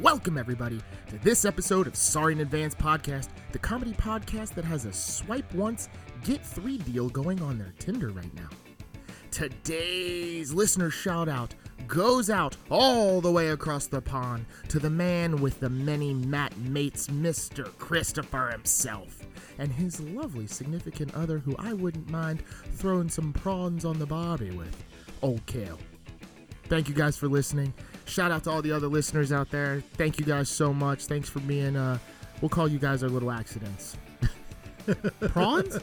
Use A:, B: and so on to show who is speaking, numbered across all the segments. A: Welcome, everybody, to this episode of Sorry in Advance Podcast, the comedy podcast that has a swipe once, get three deal going on their Tinder right now. Today's listener shout out goes out all the way across the pond to the man with the many Matt mates, Mr. Christopher himself, and his lovely significant other who I wouldn't mind throwing some prawns on the barbie with, old Kale. Thank you guys for listening. Shout out to all the other listeners out there. Thank you guys so much. Thanks for being uh we'll call you guys our little accidents.
B: prawns?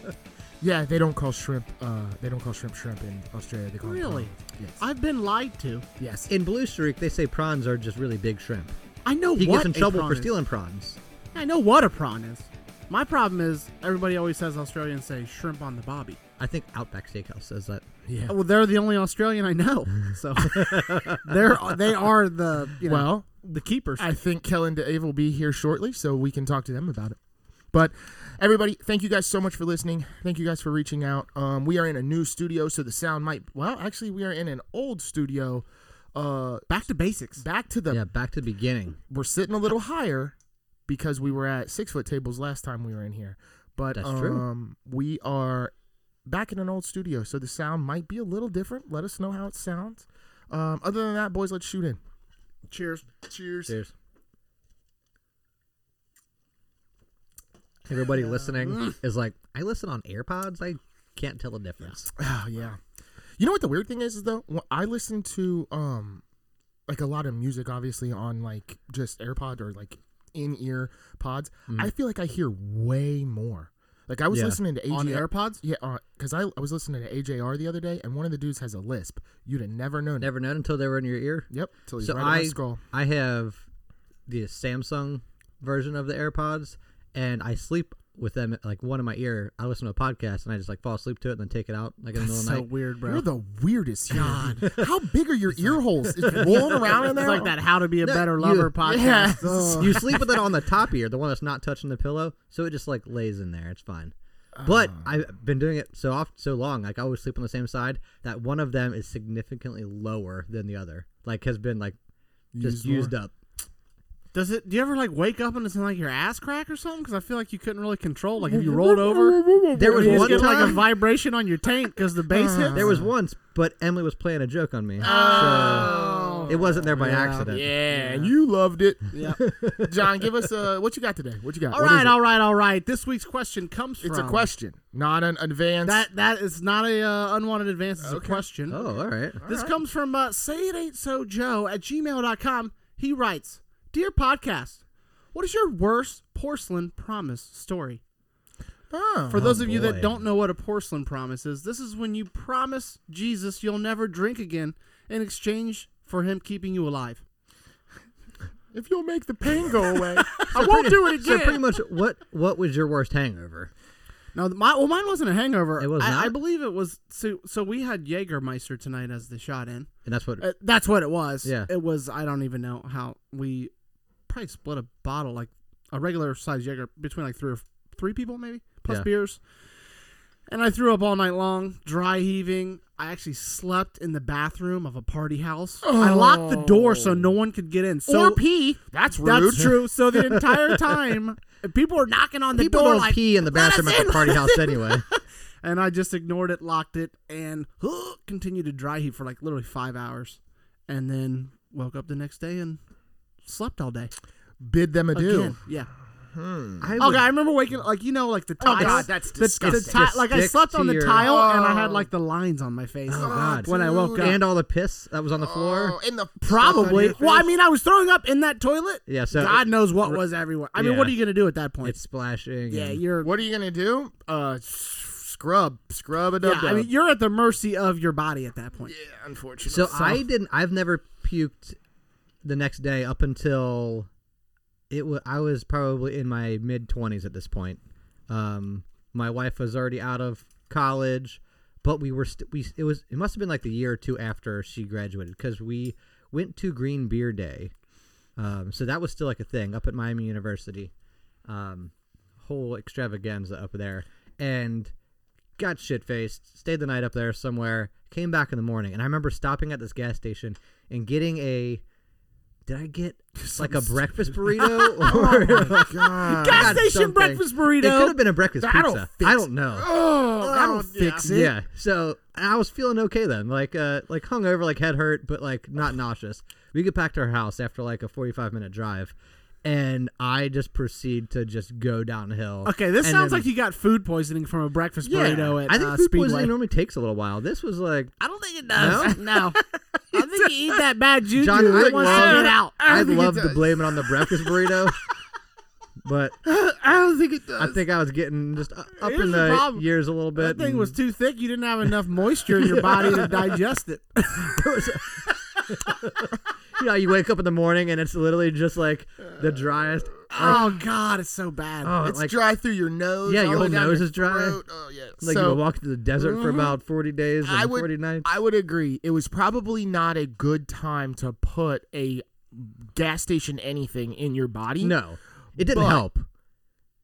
A: Yeah, they don't call shrimp uh they don't call shrimp shrimp in Australia. They call them
B: Really?
A: prawns. Yes.
B: I've been lied to.
A: yes.
C: In Blue Streak, they say prawns are just really big shrimp.
B: I know
C: He
B: what
C: gets in
B: a
C: trouble
B: prawn
C: for
B: is.
C: stealing prawns.
B: I know what a prawn is. My problem is everybody always says Australians say shrimp on the bobby.
C: I think Outback Steakhouse says that.
A: yeah.
B: Well, they're the only Australian I know, so they're they are the you know,
A: Well,
B: the keepers.
A: I think Kellen Dave will be here shortly, so we can talk to them about it. But everybody, thank you guys so much for listening. Thank you guys for reaching out. Um, we are in a new studio, so the sound might well actually we are in an old studio. Uh,
B: Back to basics.
A: back to the
C: Yeah, back to the beginning.
A: we're sitting a little higher because we were at six foot tables last time we were in here. But
C: That's true.
A: um, we are back in an old studio, so the sound might be a little different. Let us know how it sounds. Um, other than that, boys, let's shoot in.
B: Cheers. Cheers.
C: Cheers. Everybody listening is like, I listen on AirPods. I can't tell the difference.
A: Oh yeah. You know what the weird thing is, is though? When I listen to um like a lot of music obviously on like just AirPod or like in ear pods. I feel like I hear way more. Like I was
C: Mm. Yeah.
A: listening to AJ
B: On AirPods?
A: Yeah, because I, I was listening to AJR the other day, and one of the dudes has a lisp. You'd have never known. it.
C: Never known until they were in your ear.
A: Yep, till he's
C: So
A: right on
C: I-
A: the skull.
C: I have the Samsung version of the AirPods, and I sleep with them like one in my ear. I listen to a podcast, and I just like fall asleep to it, and then take it out like in the middle of the
B: So
C: night.
B: weird, bro.
A: You're the weirdest. God, how big are your ear holes? Is it rolling around in
B: it's
A: there?
B: like that How to Be a
C: No,
B: Better
C: you- Oh.
B: Lover podcast.
A: Yeah.
B: Ugh.
C: you sleep with it on the top ear, the one that's not touching the pillow, so it just like lays in there. It's fine. But
A: Ah.
C: I've been doing it so off so long, like I always sleep on the same side that one of them is significantly lower than the other. Like has been like just
A: Used more.
C: used up.
B: Does it? Do you ever like wake up and it's in like your ass crack or something? Because I feel like you couldn't really control. Like if you rolled over,
C: There was
B: you just
C: one
B: get like a
C: time.
B: vibration on your tank because the bass hit.
C: there was
A: Ah.
C: once, but Emily was playing a joke on me.
B: Oh.
C: So it wasn't there by accident.
A: Yeah, and you loved it. Yeah. John, give us uh, what you got today. What you got?
B: All
A: What is
B: right,
A: it?
B: all right, all right. This week's question comes from.
A: It's a question, not an advance.
B: That that is not a uh, unwanted advance. It's
A: Okay.
B: a question.
C: Oh, all right.
B: this comes from uh, say it ain't so Joe at gmail.com. He writes, "Dear podcast, what is your worst porcelain promise story?"
A: oh.
B: For those of you that
C: boy.
B: don't know what a porcelain promise is, this is when you promise Jesus you'll never drink again in exchange for him keeping you alive.
A: if you'll make the pain go away, I
C: So
A: won't
C: pretty-
A: do it
C: So pretty
A: again.
C: much, what what was your worst hangover?
B: No, th- my well, mine wasn't a hangover.
C: It was
B: I,
C: not?
B: I believe it was. So, so we had Jägermeister tonight as the shot in.
C: And that's what
B: Uh, that's what it was.
C: Yeah.
B: It was, I don't even know how we probably split a bottle, like a regular size Jaeger, between like three or three people, maybe, plus
C: Yeah.
B: beers. And I threw up all night long, dry heaving. I actually slept in the bathroom of a party house. I locked the door so no one could get in. So
A: or pee. That's rude.
B: that's true. So the entire time, people were knocking on the
C: people
B: door
C: don't
B: like,
C: pee in the
B: "Let us
C: bathroom at
B: in,
C: the
B: let
C: party
B: us
C: house anyway.
B: and I just ignored it, locked it, and continued to dry heat for like literally five hours, and then woke up the next day and slept all day.
A: Bid them adieu.
B: Again, yeah.
A: Hmm.
C: I would
B: Okay, I remember waking like you know like the
C: Oh
B: tile.
A: God, that's
B: the- the
A: disgusting.
B: ti- like I
C: Sticks
B: slept
C: to
B: on the
C: your-
B: tile and I had
A: Oh.
B: like the lines on my face.
C: Oh, God.
B: When I woke up,
C: and all the piss that was on the floor.
A: Oh, in the
B: probably. Well, I mean, I was throwing up in that toilet.
C: Yeah, so
B: God
C: it-
B: knows what was everywhere. I mean,
C: yeah.
B: what are you gonna do at that point?
C: It's splashing.
B: yeah,
C: and-
B: you're.
A: what are you gonna do? Uh, s- scrub, scrub it
B: Yeah,
A: up.
B: I mean, you're at the mercy of your body at that point.
A: yeah, unfortunately.
C: so, I didn't. I've never puked the next day up until it. wa I was probably in my mid twenties at this point. Um, my wife was already out of college, but we were. St- we it was. It must have been like the year or two after she graduated because we went to Green Beer Day. Um, so that was still like a thing up at Miami University. Um, whole extravaganza up there, and got shit faced, stayed the night up there somewhere, came back in the morning, and I remember stopping at this gas station and getting a did I get like
A: Something
C: a
A: stupid.
C: breakfast
B: Oh
C: burrito or
A: God.
B: Gas
C: got
B: station
C: something.
B: breakfast burrito.
C: it could have been a breakfast
A: That'll
C: pizza.
A: fix
C: I don't know.
A: Oh, that'll
B: Oh, yeah.
A: fix it.
C: Yeah. So I was feeling okay then, like uh, like hungover, like head hurt, but like not nauseous. We get back to our house after like a forty-five minute drive, and I just proceed to just go downhill.
B: Okay, this
C: And
B: sounds
C: then-
B: like you got food poisoning from a breakfast
C: yeah.
B: burrito at
C: I think
B: uh,
C: food
B: Speedway.
C: poisoning normally takes a little while. This was like
B: I don't think it does. No, I think you eat that bad juju.
C: John,
B: it wants
C: I'd love-
B: to get out.
A: I
C: I'd
A: think it
C: love to
A: does.
C: blame it on the breakfast burrito, but
B: I don't think it does.
C: I think I was getting just u- up
B: Here's
C: in
B: the
C: the,
B: problem.
C: years a little bit.
B: that thing
C: and
B: was too thick. You didn't have enough moisture in your body to digest it.
C: there was a- you know, you wake up in the morning and it's literally just like the driest.
B: Oh God, it's so bad.
C: Oh,
A: It's
C: like
A: dry through your nose.
C: Yeah,
A: all
C: your
A: the way
C: whole
A: down
C: nose
A: your
C: is dry.
A: throat. Oh, yeah.
C: like
A: so
C: you walk through the desert for
B: Mm-hmm.
C: about forty days and
A: I would,
C: forty nights.
A: I would agree. It was probably not a good time to put a gas station anything in your body.
C: no, it didn't
A: But-
C: help.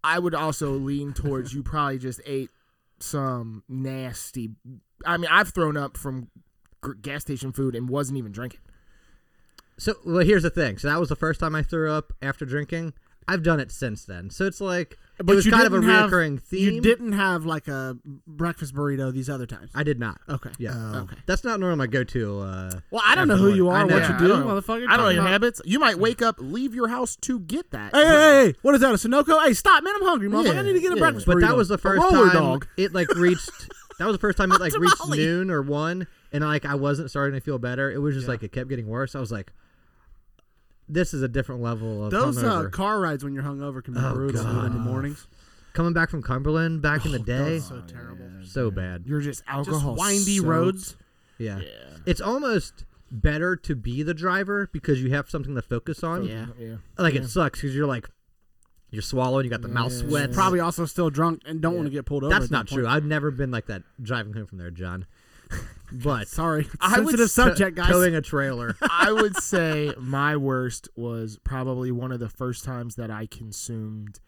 A: I would also lean towards you probably just ate some nasty. I mean, I've thrown up from gr- gas station food and wasn't even drinking.
C: So well, here's the thing. So that was the first time I threw up after drinking. I've done it since then. So it's like it was
B: you
C: kind of a
B: didn't have-
C: reoccurring theme.
B: You didn't have like a breakfast burrito these other times.
C: I did not.
B: Okay.
C: Yeah.
A: Oh.
B: Okay.
C: That's not normally my go-to. Uh,
B: Well, I don't know who
C: Everyone.
B: you
C: I
B: are,
C: know.
B: what
A: Yeah,
B: you do,
A: I don't know.
B: motherfucker.
A: I don't know your
B: Talk about-
A: habits. Uh-huh. You might wake up, leave your house to get that.
B: Hey, hey, hey! What is that? A Sunoco? Hey, stop, man! I'm hungry, motherfucker.
A: Yeah,
B: I need to get a
A: yeah.
B: breakfast
C: but
B: burrito.
C: that was the
B: A
C: first
B: roller
C: time
B: dog.
C: it like reached. that was the first time it like reached
B: Tamale.
C: noon or one, and like I wasn't starting to feel better. It was just like it kept getting worse. I was like, this is a different level of
B: Those uh,
C: hungover.
B: car rides when you're hungover can be
C: Oh,
B: brutal
C: God.
B: in the mornings.
C: coming back from Cumberland back in the day.
B: so terrible.
C: so Oh, bad.
A: You're just
B: Just
A: alcohol.
B: windy
A: soaked.
B: roads.
C: Yeah.
A: Yeah.
C: It's almost better to be the driver because you have something to focus on.
B: Yeah.
A: Yeah.
C: Like it sucks because you're like you're swallowing, you got the mouth
A: Yeah.
C: sweats.
B: Probably also still drunk and don't want to get pulled over.
C: That's
B: at that
C: not
B: point.
C: true. I've never been like that driving home from there, John. But
B: Sorry,
A: I would
B: sensitive subject,
C: to-
B: guys.
C: Towing a trailer.
A: I would say my worst was probably one of the first times that I consumed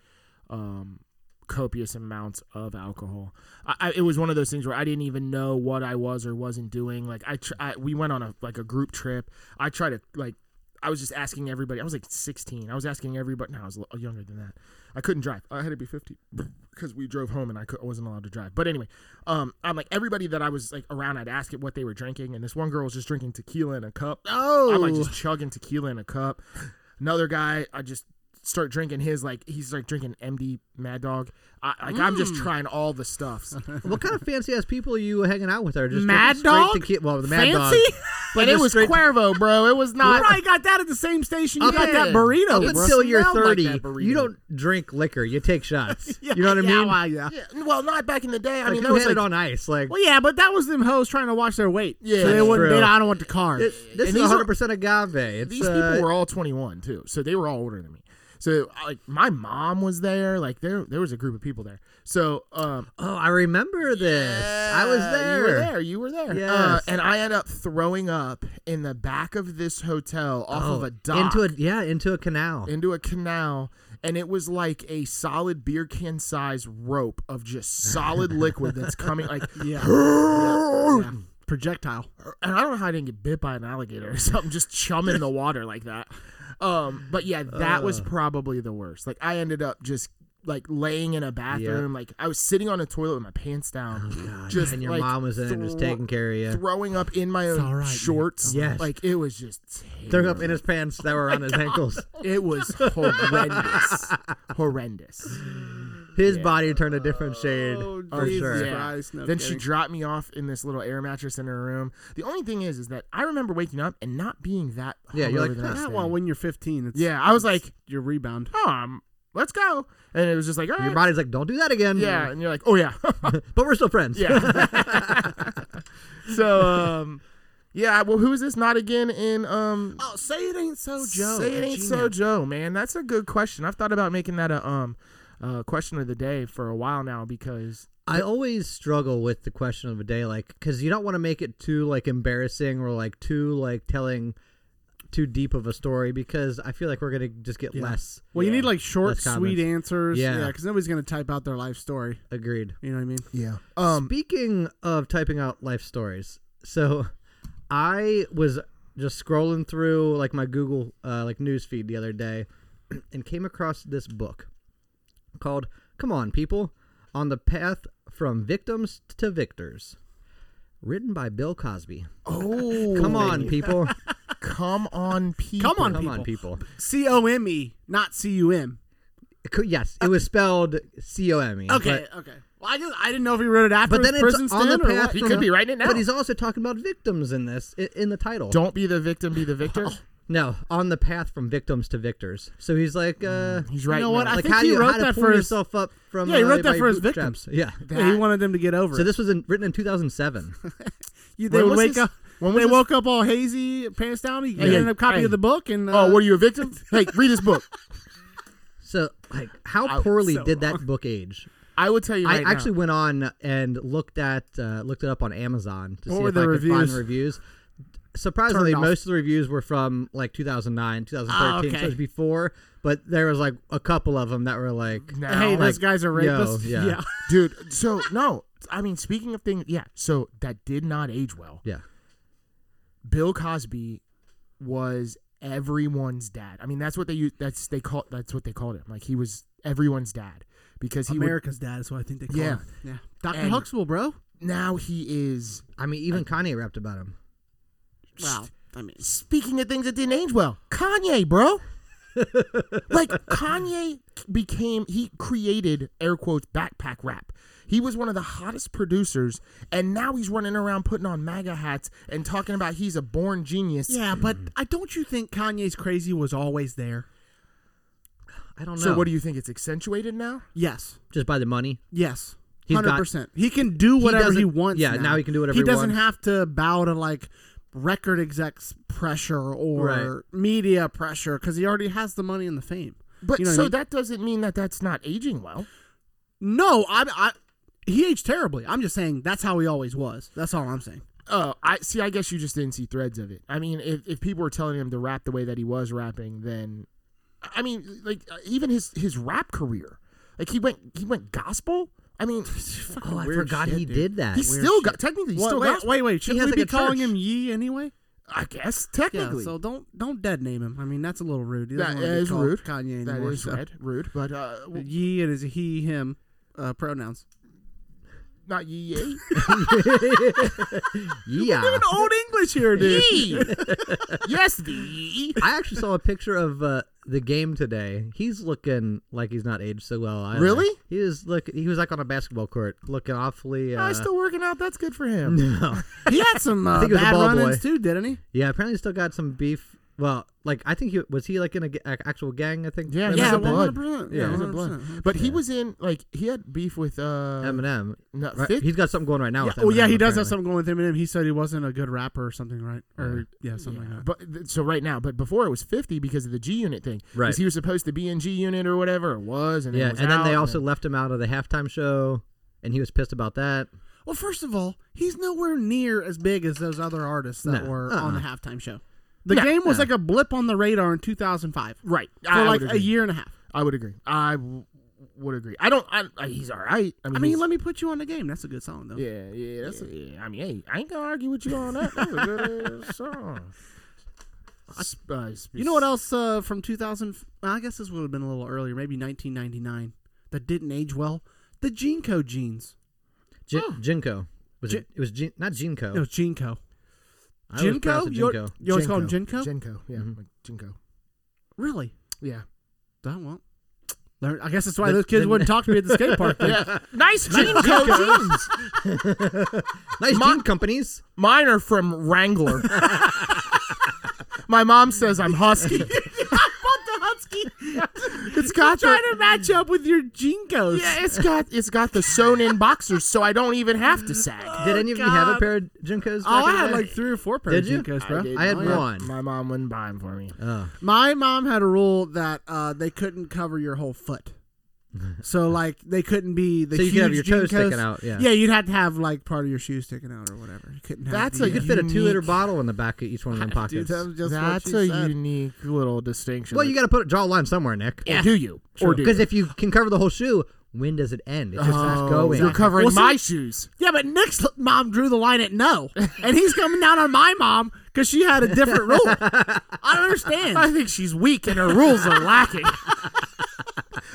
A: um, copious amounts of alcohol. I, I, it was one of those things where I didn't even know what I was or wasn't doing. Like I, tr- I we went on a like a group trip. I tried to like I was just asking everybody. I was like 16. I was asking everybody. No, I was a little younger than that. I couldn't drive. I had to be 50 because we drove home and I, cou- I wasn't allowed to drive. But anyway, um, I'm like everybody that I was like around. I'd ask it what they were drinking, and this one girl was just drinking tequila in a cup.
B: Oh,
A: I'm like just chugging tequila in a cup. Another guy, I just start drinking his like he's like drinking MD Mad Dog. I, like I'm just
C: Mm.
A: trying all the stuffs.
C: what kind of fancy ass people are you hanging out with? Are just
B: Mad
C: straight
B: Dog?
C: tequila- well, the mad
B: Fancy?
C: dog.
A: But it
C: just
A: was
C: straight-
A: Cuervo, bro. It was
B: you
A: not.
B: probably got that at the same station. You
A: Up
B: got that
A: in-
B: burrito.
C: Up
A: It
B: bro.
C: until you're
A: smelled like
C: 30,
A: that burrito.
C: you don't drink liquor. You take shots.
B: Yeah,
C: you know what I mean?
B: Yeah, why, yeah.
A: Yeah, well, not back in the day. I
C: Like,
A: mean,
C: who
A: that was
C: had
A: like
C: it on ice? Like
B: Well, yeah, but that was them hoes trying to watch their weight.
A: Yeah,
B: so they
A: that's
B: wouldn't.
C: true.
B: They, I don't want the car.
C: It-
A: And
C: this is
A: these are-
C: 100 percent agave. It's,
A: these
C: uh,
A: people were all 21 too, so they were all older than me. So I- like my mom was there. Like there, there was a group of people there. So um,
C: Oh, I remember this. I was
A: Yeah,
C: there.
A: You were there. You were there. Uh,
C: Yes.
A: and I ended up throwing up in the back of this hotel off
C: Oh,
A: of a dock
C: into a yeah into a canal.
A: into a canal. And it was like a solid beer can size rope of just solid liquid that's coming like
B: yeah. Yeah. projectile.
A: and I don't know how I didn't get bit by an alligator or something, just chumming the water like that. Um, but yeah, that was probably the worst. Like I ended up just like laying in a bathroom, like I was sitting on a toilet with my pants down, just
C: Oh, and your
A: like,
C: mom was in and was
A: thro-
C: taking care of you.
A: throwing up in my
B: all
A: own
B: right, man.
A: shorts.
C: Yes.
A: Like it was just
C: Throwing up in his pants that were on his ankles.
A: it was horrendous. horrendous.
C: His body turned a different shade for
A: Oh, Jesus
C: sure.
A: Christ. then she dropped me off in this little air mattress in her room. The only thing is is that I remember waking up and not being that
C: Yeah, you're
A: hungover
C: like,
A: the
C: "Nah,
A: next day.
B: well, when you're 15, it's
A: Yeah, I was like,
B: your rebound.
A: "Oh, um, let's go." And it was just like, "All
C: Your
A: right."
C: body's like, don't do that again.
A: yeah, and you're like, "Oh yeah."
C: but we're still friends.
A: yeah. so um yeah, well, who is this? Not again in um
B: Oh, say it ain't so,
A: Say it ain't so, Joe. Man, that's a good question. I've thought about making that a um uh, question of the day for a while now because
C: I always struggle with the question of the day, like, because you don't want to make it too like embarrassing or like too like telling too deep of a story because I feel like we're gonna just get less
B: Well, you
A: Yeah.
B: need like short,
C: Less
B: sweet
C: comments.
B: answers.
C: Yeah.
B: Yeah, because nobody's gonna type out their life story.
C: agreed.
B: You know what I mean?
A: yeah. Um,
C: Speaking of typing out life stories, so I was just scrolling through like my Google uh, like news feed the other day, and came across this book called "Come On, People: On the Path from Victims to Victors," written by Bill Cosby.
A: Oh,
C: Come on, people!
A: come on, people.
B: Come on,
C: Come on,
B: people.
C: people!
B: C O M E, not C U M.
C: Co- Yes, it was spelled C O M E.
B: Okay, okay. Well, I, just, I didn't know if he wrote it after
C: But then
B: his
C: it's
B: prison
C: on the
B: stint or
C: path.
B: what.
A: He
C: from
A: could
C: a-
A: be writing it now.
C: But he's also talking about victims in this i- in the title.
A: Don't be the victim, be the victor.
C: No, on the path from victims to victors. So he's like, uh,
A: He's
B: You
A: right.
B: know what? I
C: like
B: think
C: how do
B: he
C: you
B: wrote
C: how to
B: that
C: pull
B: for his-
C: yourself up from
B: Yeah, he
C: uh,
B: wrote that
C: by
B: for his
C: bootstraps. Yeah.
A: that,
B: Yeah, he wanted them to get over
C: So
B: it.
C: this was in, written in 2007.
B: You- they
A: When
B: would
A: was
B: wake
A: this?
B: up.
A: When was
B: they
A: this?
B: woke up all hazy, pants down. He he
A: Yeah.
B: ended up copy
A: Hey.
B: of the book and. Uh,
A: oh, what are you a victim? hey, read this book.
C: so like, how
A: Out
C: poorly
B: so
C: did that book age?
A: I would tell you right
C: I actually went on and looked at uh, looked it up on Amazon to
B: What
C: see
B: were
C: if
B: the
C: I could find
B: reviews?
C: the reviews. Surprisingly,
B: Turned off.
C: most of the reviews were from like 2009, 2013,
B: Ah, okay.
C: so it was before. But there was like a couple of them that were like,
A: now.
B: uh, Hey,
A: like,
B: those guys are
C: yo,
B: rapists.
C: yeah.
A: dude. So no, I mean, speaking of things, yeah. So that did not age well.
C: yeah,
A: Bill Cosby was everyone's dad. I mean, that's what they use. That's they call. That's what they called him. Like he was everyone's dad because he would,
B: America's dad is what I think they call
A: Yeah.
B: him. Yeah. Dr.
A: And-
B: Huxtable, bro.
A: now he is.
C: I mean, even Kanye rapped about him.
B: Wow. I mean,
A: Speaking of things that didn't age well, Kanye, bro. like Kanye became he created air quotes backpack rap. He was one of the hottest producers, and now he's running around putting on MAGA hats and talking about he's a born genius.
B: yeah, but I don't you think Kanye's crazy was always there?
C: I don't know.
A: So what do you think? It's accentuated now.
B: Yes.
C: Just by the money.
B: Yes.
C: He's
B: Hundred
C: got-
B: percent. He can do whatever he,
C: doesn't-
B: wants.
C: yeah, now he can do whatever
B: he
C: he
B: doesn't
C: wants.
B: have to bow to like record execs pressure or
C: Right.
B: media pressure because he already has the money and the fame.
A: But
B: You know what
A: so
B: I mean?
A: that doesn't mean that that's not aging well.
B: No, I, I he aged terribly. I'm just saying that's how he always was. That's all I'm saying.
A: Oh, I see. I guess you just didn't see threads of it. I mean, if, if people were telling him to rap the way that he was rapping, then I mean, like uh, even his his rap career, like he went he went gospel. I mean,
C: Oh, I forgot he did that.
A: he still got technically he's
B: Well,
A: still
B: wait,
A: gospel.
B: wait, wait, should
C: has,
B: we
C: like,
B: be
C: a
B: calling
C: church.
B: him Ye anyway?
A: I guess
B: Yeah,
A: technically
B: so don't don't dead name him. I mean, that's a little rude. He
A: that
B: doesn't wanna be
A: is
B: called
A: rude.
B: Kanye
A: that
B: anymore.
A: is
B: so.
A: red, rude, but uh, w-
B: Ye it is he him uh, pronouns.
A: not ye ye.
C: yeah.
B: Even old English here, dude.
A: Ye. yes, the ye.
C: I actually saw a picture of uh, the game today. He's looking like he's not aged so well. Either.
A: Really?
C: He was look. He was like on a basketball court, looking awfully. Uh,
A: Ah, still working out. That's good for him.
C: no.
B: He had some uh,
C: think it was a
B: bad
C: ball boy.
B: run-ins too, didn't he?
C: Yeah, apparently he's still got some beef. Well, like I think he was he like in a, g- a- actual gang. I think.
A: Yeah,
C: right
A: he's
C: now?
A: a blood.
B: 100%.
A: Yeah,
B: Yeah,
A: he was in blood.
B: 100%.
A: But he was in like he had beef with uh
C: Eminem.
A: no,
C: Right?
A: Fifth-
C: He's got something going right now.
B: Yeah,
C: with Eminem,
B: oh yeah, he does have something
C: apparently.
B: going with Eminem. He said he wasn't a good rapper or something, right? Or yeah, something like that.
A: But th- so right now, but before it was fifty because of the G Unit thing. 'Cause
C: Right.
A: he was supposed to be in G Unit or whatever it was, and
C: Yeah,
A: it was
C: and then they
A: out,
C: also left him out of the halftime show, and he was pissed about that.
B: Well, first of all, he's nowhere near as big as those other artists that
C: No.
B: were
C: Uh-uh.
B: on the halftime show. The
A: No,
B: game was
C: no.
B: like a blip on the radar in 2005
A: right
B: for
A: I
B: like
A: would
B: a
A: agree.
B: year and a half.
A: I would agree. I w- would agree. I don't. I, I, he's all right. I mean,
B: I mean,
A: he's-
B: let me put you on the game. That's a good song though.
A: yeah, yeah. That's A, yeah. I mean, hey, I ain't gonna argue with you on that. That was a good ass song. Sp- uh, sp-
B: You know what else uh, from 2000? Well, I guess this would have been a little earlier, maybe 1999. That didn't age well. The Jinko jeans.
C: Jin- Jinko was it?
B: Jin-
C: It was Jin- not Jinko.
B: No, Jinko.
C: Oh. I always
B: Jinko?
C: pronounce it
B: You al-
C: Jinko.
B: you always call him Jinko?
A: Jinko. Yeah,
B: Mm-hmm.
C: Mhm.
A: like Jinko.
B: really?
A: Yeah.
B: That won't. There- I guess that's why
C: The-
B: those kids
C: the-
B: wouldn't talk to me at the skate park. then.
A: Yeah. Nice Jinko jeans.
C: nice
A: Mon-
C: jean companies.
A: Mine are from Wrangler. My mom says I'm husky. It's got
B: Trying
A: the,
B: to match up with your Jinkos.
A: yeah, it's got it's got the sewn in boxers, so I don't even have to sag.
C: Did any of you have a
B: Oh, God.
C: pair of Junkos?
B: Oh,
C: back
B: I
C: in
B: had
C: the day?
B: like three or four pairs
C: Did
B: of
C: you?
B: Jinkos, bro.
C: I had
A: My-
C: one.
A: My mom wouldn't buy them for me.
C: Oh.
B: My mom had a rule that uh, they couldn't cover your whole foot. So like they couldn't be the
C: So you
B: huge
C: could have your toes
B: Jinkos.
C: sticking out, yeah.
B: you'd have to have like part of your shoe sticking out or whatever. You couldn't. Have
A: That's
B: the,
A: a
B: uh,
C: You could fit a two liter
A: unique-
C: bottle in the back of each one of them
B: Dude,
C: pockets.
B: that was just
A: That's
B: what
A: a
B: she said.
A: unique little distinction.
C: well, you got to put draw a line somewhere, Nick.
A: or do you? Or do
C: Because
A: you?
C: if you can cover the whole shoe, when does it end? It's just not
A: Oh,
C: going.
A: You're covering
B: Well, see-
A: my shoes.
B: Yeah, but Nick's l- mom drew the line at no, and he's coming down on my mom because she had a different rule. I don't
A: I
B: understand.
A: think she's weak and her rules are lacking.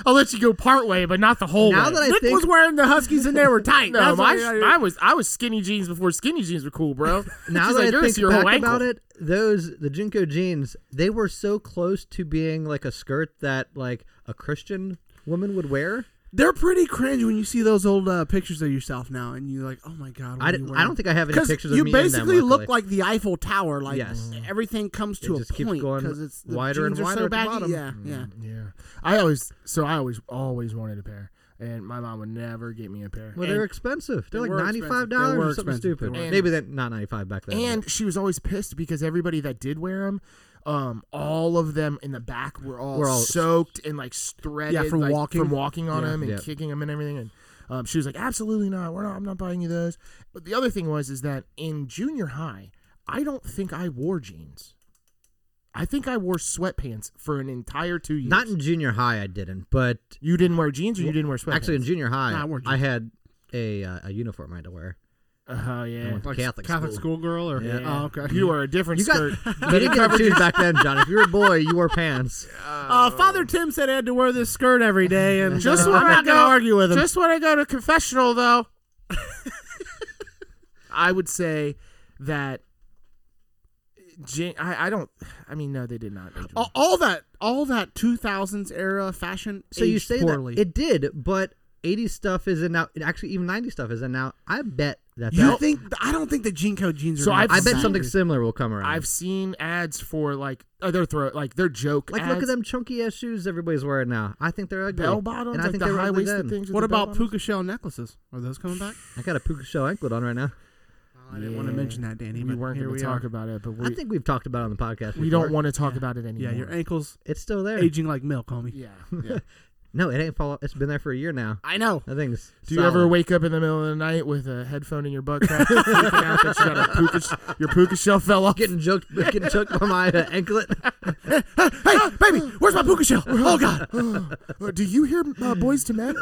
A: I'll let you go part way, but not the whole
C: Now
A: way.
C: that I
B: Nick
C: think-
B: was wearing the Huskies and they were tight.
A: no,
B: That's
A: my,
B: why-
A: I was I was skinny jeans before skinny jeans were cool, bro.
C: now
A: She's like,
C: that
A: "You're
C: I
A: gonna
C: think
A: see your whole
C: back
A: ankle."
C: about it, those the Junko jeans, they were so close to being like a skirt that like a Christian woman would wear.
D: They're pretty cringe when you see those old uh, pictures of yourself now, and you're like, oh my god. What
C: I,
D: are
C: d-
D: you
C: I don't think I have any
B: because
C: pictures of
B: you
C: me
B: basically
C: in them,
B: look
C: luckily.
B: like the Eiffel Tower. Like
C: Yes.
B: everything comes to
C: It
B: a
C: just keeps
B: point
C: going
B: because it's the
C: wider and
B: jeans are
C: wider
B: so
C: at the
B: baggy.
C: bottom. Mm.
B: Yeah, yeah.
A: Mm, Yeah, I always so I always always wanted a pair, and my mom would never get me a pair.
C: Well, they're expensive. They're
D: They
C: like
D: were
C: ninety five
D: expensive. They
C: dollars
D: were
C: or something
D: expensive. They
C: stupid.
A: were.
C: Maybe that not ninety five back then.
A: And she was always pissed because everybody that did wear them, um, all of them in the back were all,
C: Were all-
A: soaked and like s- threaded,
D: from
A: like,
D: walking.
A: from walking on
D: Yeah.
A: them and
C: Yeah.
A: kicking them and everything. And um, she was like, "Absolutely not. We're not. I'm not buying you those." But the other thing was is that in junior high, I don't think I wore jeans. I think I wore sweatpants for an entire two years.
C: not in junior high. I didn't, but
A: you didn't wear jeans, or you didn't wear sweatpants.
C: actually in junior high,
D: Nah, I wore
C: I had a uh, a uniform I had to wear.
A: oh
C: I
A: yeah.
C: went to Catholic, school.
D: schoolgirl or
A: Yeah.
D: oh, okay.
A: You were a different
C: You got
A: skirt.
C: you didn't get shoes back then, John. If you were a boy, you wore pants.
B: Uh, Father Tim said I had to wear this skirt every day, and
A: Just
B: uh,
A: when
B: I'm
A: I
B: not gonna
A: go-
B: argue with him.
A: Just when I go to confessional, though, I would say that. Jin- I, I don't. I mean, no, they did not. make
B: all, all that all that 2000s era fashion
C: So you
B: aged
C: say
B: poorly.
C: that it did, but 80s stuff is in now. Actually, even 90s stuff is in now. I bet that
D: You
C: that.
D: think I don't think the Jinko jeans are.
A: So
D: gonna
A: I've
C: I
D: come
C: bet
D: back.
C: something similar will come around.
A: I've seen ads for like other throw, like their joke.
C: like,
A: ads,
C: look at them chunky ass shoes everybody's wearing now. I think they're ugly.
A: bell bottoms,
C: and I
A: like
C: think
A: the
C: they were
A: high
C: ugly
A: waisted
C: then.
A: things. with
D: What
A: the bell
D: about
A: bottoms.
D: puka shell necklaces? Are those coming back?
C: I got a puka shell anklet on right now.
D: I didn't want to
A: Yeah.
D: mention that, Danny.
A: We
D: but
A: weren't
D: here
A: going
D: we
A: to talk
D: are.
A: about it, but
C: I
A: we,
C: think we've talked about it on the podcast.
A: we
C: before.
A: don't want to talk about it anymore.
D: Yeah, your ankles
C: It's still there.
D: aging like milk, homie.
A: yeah. yeah.
C: No, it ain't fall. off. It's been there for a year now.
B: I know.
C: That thing's.
A: Do you ever
C: solid.
A: wake up in the middle of the night with a headphone in your butt crack, freaking out that you got a puka, sh- your puka shell fell off?
C: getting joked, getting choked by my uh, anklet?
D: Hey, baby, where's my puka shell? Oh God,
A: Uh, Do you hear uh, Boys to Men?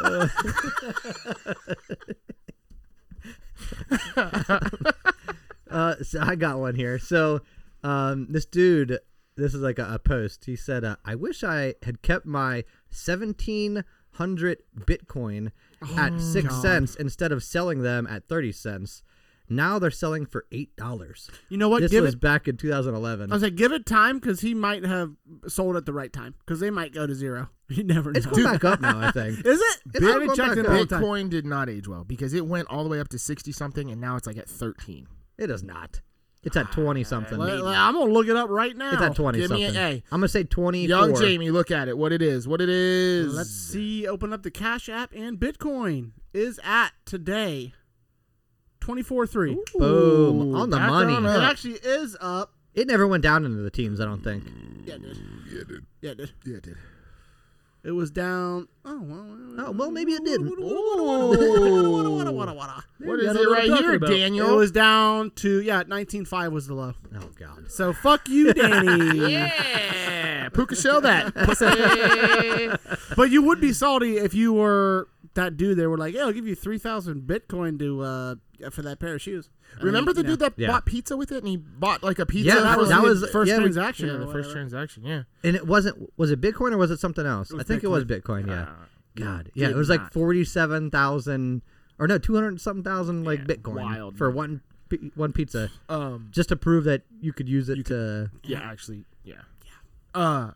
C: Uh, so I got one here. So, um, this dude, this is like a, a post. He said, uh, "I wish I had kept my seventeen hundred Bitcoin
A: Oh,
C: at six cents instead of selling them at thirty cents. Now they're selling for eight dollars.
B: You know what?
C: This
B: give
C: was
B: it.
C: back in
B: I
C: 2011.
B: was like, give it time because he might have sold at the right time because they might go to zero. You never know.
C: It's going back up now, I think.
B: Is it?
C: It's
B: I
C: all
B: haven't
C: going
B: checked
C: back
B: in a
C: up.
B: long time.
A: Bitcoin did not age well because it went all the way up to sixty something, and now it's like at thirteen.
C: It is not. It's at twenty something.
B: Let-
C: It's
B: let- I'm gonna look it up right now.
C: at twenty
A: give me an
C: something. I'm
A: A.
C: gonna say twenty.
A: Young Jamie, look at it. What it is? What it is?
B: Let's see. Open up the Cash App and Bitcoin is at today twenty four three.
C: Boom. On the
A: back
C: money.
A: on
B: It
A: up.
B: actually is up.
C: It never went down into the teams. I don't think.
B: Yeah, it did. Yeah, it did. Yeah, it did.
A: Yeah, it did.
B: It was down. Oh well.
C: Oh well, maybe it didn't.
A: Oh. what
C: I
A: is
C: don't
A: it
C: know what
A: right
C: I'm
A: here,
C: talking about.
B: It
A: Daniel?
B: was down to yeah, nineteen five was the low.
C: Oh god.
B: So fuck you, Danny.
A: yeah, Puka shell that. pussy.
B: But you would be salty if you were that dude. They were like, "Yeah, I'll give you three thousand Bitcoin to uh for that pair of shoes." I
A: Remember
B: mean,
A: the
B: you
A: dude
B: know.
A: that
C: Yeah.
A: bought pizza with it, and he bought like a pizza.
C: Yeah,
A: for,
C: that was-
A: like,
C: that
A: the
C: was-
A: first
C: yeah, we-
A: transaction.
B: yeah,
A: the
B: or
A: first
B: whatever.
A: transaction. Yeah.
C: And it wasn't was it Bitcoin or was it something else?
B: was
C: I think it was Bitcoin. Yeah.
A: Uh,
C: God. Yeah. It
A: did
C: was like
A: not.
C: forty seven thousand or no two hundred something thousand like Bitcoin
A: wild,
C: for
A: man.
C: one pi- one pizza
B: Uh,
A: Um.
C: just to prove that you could use it to.
A: Yeah. Actually. Yeah. Yeah. Uh.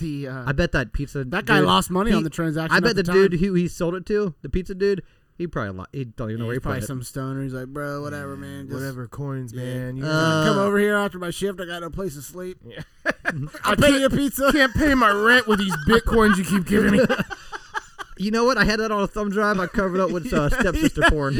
A: The. Uh,
C: I bet that pizza
B: That guy
C: dude-
B: lost money
C: he-
B: on the transaction.
C: I
B: at
C: bet the,
B: the, time.
C: dude who he sold it to, the pizza dude, he probably lost. He don't even know where he put
B: probably
C: it.
B: some stoner. He's like, "Bro, whatever, man. Just
A: whatever coins, man. You
C: Uh,
B: Come over here after my shift. I got no place to sleep.
A: I pay you pizza. Can't pay my rent with these bitcoins you keep giving me.
C: You know what? I had that on a thumb drive. I covered up with uh, stepsister porn.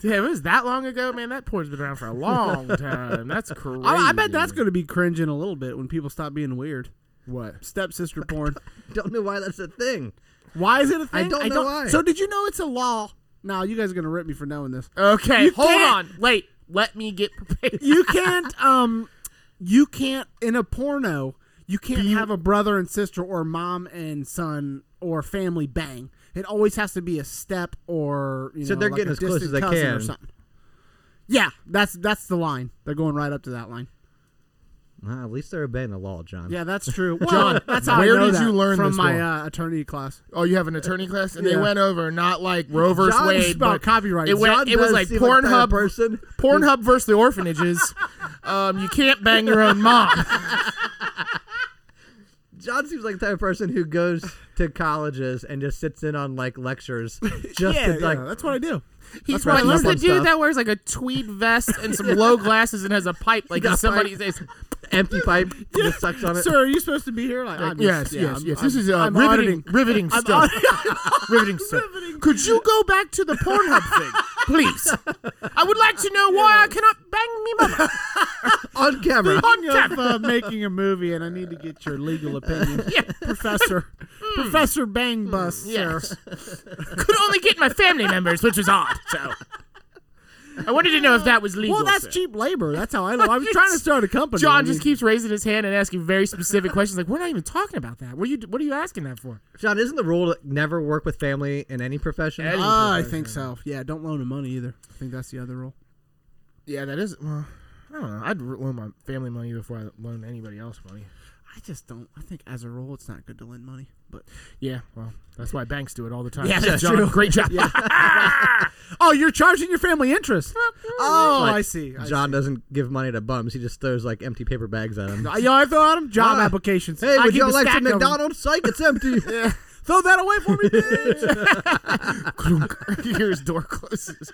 A: Damn, it was that long ago, man. That porn's been around for a long time. That's crazy.
B: I, I bet that's going to be cringing a little bit when people stop being weird.
A: What?
B: Stepsister porn.
C: Don't know why that's a thing.
B: Why is it a thing?
C: don't know why.
B: So did you know it's a law? Now you guys are going to rip me for knowing this.
A: Okay,
B: You
A: hold
B: can't-
A: on. Wait, let me get prepared.
B: You can't. um, you can't in a porno. You can't
A: Be-
B: have a brother and sister or mom and son or family bang. It always has to be a step or you
C: So
B: know,
C: they're
B: like
C: getting
B: a
C: as close
B: distant
C: as they
B: cousin or
C: can.
B: something. Yeah, that's that's the line. They're going right up to that line.
C: Well, at least they're obeying the law, John.
B: Yeah, that's true. Well,
A: John,
B: that's how I
A: where
B: know
A: did
B: that
A: you learn
B: from
A: this
B: my
A: one?
B: uh, attorney class?
A: Oh, you have an attorney class, and they
B: Yeah.
A: went over not like Roe versus
B: John is
A: Wade,
B: about
A: but
B: copyright.
A: It, went,
B: John
A: it was
B: does
A: like
C: seem like that
A: Pornhub
C: person.
A: Pornhub versus the orphanages. um, you can't bang your own mom.
C: John seems like the type of person who goes to colleges and just sits in on like lectures just
B: Yeah,
C: to like
B: yeah, that's what I do.
A: He's, like,
C: right,
A: he's
C: that's
A: the
C: fun
A: dude
C: stuff.
A: that wears like a tweed vest and some low glasses and has a pipe like
C: Got
A: he's somebody. Is,
C: empty pipe just sucks on it.
B: Sir, are you supposed to be here? Like, I'm
A: yes,
B: just- yeah,
A: yes,
B: I'm-
A: yes.
B: I'm-
A: this is uh,
B: I'm
A: riveting,
B: auditing.
A: riveting stuff. riveting stuff. Could you go back to the Pornhub thing, please? I would like to know why I cannot bang me mother.
C: on camera.
B: Speaking of uh, making a movie, and I need to get your legal opinion, Professor Professor Bang Bus.
A: Yes. Could only get my family members, which was odd. So I wanted to know if that was legal.
B: Well, that's
A: sir.
B: cheap labor. That's how I. know. I'm trying to start a company. I
A: John
B: mean,
A: just keeps raising his hand and asking very specific questions. Like, we're not even talking about that. What are you? What are you asking that for?
C: John, isn't the rule to never work with family in any profession?
A: Any-
B: Ah, I think so. Yeah, don't loan him money either. I think that's the other rule.
A: Yeah, that is. Well, I don't know. I'd loan my family money before I loan anybody else money.
B: I just don't. I think as a rule, it's not good to lend money. But
A: Yeah, well, that's why banks do it all the time.
B: Yeah, that's
A: John,
B: true.
A: Great job.
B: oh, you're charging your family interest. Oh,
C: Like,
B: I see. I
C: John doesn't give money to bums. He just throws like empty paper bags at him.
B: see. You know, what I throw at him job
C: Ah.
B: applications.
C: Hey,
B: I
C: would
B: keep
C: you
B: a
C: like
B: stack
C: some
B: of 'em.
C: McDonald's? Psych, it's empty.
B: Throw that away for me. bitch.
A: Clunk. You hear his door closes.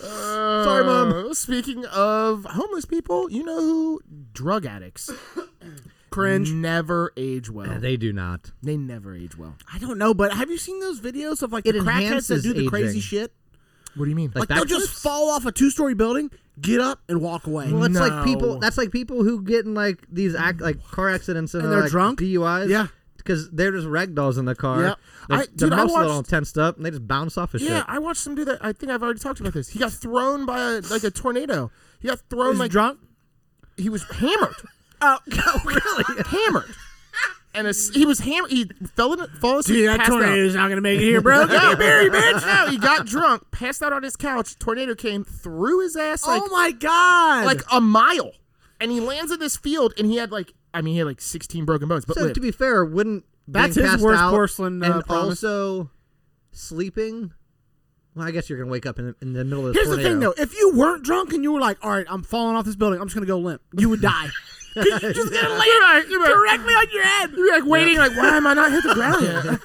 C: Sorry, Mom.
A: Uh, Speaking of homeless people, you know who? Drug addicts. Cringe. Never age well.
C: They do not.
A: They never age well.
B: I don't know, but have you seen those videos of like
C: It
B: the crackheads that
C: enhances
B: do the crazy
C: aging.
B: shit?
A: What do you mean?
B: Like
C: Like,
B: they'll
C: backflips?
B: just fall off a two-story building, get up, and walk away.
C: Well, it's
A: No.
C: like people. That's like people who get in like these act like car accidents and,
B: And they're
C: like,
B: drunk?
C: DUIs.
B: Yeah.
C: because they're just ragdolls in the car.
A: Yep.
C: Their,
A: I-
C: their
A: dude, I
C: muscles are
A: watched-
C: all tensed up and they just bounce off of
A: yeah,
C: shit.
A: I watched some do that. I think I've already talked about this. He got thrown by a, like a tornado. He got thrown
B: Was he
A: like
B: drunk?
A: he was hammered,
B: Oh, really?
A: hammered, and a s he was hammered. He fell in, fall asleep,
B: Dude, that
A: passed out.
B: tornado's not gonna make it here, bro.
A: No,
B: Get me a beer, you bitch.
A: No, he got drunk, passed out on his couch. Tornado came through his ass like
B: oh my god!
A: like a mile, and he lands in this field, and he had like I mean he had like sixteen broken bones, but
C: So
A: lived.
C: to be fair, wouldn't
B: That's
C: being
B: his
C: passed
B: worst
C: out
B: porcelain, uh,
C: and
B: promise.
C: also sleeping. Well, I guess you're gonna wake up in the, in the middle of the
B: Here's
C: tornado.
B: the thing, though. If you weren't drunk and you were like, "All right, I'm falling off this building. I'm just gonna go limp," you would die. 'Cause you're just gonna land
A: You're right, you're right.
B: directly on your head.
A: You're like waiting, like why am I not hit the ground yet?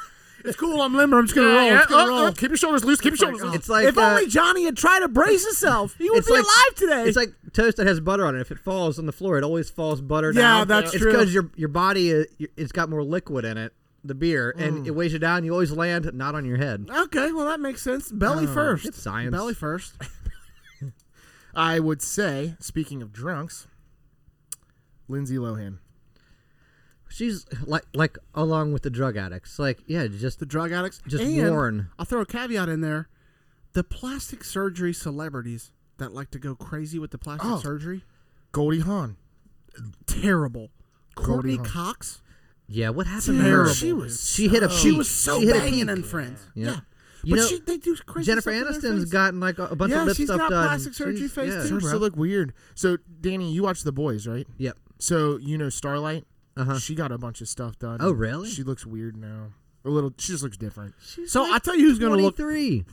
B: It's cool. I'm limber. I'm just gonna
A: Yeah,
B: roll. I'm
A: yeah.
B: just gonna
A: Oh,
B: roll.
A: oh, keep your shoulders loose. Keep your shoulders loose.
C: It's like
B: Uh, if
C: uh,
B: only Johnny had tried to brace himself, he would
C: it's
B: be
C: like,
B: alive today.
C: It's like toast that has butter on it. If it falls on the floor, it always falls butter
B: Yeah,
C: down.
B: that's
C: it's
B: true.
C: because your your body uh, your- it's got more liquid in it, the beer, and
B: Mm.
C: it weighs you down. You always land not on your head.
B: okay, well that makes sense. Belly first.
C: it's science.
B: Belly first.
A: I would say, speaking of drunks, Lindsay Lohan.
C: She's like like along with the drug addicts. Like yeah, just
B: the drug addicts.
C: Just
B: and
C: warn.
B: I'll throw a caveat in there: the plastic surgery celebrities that like to go crazy with the plastic
A: Oh.
B: surgery,
A: Goldie Hawn.
B: terrible. Courtney
A: Hawn.
B: Cox,
C: yeah. What happened to her?
B: Terrible.
A: She was.
C: She hit a
B: she
C: peak.
B: was so
C: she hit a
B: banging
C: peak.
B: and friends.
C: Yeah.
B: Yeah,
C: You
B: but
C: know,
B: she, they do crazy.
C: Jennifer
B: stuff with their
C: Aniston's
B: face.
C: gotten like a, a bunch
B: Yeah,
C: of lip
B: she's
C: stuff
B: got
C: done.
B: plastic surgery
C: She's-
B: face,
C: yeah.
B: too.
A: Hers still look weird. So, Danny, you watch The Boys, right?
C: Yep.
A: So you know Starlight.
C: Uh huh.
A: She got a bunch of stuff done.
C: Oh, really?
A: She looks weird now. A little. She just looks different.
B: So I tell you who's going to look
C: three.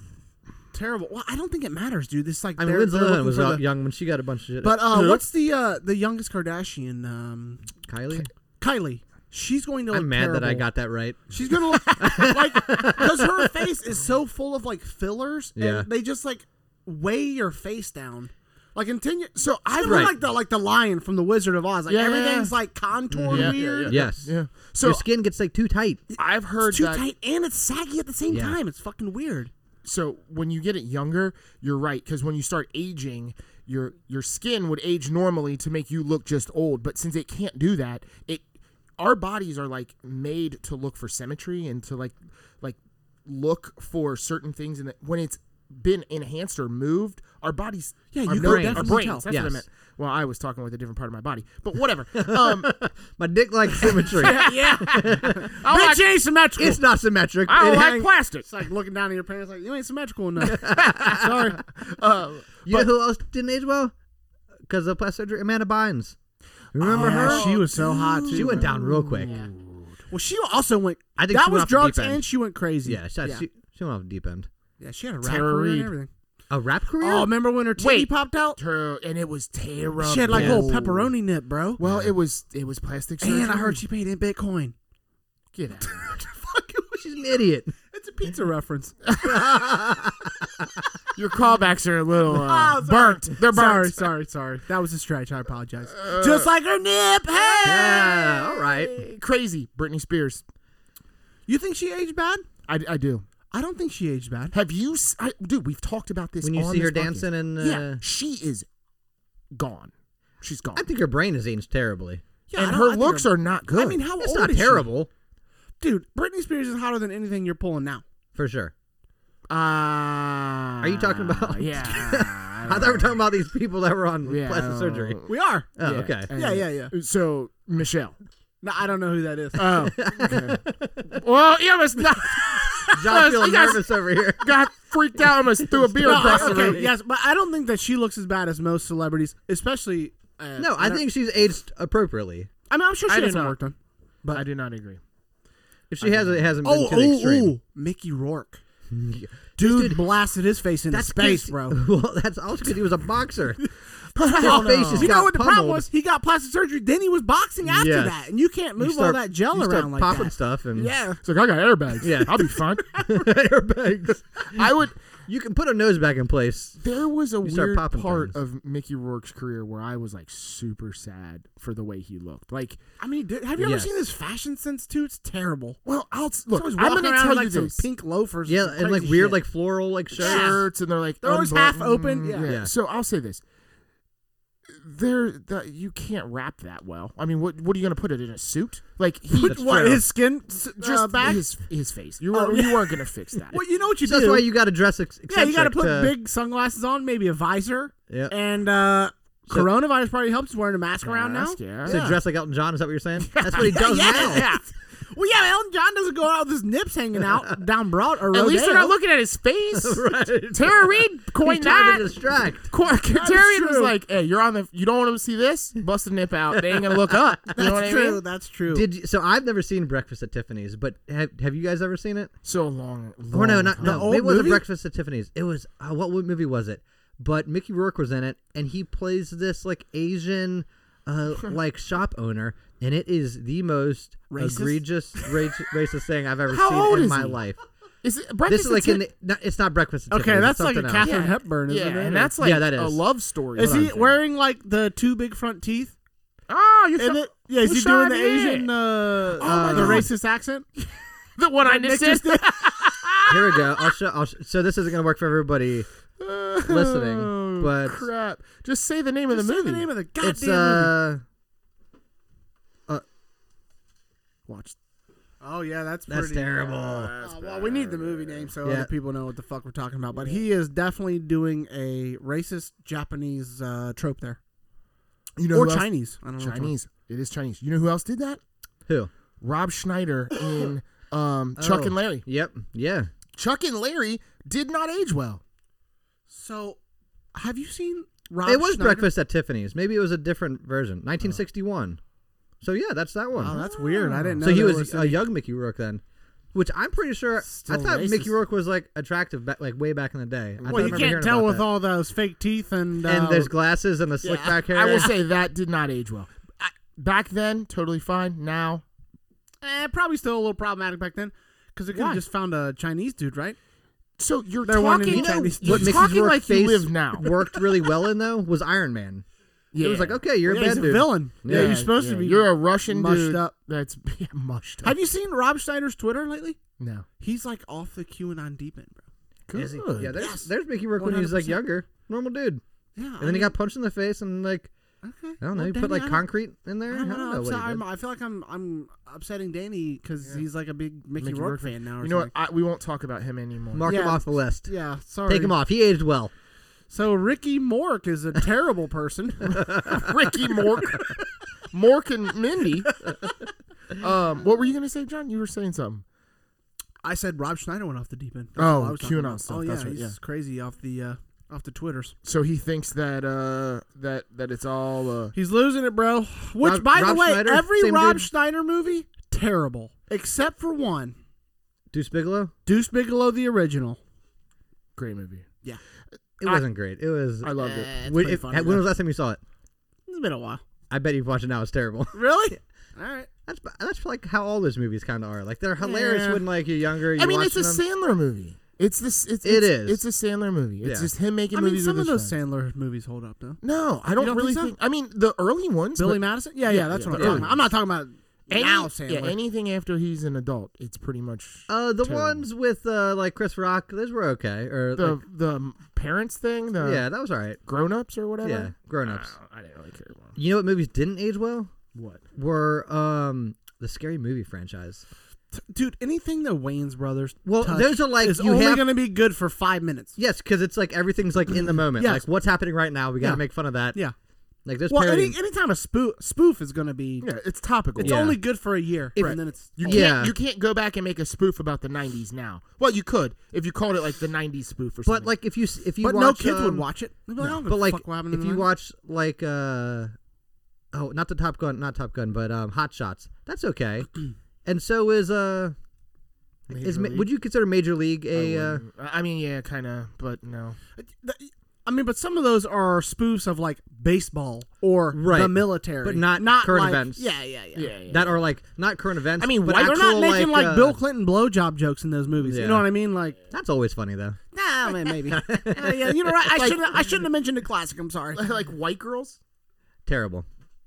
B: terrible. Well, I don't think it matters, dude. This like
C: I mean,
B: they're-
C: Lindsay
B: they're
C: Lohan
B: looking
C: was
B: for
C: out
B: the-
C: young when she got a bunch of shit.
B: But uh, what's the uh, the youngest Kardashian? Um,
C: Kylie?
B: Kylie. She's going to. Look
C: I'm mad that I
B: terrible.
C: got that right.
B: She's gonna look like because her face is so full of like fillers.
C: Yeah.
B: and they just like weigh your face down. Like continue. So I look
C: Right.
B: like the like the lion from the Wizard of Oz. Like
A: Yeah.
B: everything's like contoured
A: Yeah, yeah,
B: weird.
A: yeah.
C: Yes.
A: Yeah. So
C: Your skin gets like too tight.
A: I've heard
B: It's too
A: that.
B: tight and it's saggy at the same
C: Yeah.
B: time. It's fucking weird.
A: So when you get it younger, you're right because when you start aging, your your skin would age normally to make you look just old. But since it can't do that, it our bodies are like made to look for symmetry and to like like look for certain things and when it's been enhanced or moved, our bodies,
B: Yeah,
A: our
B: you
C: could
A: brain- our
C: definitely
A: brains.
B: tell.
A: That's what I
C: Yes.
A: meant. Well, I was talking with a different part of my body, but whatever. Um,
C: My dick likes symmetry.
A: yeah, I
B: Bitch
A: like,
B: ain't symmetrical.
C: it's not symmetric.
A: I
C: It
A: don't like
C: hang-
A: plastic.
B: It's like looking down at your pants like, you ain't symmetrical enough. Sorry.
A: Uh,
C: you know who else didn't age well? Because of plastic surgery? Amanda Bynes. Remember
B: Oh, Yeah,
C: her?
B: she was so hot, too.
C: Oh, She went down real quick. Yeah,
B: Well, she also went.
C: I think
B: that
C: she went
B: was
C: off the
B: drugs,
C: deep end.
B: and she went crazy.
C: she,
B: yeah.
C: She, she went off the deep end.
B: Yeah, she had a rap
A: Tara
B: career and
A: Reid.
B: everything.
C: A rap career?
B: Oh, remember when her titty
A: Wait.
B: popped out?
A: her, and it was terrible.
B: She had like a
C: Yeah.
B: little pepperoni nip, bro.
A: Well, it was it was plastic surgery.
B: and I heard she paid in Bitcoin.
A: get out.
B: Fuck,
C: She's an idiot.
B: it's a pizza reference.
A: Your callbacks are a little uh, burnt. They're
B: Sorry, Uh,
A: burnt.
B: sorry, sorry. That was a stretch. I apologize. Just like her nip. Hey,
C: yeah, all right.
A: Crazy. Britney Spears.
B: you think she aged bad?
A: I, I do.
B: I don't think she aged bad.
A: Have you, s I dude? We've talked about this.
C: When you
A: on
C: see
A: this
C: her
A: podcast.
C: dancing and, uh,
A: yeah, she is gone. She's gone.
C: I think her brain is aged terribly.
B: Yeah, I
A: and
B: don't- I
A: her
B: think
A: looks are not good.
B: I mean, how
C: It's
B: old
C: not
B: is she?
C: terrible,
B: dude? Britney Spears is hotter than anything you're pulling now.
C: for sure.
A: Uh,
C: Are you talking about-
A: Yeah.
B: Uh,
C: I thought we were talking about these people that were on
A: Yeah, I
C: plastic
A: don't-
C: surgery.
B: We are.
C: Oh, okay.
B: Yeah, yeah, yeah.
A: Uh, So Michelle.
B: No, I don't know who that is.
A: Oh. okay. well, you almost not.
C: John feeling
A: you guys
C: nervous over here.
A: got freaked out. Almost threw a beer
B: No,
A: across the
B: okay,
A: room.
B: yes, but I don't think that she looks as bad as most celebrities, especially. Uh,
C: No, I
B: don't-
C: think she's aged appropriately.
B: I mean, I'm sure
A: I
B: she
A: do
B: has some
A: not.
B: work done.
A: But I do not agree.
C: If she hasn't, it hasn't been to the extreme. Hmm.
B: ooh, Oh, Mickey Rourke. Dude, blasted his face into
C: That's
B: space,
C: 'cause-
B: bro.
C: Well, that's also because he was a boxer.
B: His
C: face just
B: you know
C: got
B: what the problem
C: pummeled.
B: was? He got plastic surgery, then he was boxing after
C: Yes.
B: that, and you can't move
C: you start,
B: all that gel
C: you start
B: around like
C: popping
B: that.
C: stuff and
B: Yeah,
A: It's like I got airbags.
C: Yeah.
A: I'll be fine.
C: airbags.
A: I would.
C: You can put a nose back in place.
A: There was a
C: start
A: weird
C: popping
A: part
C: things.
A: of Mickey Rourke's career where I was like super sad for the way he looked. Like,
B: I mean, dude, have you
C: Yes.
B: ever seen his fashion sense too? It's terrible.
A: well, I'll
B: He's
A: look.
B: always
A: I'm
B: walking
A: going to
B: around
A: tell
B: with, like
A: you
B: some
A: this.
B: pink loafers.
C: Yeah,
B: some
C: and like
B: crazy
C: weird,
B: shit.
C: like floral, like shirts.
A: shirts and they're like
B: They're always half
A: unbuttoned. Mm,
B: open, yeah.
C: Yeah.
A: So I'll say this: there, the, you can't wrap that well. I mean, what what are you going to put it in a suit? Like he
C: That's
B: what
C: true.
B: his skin s-
A: just
B: uh, back.
A: his his face. You
B: Oh,
A: weren't you weren't going to fix that.
B: well, you know what you
C: So that's
B: do.
C: why you uh, got to dress ex-
B: yeah, you got to
C: eccentric
B: put
C: to-
B: big sunglasses on, maybe a visor,
C: Yep.
B: and uh,
C: So-
B: coronavirus probably helps wearing a mask around now.
A: Mask, yeah.
C: So dress like Elton John. Is that what you're saying? That's what he
B: Yeah,
C: does
B: yeah,
C: now.
B: yeah. Well, yeah, Elton John doesn't go out with his nips hanging out down Broad or
A: At least they're not
B: Rodeo.
A: looking at his face.
C: Right.
A: Tara Reid
C: He's
A: coined
C: trying to
A: that.
C: distract.
A: Cor- Tara Reid was
B: true.
A: like, "Hey, you're on the. You don't want to see this? Bust a nip out. They ain't gonna look up. You know what
B: That's
A: I mean?
B: true. That's true.
C: Did you, so? I've never seen Breakfast at Tiffany's, but have, have you guys ever seen it?
A: So long. long
C: Or no, not
A: time.
C: no.
B: old
C: it wasn't
B: movie?
C: Breakfast at Tiffany's. It was uh, what wo- movie was it? But Mickey Rourke was in it, and he plays this like Asian, uh, like shop owner, and it is the most
B: Racist?
C: egregious ra- racist thing I've ever
A: How
C: seen
A: old
C: in
A: is
C: my
A: he?
C: life.
A: Is it breakfast
C: This is like
A: at
C: in the, no, it's not Breakfast at
B: okay,
C: Tiffany's.
B: that's
C: it's
B: like a
C: something else.
B: Catherine Hepburn,
A: yeah,
B: isn't it?
A: and that's like
C: Yeah, that
A: a
C: is.
A: love story.
B: is
A: What I'm
B: he
A: saying.
B: wearing like the two big front teeth?
A: Oh, you
B: And
A: felt-
B: it, yeah, is
A: Well,
B: he doing
A: Sean,
B: the
A: yeah.
B: Asian, uh,
A: my
B: uh, the
A: God.
B: racist accent?
A: the one I just did.
C: Here we go. I'll show, I'll sh- so this isn't gonna work for everybody. listening,
A: Oh,
C: but-
A: crap. Just say the name of
B: Just
A: the
B: say
A: movie.
B: the name of the goddamn
C: it's uh,
A: Watch.
B: movie. Oh yeah, that's pretty.
C: that's terrible.
B: Uh, well, we need the movie name so
C: Yeah.
B: other people know what the fuck we're talking about. But he is definitely doing a racist Japanese uh, trope there,
A: You know
B: or
A: who else-
B: Chinese. I don't know. which one.
A: Chinese. It is Chinese. You know who else did that?
C: Who?
A: Rob Schneider in um, Chuck
C: Oh.
A: and Larry.
C: Yep. Yeah.
A: Chuck and Larry did not age well.
B: So, have you seen Rob?
C: it was
B: Schneider?
C: Breakfast at Tiffany's. Maybe it was a different version. 1961. So yeah, that's that one.
B: Oh, that's weird. I didn't know.
C: so he
B: there
C: was,
B: was
C: a young Mickey Rourke then, which I'm pretty sure. I
B: Still
C: thought Mickey
B: racist.
C: Rourke was like attractive, back, like way back in the day. I thought I
B: well, you
C: remember
B: can't
C: hearing
B: tell
C: about
B: with
C: that.
B: all those fake teeth and uh,
C: And there's glasses and the slick
A: Yeah,
C: back hair.
A: I will say that did not age well. I, back then, totally fine. Now,
B: eh, probably still a little problematic back then because they could
A: Why?
B: have just found a Chinese dude, right?
A: so you're
B: They're wanting
A: talking.
B: to Chinese-
A: you're
C: what Mickey
A: talking
C: Rourke's
A: like you
C: face
A: live now.
C: worked really well in though was Iron Man.
A: yeah.
C: It was like okay, you're
B: yeah,
C: a bad
B: he's
C: dude.
B: a villain. Yeah,
C: Yeah,
B: you're supposed to
A: yeah.
B: be.
A: You're a Russian
B: mushed
A: dude
B: up.
A: That's yeah, mushed up.
B: Have you seen Rob Schneider's Twitter lately?
A: no.
B: He's like off the QAnon deep end, bro.
C: Is he?
A: Good.
C: Yeah, there's, there's Mickey Rourke when he was like
B: 100%.
C: younger, normal dude,
B: Yeah,
C: and then he got punched in the face and like
B: Okay.
C: I don't know.
B: Well,
C: you
B: Danny,
C: put like
B: I don't-
C: concrete in there.
B: I
C: I
B: don't,
C: don't,
B: know.
C: know.
B: I'm
C: What
B: so-
C: he
B: I'm-
C: did.
B: I feel like I'm I'm upsetting Danny because he's like a big Mickey,
A: Mickey
B: Rourke,
A: Rourke.
B: fan now. Or
A: You know what? I,
B: something.
A: we won't talk about him anymore.
C: Mark him
B: yeah.
C: off the list.
B: Yeah. Sorry.
C: Take him off. He aged well.
B: So Ricky Mork is a terrible person.
A: Ricky Mork, Mork and Mindy. Um, what were you gonna say, John? You were saying something.
B: I said Rob Schneider went off the deep end.
A: Oh,
B: what I was talking
A: QAnon
B: about.
A: stuff,
B: Oh yeah,
A: that's right,
B: he's
A: yeah.
B: crazy off the uh, off the twitters.
A: So he thinks that uh, that that it's all. Uh,
B: He's losing it, bro. Which,
C: Rob-
B: by
C: Rob
B: the way,
C: Schneider,
B: every
C: same
B: Rob
C: dude.
B: Schneider movie terrible except for one,
C: Deuce Bigelow.
B: Deuce Bigelow the original.
A: great movie.
C: It
A: I-
C: wasn't great. It was.
A: I loved it.
B: Eh, it's
C: when,
B: pretty
C: if-
B: funny,
C: when was
B: though.
C: the last time you saw it?
B: It's been a while.
C: I bet you've watched it now. It's terrible.
B: Really? All right.
C: That's that's like how all those movies kind of are. Like they're hilarious
A: Yeah.
C: when like you're younger. You
A: I mean,
C: watch
A: it's a
C: them.
A: Sandler movie. It's this. It's,
C: It
A: it's,
C: is.
A: It's a Sandler movie. It's
C: Yeah.
A: just him making
B: I mean,
A: movies.
B: some of
A: with his
B: those
A: friends.
B: Sandler movies hold up though.
A: No, I don't,
B: don't
A: really
B: think so?
A: think. I mean, the early ones.
B: Billy
A: but
B: Madison. Yeah, yeah, that's
A: yeah,
B: what
A: the
B: I'm talking
A: early
B: about. I'm not talking about
A: any-
B: now Sandler.
A: Yeah, anything after he's an adult, it's pretty much
C: Uh, the
A: Terrible.
C: ones with uh like Chris Rock, those were okay. Or
A: the
C: like,
A: the parents thing.
B: uh,
A: The
C: yeah, that was all right.
A: grown ups or whatever.
C: Yeah, grown ups.
A: I, don't- I didn't really care about
C: You know what movies didn't age well?
A: what.
C: Were um the scary movie franchise.
B: dude, anything the Wayans brothers.
C: Well,
B: touch
C: those are like
B: is
C: you
B: only
C: have
B: going to be good for five minutes.
C: yes, because it's like everything's like in the moment.
B: Yes.
C: Like what's happening right now, we gotta
B: Yeah.
C: make fun of that.
B: Yeah.
C: Like those
B: Well, any
C: parodies-
B: anytime a spoof spoof is going to be,
A: Yeah, it's topical.
B: it's
C: Yeah.
B: only good for a year,
C: If-
B: and then it's
A: You
C: Oh.
A: can't
C: Yeah.
A: you can't go back and make a spoof about the '90s now. Well, you could if you called it like the '90s spoof or something.
C: but like if you s- if you
B: But
C: watch,
B: no kids would
C: um,
B: watch it. They'd be like, I don't give
C: But
B: a
C: like
B: fuck what happened in
C: if
B: the
C: you
B: movie.
C: watch like uh oh not the Top Gun not Top Gun but um Hot Shots that's okay, and so is uh is
A: Major
C: ma-
A: League,
C: would you consider Major League
A: I
C: a uh,
A: wouldn't. I mean, yeah, kind of, but no.
B: Th- I mean, but some of those are spoofs of like baseball or
C: Right.
B: the military,
C: But not
B: not
C: current
B: like-
C: events.
B: Yeah, yeah, yeah.
A: Yeah, yeah.
C: that are like not current events?
A: I mean,
C: but
A: why-
B: They're
C: actual,
B: not making like,
C: uh,
B: Bill Clinton blowjob jokes in those movies.
C: Yeah.
B: You know what I mean? Like,
C: That's always funny though.
B: nah, man, maybe. Uh, yeah, you know, right? I shouldn't. I shouldn't have mentioned the classic. I'm sorry.
A: like white girls,
C: Terrible.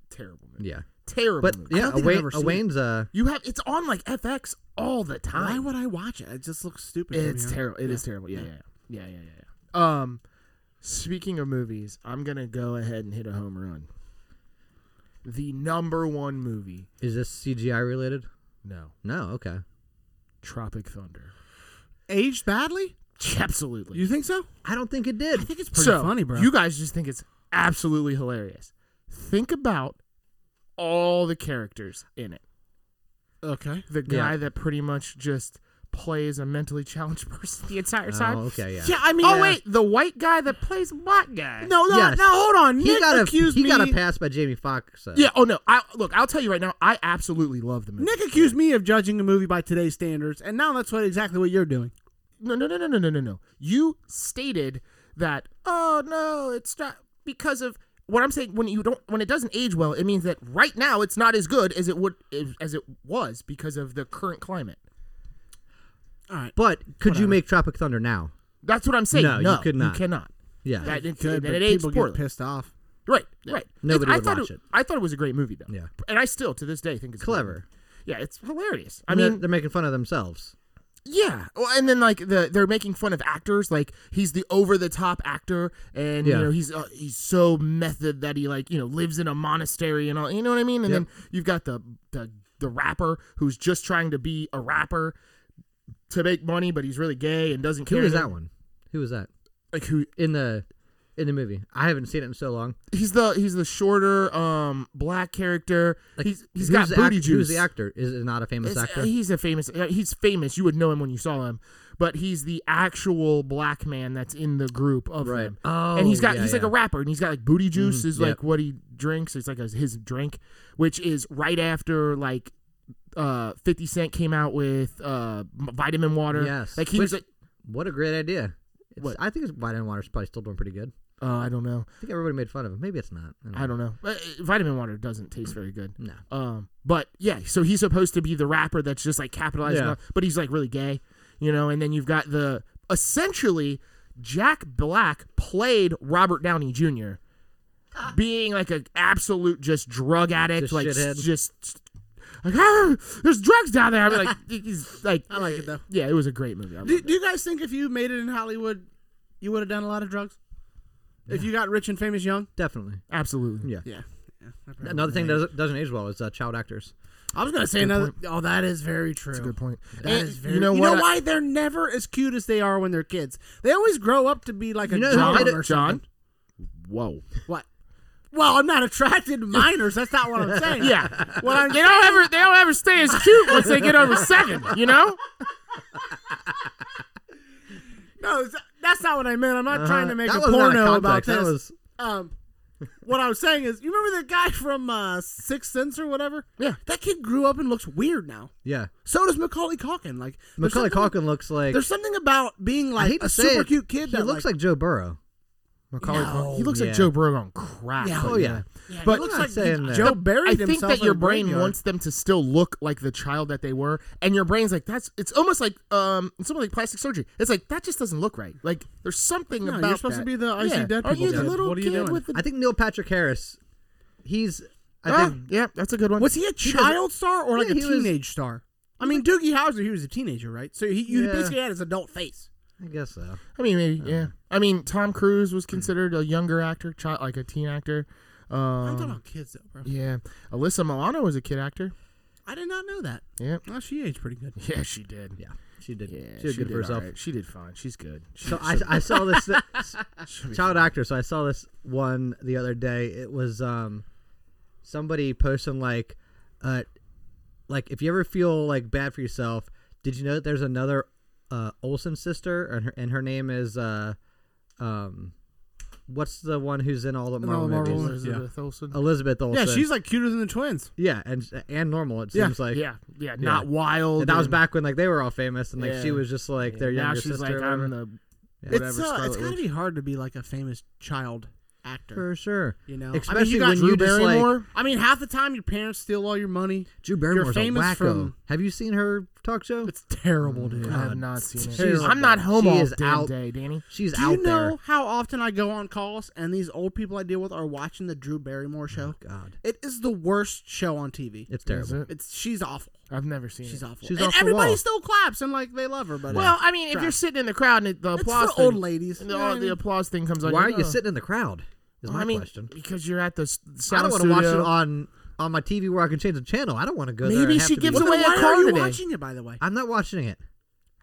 A: terrible, movie.
C: Yeah.
A: terrible.
C: But
A: movie.
C: yeah,
B: think I've
C: Wayne,
B: ever seen it.
C: Wayne's uh
A: you have it's on like FX all the time.
B: Why would I watch it? It just looks stupid. to
A: It's
B: me.
A: terrible. It is terrible. Yeah, yeah, yeah, yeah, yeah, yeah, yeah. Um, speaking of movies, I'm gonna go ahead and hit a home run. The number one movie.
C: is this CGI related?
A: No,
C: No, okay.
A: Tropic Thunder.
B: Aged badly?
A: Absolutely.
B: You think so?
C: I don't think it did.
B: I think it's pretty
A: so,
B: funny, bro.
A: You guys just think it's absolutely hilarious. Think about all the characters in it.
B: okay?
A: The
C: Yeah.
A: guy that pretty much just plays a mentally challenged person the entire time.
C: Oh, okay, yeah.
B: Yeah, I mean,
A: Oh wait, the white guy that plays a black guy.
B: no, no,
C: Yes.
B: no. Hold on.
C: He
B: Nick
C: got a
B: accused
C: he
B: me.
C: got a pass by Jamie Foxx. uh, So.
A: Yeah. Oh no. I look. I'll tell you right now. I absolutely love the movie.
B: Nick accused me of judging a movie by today's standards, and now that's what exactly what you're doing.
A: No. No. No. No. No. No. No. No. You stated that. Oh no, it's not because of what I'm saying. When you don't, when it doesn't age well, it means that right now it's not as good as it would as it was because of the current climate.
B: All right.
C: But could you make Tropic Thunder now?
A: That's what I'm saying.
C: No,
A: No,
C: you could not.
A: You cannot.
C: Yeah.
A: That, it,
B: Good,
A: that
B: but
A: it aged
B: people
A: poorly.
B: get pissed off.
A: Right. Right.
C: Nobody
A: It's- I
C: would
A: thought
C: watch it.
A: I thought it was a great movie though.
C: Yeah.
A: And I still to this day think it's a great
C: Clever.
A: movie. Yeah, it's hilarious. I
C: I mean,
A: mean,
C: they're, they're making fun of themselves.
A: Yeah. Well, and then like the they're making fun of actors. Like he's the over the top actor, and
C: Yeah.
A: you know he's uh, he's so method that he like you know lives in a monastery and all. You know what I mean? And
C: Yep.
A: then you've got the the the rapper who's just trying to be a rapper to make money, but he's really gay and doesn't
C: Who
A: care.
C: was that one? Who was that
A: Like who?
C: in the in the movie? I haven't seen it in so long.
A: He's the he's the shorter um black character.
C: Like,
A: he's he's
C: who's
A: got
C: the
A: booty
C: act-
A: juice.
C: Who's the actor? Is it not a famous
A: It's-
C: actor?
A: He's a famous. uh, He's famous. You would know him when you saw him. But he's the actual black man that's in the group of
C: Right.
A: them.
C: Oh,
A: and he's got
C: yeah,
A: he's like
C: yeah. Mm,
A: a rapper, and he's got like booty juice is
C: yep.
A: like what he drinks. It's like a, his drink, which is right after like uh 50 Cent came out with uh m- vitamin water.
C: Yes.
A: like he was
C: Which-
A: like.
C: What a great idea! It's,
A: What?
C: I think it's Vitamin Water's probably still doing pretty good.
A: Uh, I don't know.
C: I think everybody made fun of him. Maybe it's not.
A: I don't know. Uh, vitamin water doesn't taste very good.
C: No.
A: Um, but yeah, so he's supposed to be the rapper that's just like capitalizing,
C: Yeah.
A: on, but he's like really gay, you know. And then you've got the essentially Jack Black played Robert Downey Jr. being like an absolute just drug addict,
C: Just
A: like s-
C: shithead.
A: just like "Ah, there's drugs down there. I'm like he's like
B: I like it, though.
A: Yeah, it was a great movie. I loved
B: Do,
A: it.
B: do you guys think if you made it in Hollywood, you would have done a lot of drugs? If you got rich and famous young,
C: Definitely.
A: Absolutely.
C: Yeah.
B: yeah. yeah I probably-
C: Another thing that doesn't, doesn't age well is uh, child actors.
B: I was gonna say
A: Good
B: another. Oh, that is very true.
A: That's a good point.
B: That
A: And
B: is very.
A: you know what?
B: why they're never as cute as they are when they're kids. They always grow up to be like a
C: You know who
B: John
C: played
B: or
C: it-
A: John?
B: something.
A: Whoa.
B: What? Well, I'm not attracted to minors. That's not what I'm saying.
A: Yeah. Well, they don't ever they don't ever stay as cute once they get over seven. You know.
B: No, it's- that's not what I meant. I'm not trying to make
C: Uh-huh. That
B: a
C: wasn't out of
B: porno about
C: context.
B: this.
C: That was
B: Um, what I was saying is, you remember the guy from uh, Sixth Sense or whatever?
A: Yeah.
B: That kid grew up and looks weird now.
C: yeah.
B: So does Macaulay Culkin. Like there's
C: Macaulay
B: something-
C: Culkin looks like
B: There's something about being
C: I
B: like
C: hate
B: a
C: to say
B: super
C: it,
B: cute kid
C: He
B: that
C: looks
B: like,
C: like Joe Burrow.
A: Macaulay.
B: No.
A: Culkin. He looks
C: Yeah.
A: like Joe Burrow on crack.
B: Yeah.
A: but
C: Oh yeah.
B: yeah,
A: but-
B: he looks
C: I'm
B: like
C: saying that.
B: Joe
A: The-
B: buried
A: I
B: himself.
A: think that
B: in
A: your
B: a
A: brain
B: graveyard.
A: wants them to still look like the child that they were, and your brain's like, "That's." It's almost like um, it's almost like plastic surgery. It's like that just doesn't look right. Like there's something
B: No,
A: about.
B: you're supposed to
A: that.
B: be the icy
A: yeah.
B: dead
A: Are
B: people
A: you the
B: kid.
A: little
B: What are you
A: kid
B: doing?
A: with the?
C: I think Neil Patrick Harris. He's I
A: Ah,
C: think
A: yeah, that's a good one.
B: Was he a child star or like
C: Yeah,
B: a
C: he was-
B: teenage star? I mean, Doogie Howser, he was a teenager, right? So he you
C: Yeah.
B: basically had his adult face.
C: I guess so.
A: I mean,
B: Uh,
A: maybe. Yeah. I mean, Tom Cruise was considered a younger actor, child, like a teen actor.
B: I'm talking
A: Um,
B: about kids though, bro.
A: yeah, Alyssa Milano was a kid actor.
B: I did not know that.
A: Yeah.
B: Well, she aged pretty good.
A: Yeah, she did.
C: Yeah. She did
A: Yeah,
C: she did good for herself.
A: alright. She did fine. She's good. She,
C: So I, I saw this this child actor. So I saw this one the other day. It was um somebody posting like uh like if you ever feel like bad for yourself, did you know that there's another uh Olsen sister and her and her name is uh um what's the one who's in all the Marvel
B: the Marvel
C: movies?
B: movies.
A: Elizabeth Olsen.
C: Elizabeth Olsen.
B: Yeah, she's like cuter than the twins.
C: yeah, and and normal it
B: Yeah,
C: seems like.
A: yeah, yeah, not wild.
C: And that was
A: and-
C: back when like they were all famous and like
A: Yeah.
C: she was just like their
A: now
C: younger
A: she's
C: sister.
A: like,
C: or
A: I'm
C: whatever.
A: the
C: Yeah.
A: whatever.
B: it's uh, it's
A: Scarlet
B: gotta
A: Witch.
B: be hard to be like a famous child actor.
C: for sure.
B: You know, I mean,
C: Especially
B: you got
C: when
A: Drew
C: you just like
A: Barrymore.
B: I mean, half the time your parents steal all your money.
C: Drew Barrymore's a
B: famous
C: wacko.
B: from-
C: Have you seen her talk show?
B: It's terrible, dude.
A: Mm, I have not seen it.
C: terrible.
A: I'm not home
C: She
A: all
C: is
A: damn
C: out.
A: day, Danny.
C: She's
B: Do
C: out
B: you know
C: there.
B: how often I go on calls and these old people I deal with are watching the Drew Barrymore show?
C: God,
B: It is the worst show on TV.
C: it's
A: Is
C: terrible.
A: it?
B: It's she's awful.
A: I've never seen
B: She's
A: it.
B: awful.
C: She's
B: and
C: off the
B: everybody
C: wall.
B: still claps and like they love her, but uh,
A: Well, I mean, if
B: Crap.
A: you're sitting in the crowd and the
B: it's
A: applause,
B: for old
A: thing-
B: ladies.
A: and
B: you
A: the,
B: know what I
A: all, the
B: mean?
A: applause thing comes on.
C: Why are
A: you're
C: you
A: like,
C: sitting in the crowd? Is
A: "Oh."
C: my
A: I mean,
C: question.
A: because you're at the s-
C: I
A: sound
C: don't want to
A: studio.
C: watch it on on my TV where I can change the channel. I don't want to go there.
A: Maybe
C: and have
A: she
C: to be-
A: gives
B: Well,
A: away
B: then
A: a
B: why
A: car
B: are you
A: today.
B: watching it, by the way?
C: I'm not watching it.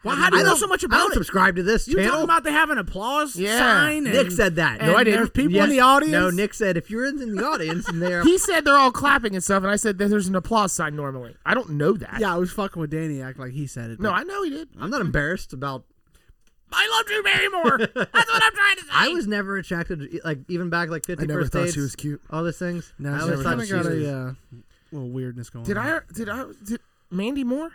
B: Why, how do
C: I
B: you know
C: don't-
B: so much
C: I
B: about
C: don't
B: it?
C: subscribe to this
B: You talking
C: channel.
B: about they having applause
A: Yeah.
B: sign? And,
C: Nick said that.
B: and
C: no, I didn't.
B: There's people in
C: Yes.
B: the audience.
C: No, Nick said if you're in in the audience and there,
A: He said they're all clapping and stuff, and I said that there's an applause sign normally. I don't know that.
B: Yeah, I was fucking with Danny. Act like he said it.
A: No,
B: but-
A: I know he did.
C: I'm not embarrassed about.
B: I love Drew Barrymore. That's what I'm trying to say.
C: I was never attracted, to- like even back like 50
A: I never
C: first
A: thought
C: dates,
A: she was cute.
C: All those things.
B: No,
C: I
B: I
C: always
B: was
C: thought
B: kind
C: she
B: of got
C: was.
B: a uh, little weirdness going.
A: Did
B: on.
A: I? Did I? Did Mandy Moore?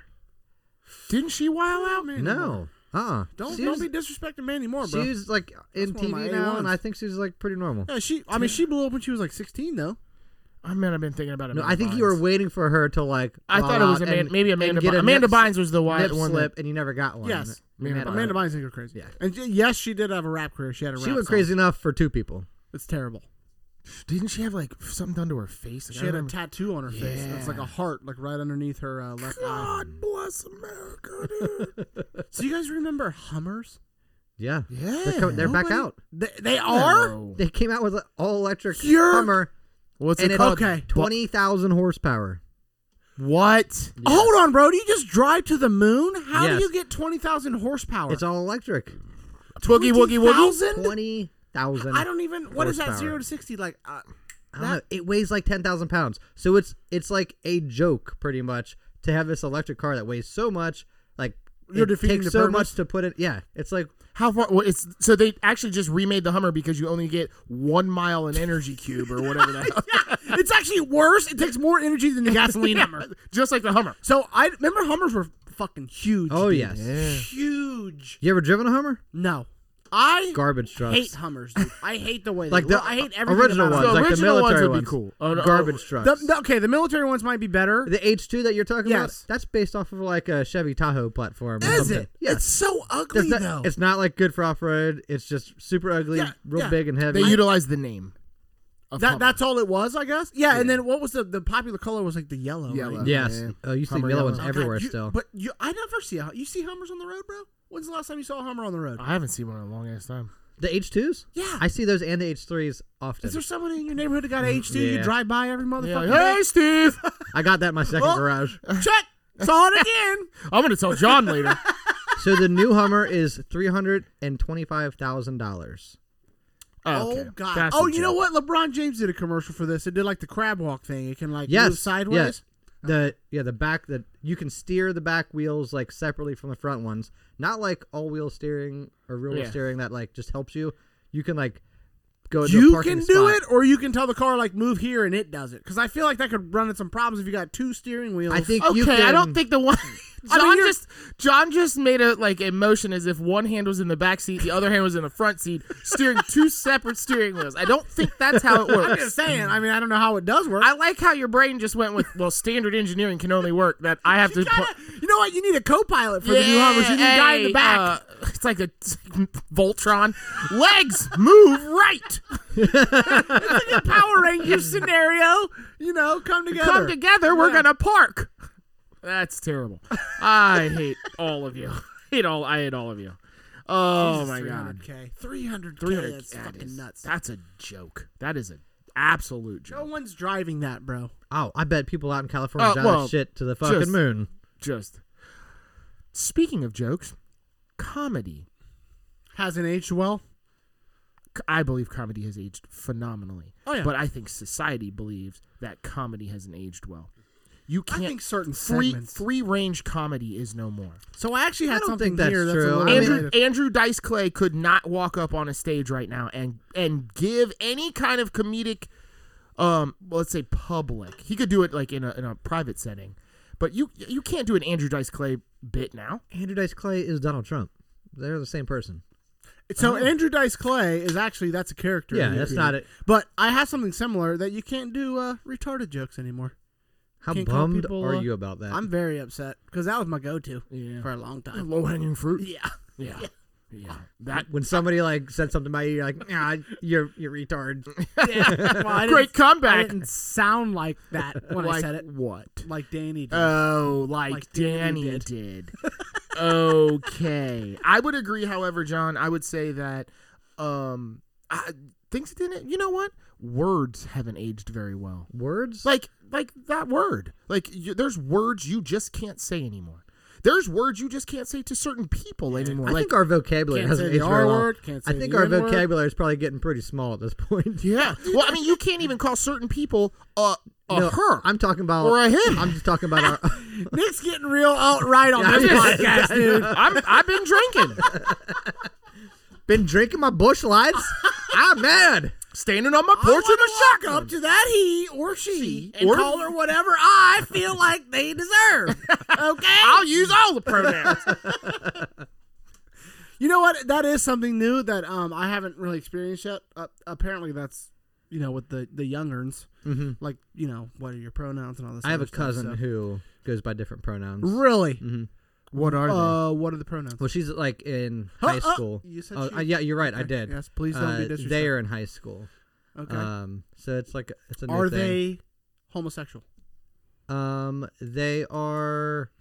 A: Didn't she wow out?
B: Mandy Moore.
C: No. Uh-uh.
B: Don't
C: She
B: don't
C: was-
B: be disrespecting Mandy Moore,
C: She
B: bro.
C: was like in
B: one of my
C: TV now, and
B: A1s.
C: I think she's like pretty normal.
B: yeah, she. I mean, she blew up when she was like 16, though.
A: I mean, I've been thinking about it.
C: No, I think you were waiting for her to like.
A: I
C: fall
A: thought it was
C: out
A: Amanda,
C: and-
A: maybe
C: and
A: Amanda.
C: get
A: Bynes.
C: a
A: Amanda
C: nip-
A: Bynes was the wi-
C: nip
A: one.
C: slip,
A: That,
C: and you never got one.
B: Yes.
A: Amanda Bynes.
B: Amanda Bynes didn't go crazy.
C: Yeah.
B: and she- yes, she did have a rap career. She had a.
C: She
B: rap
C: went
B: song.
C: crazy enough for two people.
B: It's terrible.
A: didn't she have like something done to her face? Like, I
B: She had a
A: remember-
B: tattoo on her face. It's like a
A: Yeah.
B: heart, like right underneath her uh, left eye.
A: God bless America, dude.
B: So you guys remember Hummers?
C: Yeah.
A: yeah,
C: They're, co- they're back
B: Nobody-
C: out.
B: They, they are.
A: No.
C: They came out with an all electric
B: You're-
C: Hummer
A: What's
C: and
A: it
C: it
A: called?
B: okay.
C: twenty thousand horsepower.
A: What?
B: Hold on, bro. Do you just drive to the moon? How
C: Yes.
B: do you get twenty thousand horsepower?
C: It's all electric.
A: Twoogie woogie woogie.
B: 20,000?
C: Twenty thousand.
B: I don't even. What is that?
C: horsepower.
B: Zero to sixty? Like uh,
C: know. It weighs like ten thousand pounds. So it's it's like a joke, pretty much, to have this electric car that weighs so much. Like
B: You're
C: it
B: defeating
C: takes
B: the
C: so
B: purpose?
C: much to put it. Yeah. It's like
A: How far? Well, it's so they actually just remade the Hummer because you only get one mile an energy cube or whatever that.
B: it's actually worse. It takes more energy than the gasoline Hummer.
A: Just like the Hummer.
B: So I remember Hummers were fucking huge.
C: oh
B: dude.
C: yes.
B: huge.
C: You ever driven a Hummer?
B: No, I
C: Garbage trucks.
B: hate Hummers. Dude. I hate the way they
C: Like
B: look.
C: the
B: I hate
C: o-
B: everything
C: original
B: about them.
C: ones, like the
A: original ones
C: military
A: would be
C: ones.
A: cool. Oh, no,
C: Garbage
A: oh,
C: trucks.
B: The- the- okay, the military ones might be better.
C: The H2 that you're talking
B: Yes.
C: about? That's based off of like a Chevy Tahoe platform. or
B: Is
C: something.
B: it?
C: Yeah.
B: It's so
C: That's
B: ugly
C: not-
B: though.
C: it's not like good for off road. It's just super ugly,
B: Yeah,
C: real
B: yeah.
C: big and
A: They
C: heavy.
A: utilize the name. of
B: that
A: Hummer.
B: that's all it was, I guess. Yeah, and then what was the the popular color was like the yellow.
A: Yellow.
B: Right?
C: yes.
A: Yeah.
C: Oh, you see
A: Hummer
C: yellow
A: yellow.
C: ones
A: Oh,
B: God,
C: everywhere
B: you-
C: still.
B: But you, I never see a, you see Hummers on the road, bro. When's the last time you saw a Hummer on the road?
A: I haven't seen one in a long ass time.
C: The H twos?
B: Yeah.
C: I see those and the H threes often.
B: Is there someone in your neighborhood that got H2
C: yeah.
B: you drive by every motherfucker?
A: Yeah, hey, Steve!
C: I got that in my second
B: Oh.
C: garage.
B: Check! Saw it again!
A: I'm going to tell John later. Oh,
C: So the new Hummer is three hundred and twenty five thousand dollars.
A: Oh, okay.
B: Oh god!
A: That's
B: oh,
A: a
B: you know
A: joke.
B: what? LeBron James did a commercial for this. It did like the crab walk thing. It can like
C: Yes.
B: move sideways.
C: Yes. The yeah, the back that you can steer the back wheels like separately from the front ones. Not like all wheel steering or rear wheel
A: Yeah.
C: steering that like just helps you. You can like go to a
B: You
C: parking
B: can do it,
C: spot.
B: or you can tell the car like move here and it does it. Because I feel like that could run into some problems if you got two steering wheels.
C: I think
A: Okay,
C: you can
A: I don't think the one.
B: I mean,
A: John
B: you're-
A: just John just made a like a motion as if one hand was in the back seat, the other hand was in the front seat, steering two separate steering wheels. I don't think that's how it
B: I'm just
A: works.
B: saying. I mean, I don't know how it does work.
A: I like how your brain just went with well, standard engineering can only work that I have to.
B: Kinda- you know what? You need a co-pilot for
A: put-
B: the new Hummers. You need a guy in the
A: hey,
B: back.
A: uh, it's like a Voltron. Legs move right.
C: uh,
B: Power Rangers scenario. You know, come together.
A: Come together. We're
B: Yeah.
A: gonna park. That's terrible. I hate all of you. hate all. I hate all of you. Oh my god.
B: 300k. 300k.
A: 300
B: That's
A: that
B: fucking
A: is-
B: nuts.
A: That's a joke. That is an absolute
B: No
A: joke.
B: one's driving that, bro.
C: Oh, I bet people out in California
B: Oh,
A: Uh,
C: drive
A: well,
C: that shit to the fucking
A: just-
C: moon.
A: Just speaking of jokes, comedy.
B: Hasn't aged well.
A: c- I believe comedy has aged phenomenally.
B: Oh, yeah.
A: But I think society believes that comedy hasn't aged well. You
B: I
A: can't.
B: think certain
A: free
B: segments.
A: free range comedy is no more.
B: So I actually
C: I
B: had
C: don't
B: something
C: think that's
B: here
C: true.
B: that's a
C: I mean-
B: little
A: Andrew, Andrew Dice Clay could not walk up on a stage right now and and give any kind of comedic, um, well, let's say public. He could do it like in a in a private setting, but you you can't do an Andrew Dice Clay bit now.
C: Andrew Dice Clay is Donald Trump. They're the same person.
B: So Andrew Dice Clay is actually that's a character.
C: Yeah,
B: in the
C: that's
B: movie.
C: not it.
B: But I have something similar that you can't do uh, retarded jokes anymore.
C: How
B: Can't call
C: bummed
B: people,
C: are
B: uh,
C: you about that?
B: I'm very upset because that was my go-to
A: Yeah.
B: for a long time.
A: Low hanging fruit.
B: Yeah,
A: Yeah. Yeah. That
C: when somebody like said something about you, you're like, nah, you're you're retard.
B: Well, I didn't-
A: great
B: I
A: comeback.
B: didn't sound like that when
A: like
B: I said it,
A: what?
B: like Danny did.
A: Oh, like,
B: Like Danny
A: Danny,
B: did.
A: did. okay. I would agree, however, John, I would say that um I, things didn't you know what? Words haven't aged very well.
C: Words?
A: Like like that word. Like you, there's words you just can't say anymore. There's words you just can't say to certain people anymore.
C: I
A: like
C: think our vocabulary
B: can't say
C: hasn't
B: the
C: aged very
B: R
C: well.
B: word. Can't say
C: I think
B: the
C: our
B: N word.
C: vocabulary is probably getting pretty small at this point.
A: yeah. Well, I mean, you can't even call certain people a a
C: No,
A: her.
C: I'm talking about
A: Or a him.
C: I'm just talking about our
B: Nick's getting real outright on this
A: Yeah.
B: podcast, dude.
A: I'm I've been drinking.
C: been drinking my bush lights. I'm mad.
A: Standing on my
B: I
A: porch with
B: wanna
A: a
B: walk
A: shotgun.
B: up to that he or she and
A: or-
B: call her whatever I feel like they deserve. Okay,
A: I'll use all the pronouns.
B: You know what? That is something new that um I haven't really experienced yet. Uh, apparently, that's you know with the the youngerns,
C: Mhm.
B: like you know what are your pronouns and all this.
C: I have
B: other
C: a
B: stuff,
C: cousin
B: Mm-hmm. so-
C: who goes by different pronouns.
B: really. Um,
A: What are
B: Uh, what are the pronouns?
C: Well, she's like in
B: Huh,
C: high
B: uh,
C: school.
B: you said
C: Oh,
B: she-
C: uh, yeah, you're right. I did.
B: Yes, please don't be
C: Uh,
B: disrespectful.
C: They are in high school.
B: okay.
C: Um, so it's like it's a new
B: are
C: thing.
B: they homosexual?
C: Um, they are.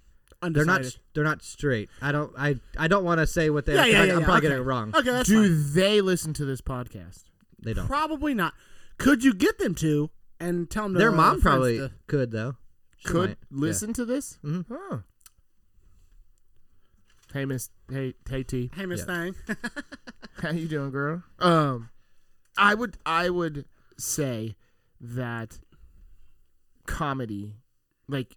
C: They're
B: Undecided.
C: not. They're not straight. I don't. I. I don't want to say what they.
B: Yeah,
C: are, 'cause
B: yeah,
C: I,
B: yeah,
C: I'm
B: yeah,
C: probably
B: okay.
C: getting it wrong.
B: Okay, that's
A: Do
B: fine.
A: they listen to this podcast?
C: They don't.
B: probably not. Could you get them to and tell them to
C: Their
B: uh,
C: mom
B: friends
C: probably
B: to-
C: could though. She
A: Could
C: might. Yeah.
A: listen to this?
C: Mhm.
A: Huh. Hey, Miss. Hey, hey, T.
B: Hey, Miss
C: Yeah.
B: Thang.
A: How you doing, girl? Um, I would. I would say that comedy, like,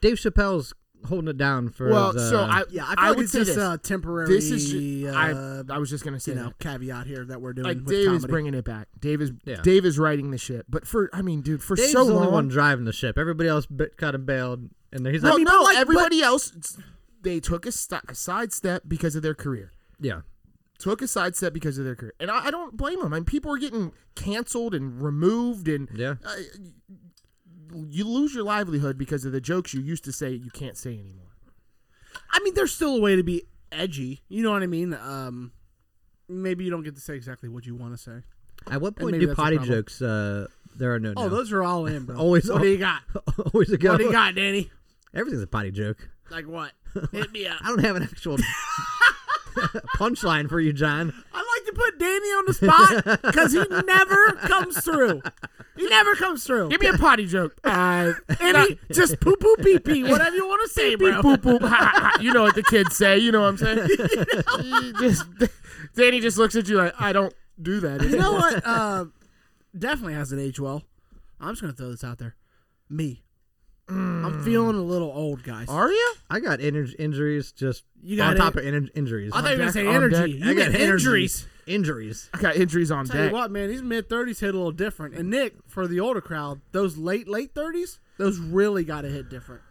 C: Dave Chappelle's holding it down for.
A: well,
C: the-
A: so I.
B: yeah, I,
A: I,
B: feel like
A: would
B: it's
A: say
B: just
A: this.
B: a temporary.
A: this is. ju-
B: uh,
A: I. I was just gonna say
B: you know
A: that.
B: caveat here that we're doing
A: Like
B: with
A: Dave is
B: comedy.
A: bringing it back. Dave is
C: Yeah.
A: Dave is writing the shit. But for I mean, dude, for
C: Dave's
A: so
C: the only
A: long,
C: one driving the ship. Everybody else bit, kind of bailed, and he's
A: Well,
C: like,
A: no,
B: like, but-
A: everybody else, they took a, st- a sidestep because of their career.
C: yeah.
A: Took a sidestep because of their career, and I, I don't blame them. I mean, people are getting canceled and removed, and
C: Yeah.
A: uh, you lose your livelihood because of the jokes you used to say you can't say anymore.
B: I mean, there's still a way to be edgy. You know what I mean? Um, maybe you don't get to say exactly what you want to say.
C: At what point
B: maybe
C: do
B: that's a
C: potty
B: problem.
C: jokes? Uh, there are no.
B: Oh,
C: now.
B: those are all in, bro.
C: Always-
B: What do you got?
C: always a go.
B: What do you got, Danny?
C: Everything's a potty joke.
B: Like what? Hit me up.
C: I don't have an actual Punchline for you, John.
B: I like to put Danny on the spot because he never comes through. He never comes through.
A: Give me a potty joke. Uh,
B: Any, just poo poo pee pee, whatever you want to say,
A: beep, boop,
B: bro.
A: boop, ha, ha, ha. You know what the kids say. You know what I'm saying? You just, Danny just looks at you like, I don't do that.
B: You
A: anymore."
B: know what? Uh, definitely hasn't aged well. I'm just gonna throw this out there. Me, I'm feeling a little old, guys.
A: Are you?
C: I got inj- injuries just
B: You got
C: on
B: it.
C: top of in- injuries.
B: I thought you were gonna
A: deck,
B: say
A: on
B: energy.
A: deck.
B: You
C: I
B: got
C: got energy.
B: injuries.
C: injuries.
A: I got injuries on
B: Tell
A: deck.
B: you what, man, these mid thirties hit a little different. And Nick, for the older crowd, those late late thirties, those really got to hit different.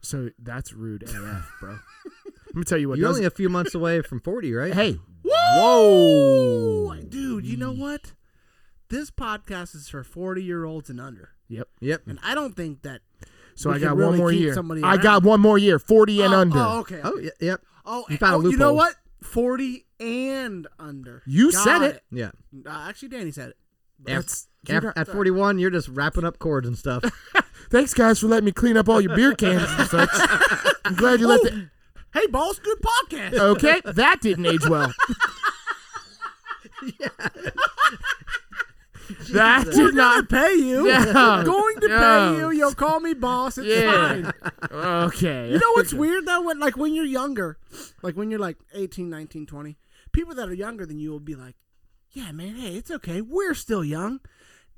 A: So that's rude AF, bro. Let me tell you what.
C: You're
A: those-
C: only a few months away from 40, right?
A: hey,
B: Whoa, dude! You know what? This podcast is for forty year olds and under,
A: yep.
C: Yep.
B: and I don't think that.
A: So
B: We
A: I
B: could
A: got
B: really
A: one more
B: keep
A: year.
B: somebody
A: I
B: around.
A: got one more year, 40 and
B: oh,
A: under.
B: Oh, okay.
C: Oh, y- yep.
B: Oh,
C: You found a
B: oh, You know
C: loophole.
B: what? Forty and under.
A: You
B: Got
A: said it.
C: Yeah.
B: Uh, actually, Danny said it.
A: That's-
C: Af- af- at 41, you're just wrapping up cords and stuff.
A: Thanks, guys, for letting me clean up all your beer cans and such. I'm glad you let the
B: Hey, boss, good podcast.
A: Okay, that didn't age well. That
B: We're
A: did
B: gonna
A: not.
B: pay you.
A: Yeah.
B: We're going to
A: Yeah.
B: pay you. You'll call me boss. It's fine.
A: Yeah. Okay.
B: You know what's weird though? When, like when you're younger, like when you're like 18, 19, 20, people that are younger than you will be like, yeah, man, hey, it's okay. We're still young.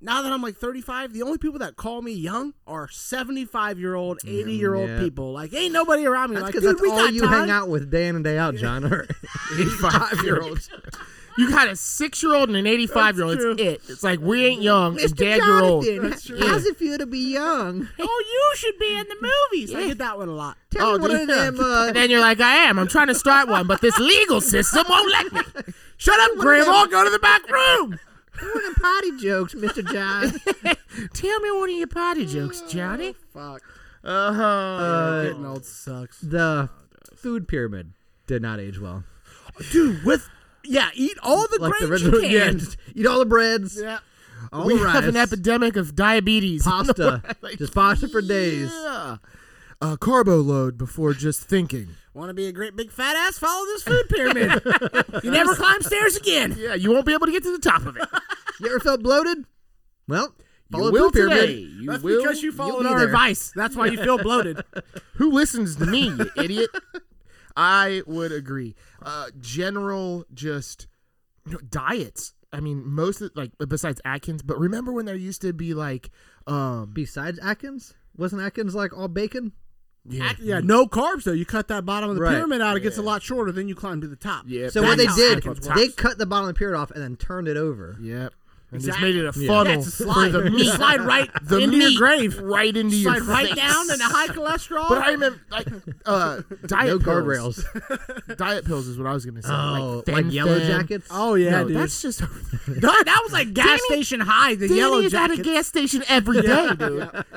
B: Now that I'm like 35, the only people that call me young are 75 year old, 80 year old
C: yeah.
B: people. Like, ain't nobody around me.
C: That's
B: like,
C: because
B: dude,
C: that's
B: we
C: all
B: got
C: you
B: time.
C: hang out with day in and day out, John. Or
A: 85 year old.
C: olds.
A: You got a six year old and an 85 year old. It's it. It's like we ain't young. and Dad, you're old.
C: Jonathan,
B: That's true.
C: how's it feel to be young?
B: Oh, you should be in the movies. I get that one a lot.
C: Tell
A: Oh,
C: me one
A: dude.
C: of them. Uh,
A: And then you're like, I am. I'm trying to start one, but this legal system won't let me. Shut up, Grandma. Go to the back room.
C: one of them potty jokes, Mister John.
A: Tell me one of your potty jokes, Johnny.
B: Fuck.
A: Uh-huh.
B: Getting old sucks.
C: the food pyramid did not age well.
B: Dude, with yeah, eat all the
C: Like the
B: grains
C: original,
B: you
C: yeah,
B: can.
C: just eat all the breads,
B: Yeah.
C: all
A: we
C: the rice,
A: have an epidemic of diabetes.
C: pasta, just pasta for days.
A: Yeah. Uh, carbo load before just thinking.
B: Want to be a great big fat ass? Follow this food pyramid. you never climb stairs again.
A: Yeah, you won't be able to get to the top of it.
C: You ever felt bloated? Well, follow
A: you
C: the
A: will
C: food pyramid.
A: today. You
B: That's
A: will.
B: because you followed
C: be
B: our
C: there.
B: advice. That's why you feel bloated.
A: Who listens to me, you idiot? I would agree. Uh, general just you know, diets. I mean, most of, like besides Atkins, but remember when there used to be like, um,
C: Besides Atkins, wasn't Atkins like all bacon?
A: yeah,
B: yeah, no carbs though. You cut that bottom of the
C: Right.
B: pyramid out, it gets a lot shorter. Then you climb to the top.
A: yeah.
C: So what
A: that's
C: they
A: how
C: did,
A: Atkins works.
C: they cut the bottom of the pyramid off and then turned it over.
A: Yep. And just
B: Exactly.
A: made it a
C: Yeah.
A: funnel
B: Yeah, it's a slide.
A: for the
B: You
A: meat.
B: slide right
A: the
B: into your
A: meat
B: grave.
A: right into
B: slide
A: your
B: right
A: face.
B: down into high cholesterol.
A: But I remember like uh, diet
C: No
A: pills.
C: guardrails.
A: Diet pills is what I was gonna say.
C: Oh,
A: like,
C: like,
A: thin,
C: yellow
A: thin.
C: jackets.
B: oh yeah,
A: no,
B: dude.
A: that's just
B: Dude, that was like gas station high. The
A: Danny
B: yellow
A: is at
B: jacket.
A: a gas station every day, dude.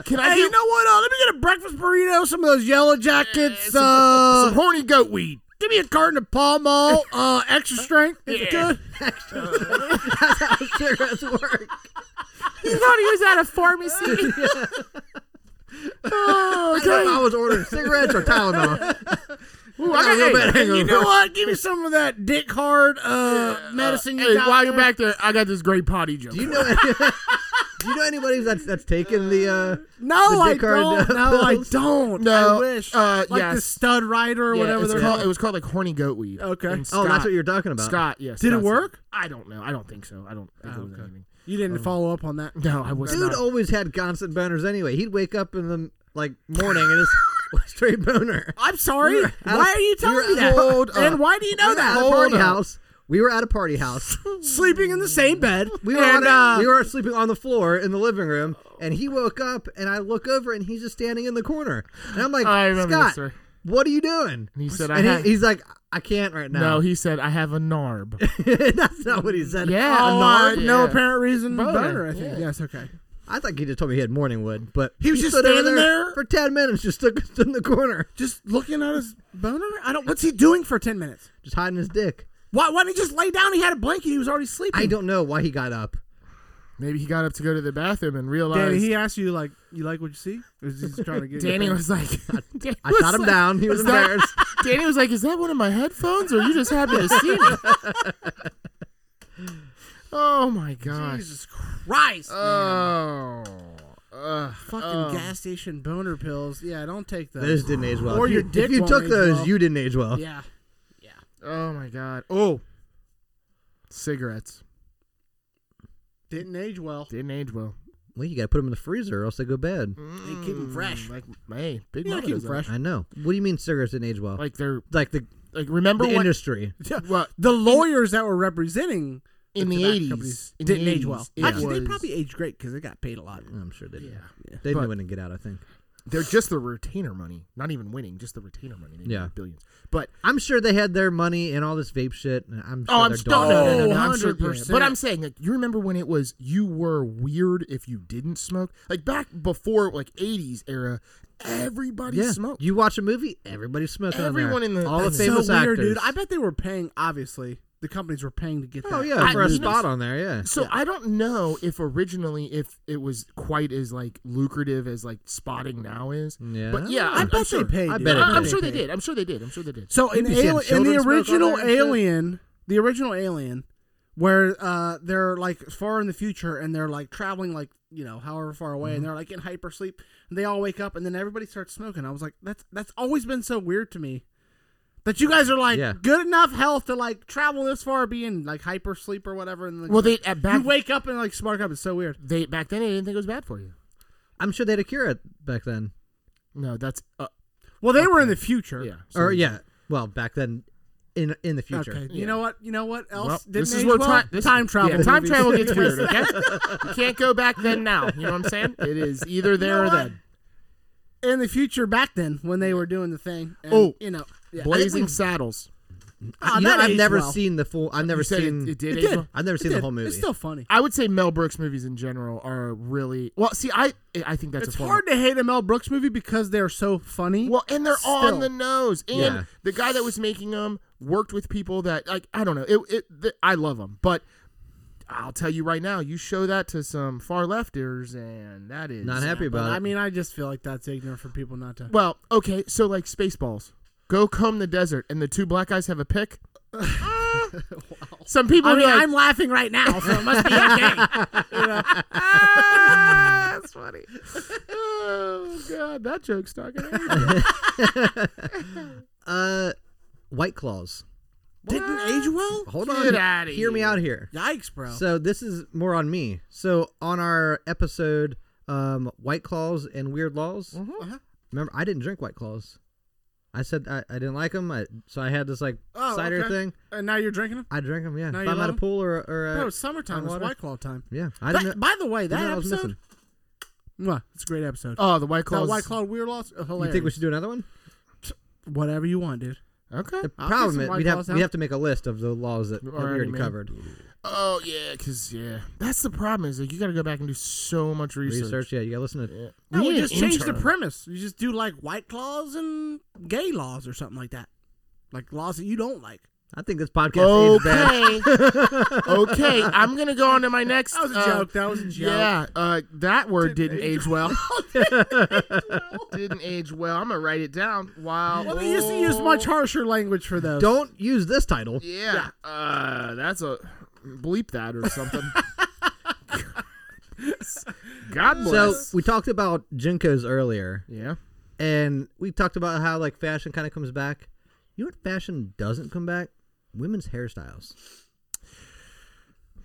A: Can I
B: Hey,
A: get
B: you know what? Uh, let me get a breakfast burrito, some of those yellow jackets,
A: some-
B: uh,
A: some horny goat weed?
B: give me a carton of Pall Mall, uh, extra strength. It's
A: Yeah.
B: good.
C: That's how cigarettes work.
A: He thought he was at a pharmacy. oh,
C: I don't know if I
A: okay.
C: was ordering cigarettes or Tylenol.
A: Ooh,
C: I got a real bad hangover.
B: You know what? Give me some of that dick hard uh, medicine. you
A: Hey,
B: got
A: while you're
B: there.
A: back there, I got this great potty joke.
C: Do you know? Any, do you know anybody that's that's taken the? Uh,
B: No,
C: The
B: I
C: dick hard,
B: don't.
C: uh,
B: No, I
C: pills?
B: don't.
A: No,
B: I wish.
A: uh,
B: like
A: yes.
B: the stud rider or
A: Yeah,
B: whatever
A: it's
B: they're
A: called,
B: called.
A: it was called like horny goat weed.
B: Okay.
A: And
C: oh, that's
A: Scott-
C: what you're talking about.
A: Scott, yes.
B: Did it
A: Scott's-
B: work?
A: I don't know. I don't think so. I don't. think it was anything.
B: You didn't follow up on that.
A: Oh, No, I was
C: Dude
A: not.
C: always had constant boners anyway. He'd wake up in the like morning and it's straight boner.
B: I'm sorry.
C: out
B: Why
C: of-
B: are you
C: we
B: telling
C: were
B: me that?
A: out- Hold up.
B: and why do you know
C: We were at a
B: that?
C: party
A: up.
C: house. We were at a party house.
B: Sleeping in the same bed.
C: We were
B: and,
C: on a-
B: uh,
C: we were sleeping on the floor in the living room, and he woke up, and I look over, and he's just standing in the corner, and I'm like,
A: I remember
C: Scott,
A: this, sir.
C: what are you doing?
A: And he said,
C: and
A: I
C: he-
A: had-
C: he's like, I can't right
A: No,
C: now.
A: he said I have a narb.
C: that's not what he said.
A: Yeah,
B: oh, uh,
A: a narb.
B: no
A: yeah.
B: apparent reason.
A: Boner.
B: Boner, I think.
A: Yeah.
B: Yes, okay.
C: I think he just told me he had morning wood, but
B: He was just
C: stood over
B: standing there?
C: for ten minutes, just stood, stood in the corner,
B: Just looking at his boner? I don't what's he doing for ten minutes?
C: just hiding his dick.
B: Why why didn't he just lay down? He had a blanket, he was already sleeping.
C: I don't know why he got up.
A: Maybe he got up to go to the bathroom and realized
B: Danny, he asked you like, "You like what you see?" Or is he just trying to get your
A: Danny
B: attention?
A: was like, Danny
C: I
A: was
C: shot him
A: like-
C: down. He was
A: was that-
C: embarrassed.
A: Danny was like, "Is that one of my headphones, or you just happen to see me?" oh my gosh!
B: Jesus Christ!
A: Oh, Ugh.
B: man. Fucking
A: Oh.
B: gas station boner pills. Yeah, don't take those.
C: Those didn't age well.
B: Or
C: If
B: your
C: you,
B: dick
C: if you
B: won't
C: took
B: age
C: those,
B: well.
C: you didn't age well.
B: Yeah.
A: oh my god! Oh, cigarettes
B: Didn't age well.
A: didn't age well.
C: Well, you gotta put them in the freezer, or else they go bad.
B: They keep 'em
A: Mm,
B: fresh.
A: Like, hey, big
B: Yeah,
A: Mama
B: keep 'em
A: does that.
B: fresh.
C: I know. What do you mean cigarettes didn't age well? Like,
A: Like they're
C: the,
A: like remember
C: the
A: when
C: industry.
A: well,
B: The lawyers that were representing
A: in
B: the
A: the
B: tobacco
A: eighties
B: companies didn't age well.
A: It
B: Actually,
A: was,
B: they probably aged great because they got paid a lot.
C: I'm sure they did.
A: yeah.
C: They
A: But-
C: knew when to get out. I think.
A: They're just the retainer money, not even winning, just the retainer money. They
C: Yeah.
A: made billions. But
C: I'm sure they had their money and all this vape shit. and I'm sure
A: Oh, I'm
C: their
A: still no, no, no, no, no, I'm sure-
B: 100%.
A: But I'm saying, like, you remember when it was you were weird if you didn't smoke? Like back before like '80s era, everybody
C: yeah.
A: smoked.
C: You watch a movie, everybody's smoking. on there.
A: Everyone in the-
C: all the
A: that's
C: famous
B: so weird,
C: actors.
B: dude. I bet they were paying. Obviously, the companies were paying to get that.
C: Oh yeah, for
A: I-
C: a
A: you know-
C: spot on there. Yeah.
A: So I don't know if originally if it was quite as like lucrative as like spotting now is.
C: Yeah.
A: But yeah,
B: I
A: I'm, I'm
B: bet
A: sure.
B: they paid.
C: I
B: dude.
C: bet it
A: I- I'm
C: did.
A: sure they did. I'm sure they did. I'm sure they did.
B: So in,
C: You see
B: Ali-
C: them
B: in the
C: children smoke on
B: original
C: there and shit.
B: Alien, the original Alien, where uh, they're like far in the future and they're like traveling like you know however far away
A: Mm-hmm.
B: and they're like in hypersleep and they all wake up and then everybody starts smoking. I was like, that's that's always been so weird to me that you guys are like
C: Yeah.
B: good enough health to like travel this far, be in like hypersleep or whatever, and like,
A: Well, they at
B: you
A: back
B: wake up and like spark up. It's so weird.
A: they back then they didn't think it was bad for you.
C: I'm sure they had a cure it back then.
A: No, that's uh,
B: Well, they were in the future.
A: yeah.
C: or yeah, well, back then, in in the future.
B: Okay.
A: Yeah.
B: You know what? You know what else
A: Well,
B: didn't
A: this is
B: age
A: where
B: well?
A: time, this-
B: time travel.
A: yeah, time
B: movies.
A: travel gets weird. Okay, you can't go back then now. You know what I'm saying? It is either there
B: know
A: or
B: what?
A: then.
B: in the future back then when they were doing the thing. And,
A: Oh.
B: you know, yeah, I think
A: Blazing
B: we-
A: Saddles.
B: Ah,
C: you know,
B: that
C: I've
B: aged
C: never
B: well.
C: seen the full. I've never
A: You said
C: seen.
A: it, it did.
B: It
A: age
B: did.
A: well?
C: I've never
B: It
C: seen the
B: did.
C: whole movie.
B: It's still funny.
A: I would say Mel Brooks movies in general are really well. See, I I think that's
B: It's
A: a form.
B: hard to hate a Mel Brooks movie because they're so funny.
A: Well, and they're
B: Still.
A: on the nose, and
C: Yeah.
A: the guy that was making them worked with people that like I don't know. It, it th- I love them, but I'll tell you right now, you show that to some far lefters, and that is
C: Not happy
B: but
C: about it.
B: I mean, I just feel like that's ignorant for people not to.
A: Well, okay, so like Spaceballs, go comb the desert, and the two black guys have a pick. Ah. Some people
B: I
A: are
B: mean,
A: like,
B: I'm laughing right now, so it must be okay.
A: ah, that's funny. Oh god, that joke's not gonna. end.
C: uh, White Claws.
B: Didn't age well?
C: Hold
A: Get
C: on.
A: outta
C: Hear me
A: here.
C: out here.
B: Yikes, bro.
C: So this is more on me. So on our episode, um, White Claws and Weird Laws.
A: Mm-hmm.
B: Uh-huh.
C: Remember, I didn't drink White Claws. I said I, I didn't like them. I, so I had this like
B: Oh,
C: cider
B: okay.
C: thing.
B: And now you're drinking them?
C: I drank them. Yeah.
B: Now
C: if
B: you
C: I'm
B: love
C: at a
B: 'em?
C: pool or, or uh,
B: No, it's summertime.
C: on
B: It's
C: water.
B: White Claw time.
C: yeah, I
B: That-
C: didn't. know-
B: by the way,
C: didn't know
B: that
C: I was
B: episode.
C: missing.
B: Mwah, it's a great episode.
A: Oh, the white
B: that
A: claws.
B: White Claw Weird Loss? Hilarious.
C: You think we should do another one?
B: Whatever you want, dude.
A: Okay.
C: The
B: I'll get
C: problem
B: some
C: is
B: White
C: we'd have
B: Claws
C: we
B: out.
C: have to make a list of the laws that, that we
A: Already
C: already
A: made.
C: covered.
A: Oh yeah, cause yeah, that's the problem is like you got to go back and do so much research.
C: Research. Yeah, you gotta listen to.
A: Yeah.
B: No, we
A: need an
B: just change the
A: intern.
B: premise. You just do like white claws and gay laws or something like that. Like laws that you don't like.
C: I think this podcast is bad.
A: Okay, okay, I'm gonna go on to my next.
B: That was a
A: uh,
B: joke. That was a joke.
A: Yeah, uh, that word didn't, age well. didn't age well. I'm gonna write it down. Wow.
B: Well, they used to use much harsher language for those.
C: Oh. Don't use this title.
A: Yeah. Uh, that's a bleep that or something. God
C: So
A: bless.
C: we talked about Jinkos earlier,
A: yeah.
C: and we talked about how like fashion kind of comes back. You know what fashion doesn't come back? Women's hairstyles.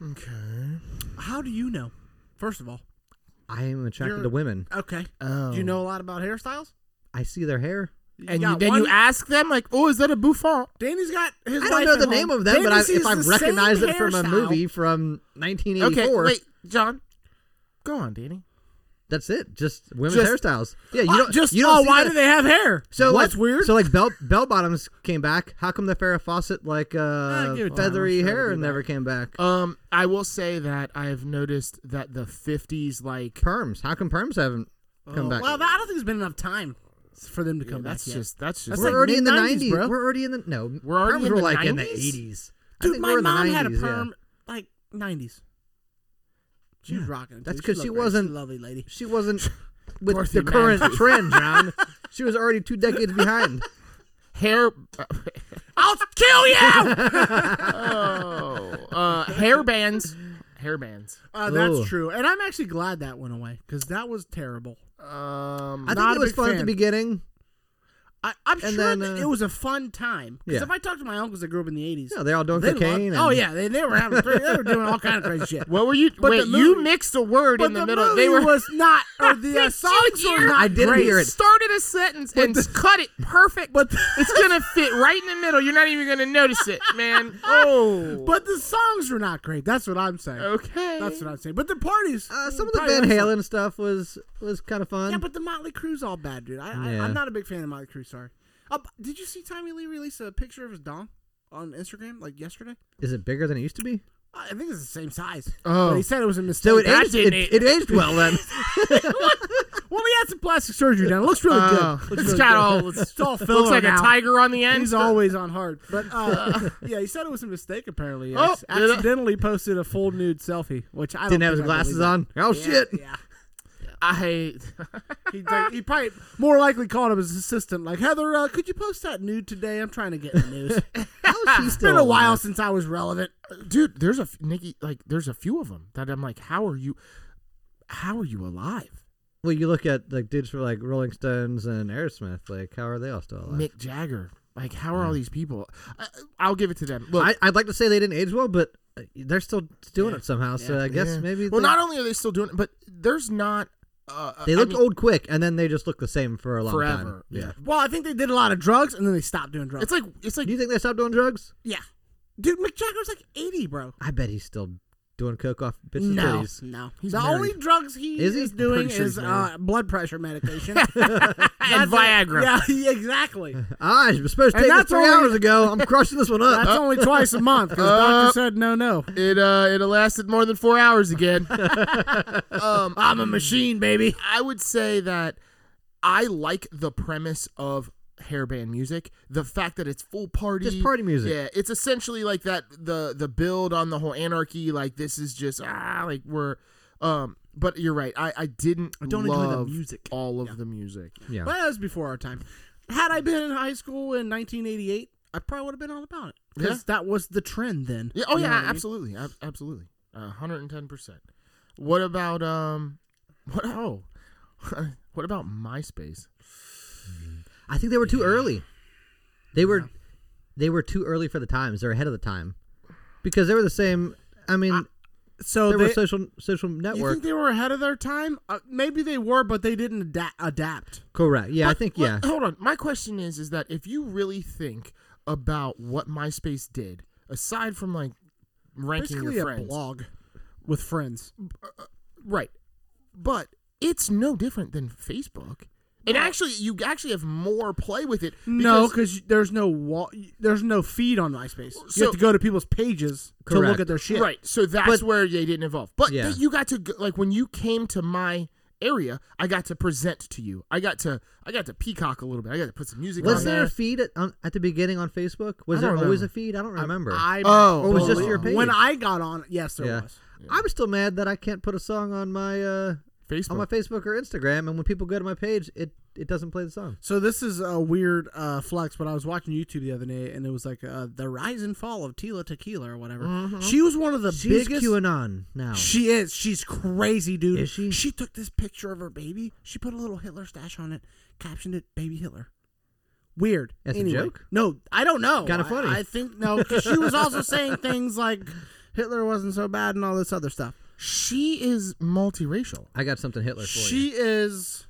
A: Okay.
B: How do you know? First of all,
C: I am attracted
B: You're-
C: to women.
B: okay.
A: Oh.
B: Do you know a lot about hairstyles?
C: I see their hair.
A: And you,
B: got
A: then you
B: one-
A: ask them like, "Oh, is that a bouffant?"
B: Danny's got his.
C: I
B: wife
C: don't know
B: at
C: the
B: home.
C: name of them,
B: Danny
C: but I,
B: sees
C: if I
B: the same
C: recognize it from a
B: hairstyle.
C: movie from 1984,
A: Okay. Wait, John. Go on, Danny.
C: that's it. Just women's
A: Just-
C: hairstyles. Yeah, you
B: Ah,
C: don't
B: just
C: You don't
B: oh,
C: see
B: why
C: that-
B: do they have hair?
C: So
B: What's
C: like,
B: weird?
C: So like bell bell bottoms came back. How come the Farrah Fawcett like uh,
B: give it time.
C: feathery
B: I'm sure it'll
C: hair
B: be
C: never came back?
B: Oh.
A: Um, I will say that I have noticed that the '50s, like,
C: Perms. How come perms haven't come back?
B: Oh, Well, I don't think there's been enough time for them to come back.
A: that's
B: yet.
A: just that's just
B: That's
C: we're
B: like
C: already in the
B: mid-nineties,
C: 90s.
B: bro.
C: We're already in the no.
A: We're already
C: perms
A: in
C: were
A: the
C: like in the
A: 90s?
C: 80s. I
B: Dude,
C: think
B: my
C: we're in the
B: mom
C: 90s,
B: had a
C: yeah.
B: perm like '90s. She was rocking. it,
C: That's
B: too.
C: 'cause
B: looked great. She's
C: she
B: a
C: wasn't-
B: Lovely lady.
C: She wasn't with
A: Dorothy
C: the current
A: Manley.
C: trend, John. She was already two decades behind.
A: Hair.
B: I'll kill you.
A: Oh, uh, hair bands. Hair bands.
B: Uh, that's
C: Ooh.
B: true, and I'm actually glad that went away because that was terrible.
A: Um,
C: I think
B: Not
C: it
B: a
C: was
B: big
C: fun at the
B: fan.
C: beginning.
B: I, I'm
C: And
B: sure
C: then,
B: that
C: uh,
B: it was a fun time. Because
C: Yeah.
B: if I talk to my uncles that grew up in the '80s,
C: Yeah, they all doing
B: they
C: cocaine.
B: loved- oh
C: and-
B: yeah, they, they were having they were doing all kind of crazy shit.
A: what were you?
B: But
A: wait,
B: the movie-
A: you mixed a word in the, middle. They were.
B: was not, or the uh,
A: Did
B: songs
A: you
B: were
A: hear-
B: not.
C: I didn't
B: great.
C: hear it.
A: started a sentence and cut it perfect. But it's gonna fit right in the middle. You're not even gonna notice it, man. Oh,
B: But the songs were not great. That's what I'm saying.
A: okay.
B: That's what I'm saying. But the parties,
C: Uh, some of the
B: Mm, probably
C: Van
B: were fun.
C: Halen stuff was was kind of fun.
B: Yeah, but the Motley Crue's all bad, dude. I, I,
C: Yeah.
B: I'm not a big fan of Motley Crue. Sorry. Uh, b- did you see Tommy Lee release a picture of his dong on Instagram like yesterday?
C: Is it bigger than it used to be?
B: I think it's the same size.
A: Oh.
B: but he said it was a mistake.
C: So it
A: that
C: aged. It,
A: didn't
B: e-
C: it aged well then.
B: well, he had some plastic surgery done. It looks really
A: Oh,
B: good.
A: it's got all. It's,
B: It's all filler
A: looks like
B: now.
A: a tiger on the end.
B: He's always on hard, but uh, yeah, he said it was a mistake. Apparently,
A: Oh,
B: Ac-
A: did it?
B: accidentally posted a full nude selfie, which I don't
C: Didn't have his
B: think I believe
C: glasses
B: it.
C: on. Oh
B: Yeah,
C: shit!
B: Yeah,
A: I.
B: he, like, he probably more likely called up his assistant, like Heather, uh, could you post that nude today? I'm trying to get in the news.
C: How's she
B: it's
C: still
B: been a while
C: alive?
B: since I was relevant.
A: dude there's a f- nikki like there's a few of them that i'm like how are you how are you alive
C: Well, you look at like dudes for like Rolling Stones and Aerosmith. Like, how are they all still alive?
A: mick jagger like how are all these people I, i'll give it to them look
C: I, I'd like to say they didn't age well, but uh, they're still doing it somehow. So I guess
A: yeah.
C: maybe
A: well
C: they,
A: not only are they still doing it but there's not uh, uh,
C: they
A: I
C: looked
A: mean,
C: old quick, and then they just looked the same for a long time.
A: forever
C: Yeah.
B: Well, I think they did a lot of drugs and then they stopped doing drugs.
A: it's like it's like
C: Do you think they stopped doing drugs?
B: yeah, dude, Mick Jagger's like 80, bro.
C: I bet he's still doing coke off bitches'
B: No,
C: titties.
B: no.
A: He's
B: the
A: married.
B: only drugs he
C: Is
B: is,
C: he?
B: doing
C: Pretty sure
B: is
C: he's
B: uh, blood pressure medication and
A: and viagra
B: Yeah, yeah, exactly.
C: Ah, I was supposed to
B: And
C: take this
B: that's
C: three
B: only-
C: hours ago. I'm crushing this one up.
B: That's only twice a month because
A: Uh,
B: doctor said no, no.
A: it uh it lasted more than four hours again um i'm a machine baby i would say that i like the premise of hairband music the fact that it's full party
C: Just party music.
A: yeah it's essentially like that the the build on the whole anarchy like this is just ah like we're um but you're right i i didn't
B: I don't enjoy the
A: love
B: music.
A: all of the music
C: Yeah.
B: But that was before our time. Had I been in high school in 1988, I probably would have been all about it because
A: Yeah.
B: that was the trend then.
A: yeah oh
B: You know
A: yeah
B: what I mean?
A: absolutely ab- absolutely Uh, 110% what about um what oh what about myspace
C: I think they were too early. They were, they were too early for the times. They're ahead of the time, because they were the same. I mean,
B: So
C: they were
B: oh, they-
C: a social social
B: you
C: network.
B: think they were ahead of their time? Uh, maybe they were, but they didn't ada- adapt.
C: Correct. Yeah, I
A: But-
C: think
A: but
C: yeah.
A: Hold on. My question is is that if you really think about what MySpace did, aside from like ranking
B: Basically,
A: your
B: a
A: friends,
B: blog with friends.
A: right? But it's no different than Facebook. And actually, you actually have more play with it. Because,
B: no, because there's no wall. There's no feed on MySpace.
A: So-
B: you have to go to people's pages to
C: Correct.
B: look at their shit.
A: right. So that's
C: But-
A: where they didn't evolve. But
C: Yeah.
A: you got to go, like when you came to my area, I got to present to you. I got to I got to peacock a little bit. I got to put some music
C: Was
A: on
C: there
A: there.
C: a feed at, on, at the beginning on Facebook? Was
A: I
C: there
A: don't
C: always
A: remember.
C: a feed? I don't remember.
B: I
A: Oh,
C: Or was it just
A: oh,
C: your page?
B: When I got on, yes, there
C: yeah.
B: was.
C: I'm still mad that I can't put a song on my uh,
A: Facebook?
C: on my Facebook or Instagram, and when people go to my page, it it doesn't play the song.
B: So this is a weird uh, flex, but I was watching YouTube the other day, and it was like uh, the rise and fall of Tila Tequila or whatever. She was one of the
C: She's
B: biggest.
C: QAnon now.
B: She is. She's crazy, dude.
C: Is she?
B: She took this picture of her baby. She put a little Hitler stash on it, captioned it "Baby Hitler." Weird.
C: That's a
B: Anyway.
C: joke?
B: No, I don't know.
C: Kinda
B: I-
C: funny.
B: I, think no. 'cause she was also saying things like Hitler wasn't so bad and all this other stuff.
A: she is multiracial.
C: I got something Hitler for you.
B: She is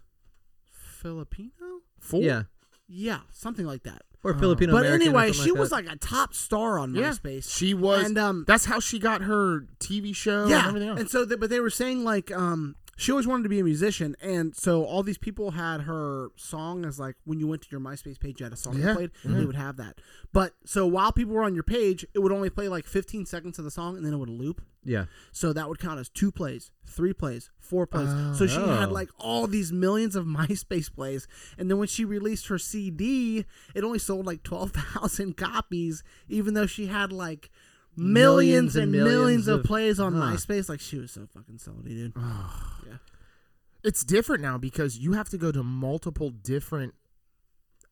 B: Filipino.
A: Four.
C: yeah,
B: Yeah, something like that.
C: or Filipino.
B: Oh. But
C: American or
B: anyway,
C: something
B: she
C: like
B: was
C: that.
B: like a top star on
A: Yeah.
B: MySpace.
A: She was.
B: and um,
A: that's how she got her TV show and
B: yeah,
A: everything else.
B: and so they, but they were saying like um, she always wanted to be a musician, and so all these people had her song as like when you went to your MySpace page, you had a song
A: Yeah.
B: that played, and they would have that. But so while people were on your page, it would only play like 15 seconds of the song, and then it would loop.
C: yeah.
B: So that would count as two plays, three plays, four plays. so she had
C: Oh.
B: like all these millions of MySpace plays. And then when she released her CD, it only sold like 12,000 copies, even though she had like millions,
C: and
B: and
C: millions
B: millions, of,
C: of-
B: plays on
C: Huh. Oh,
B: MySpace. Like she was so fucking salty, dude.
A: It's different now because you have to go to multiple different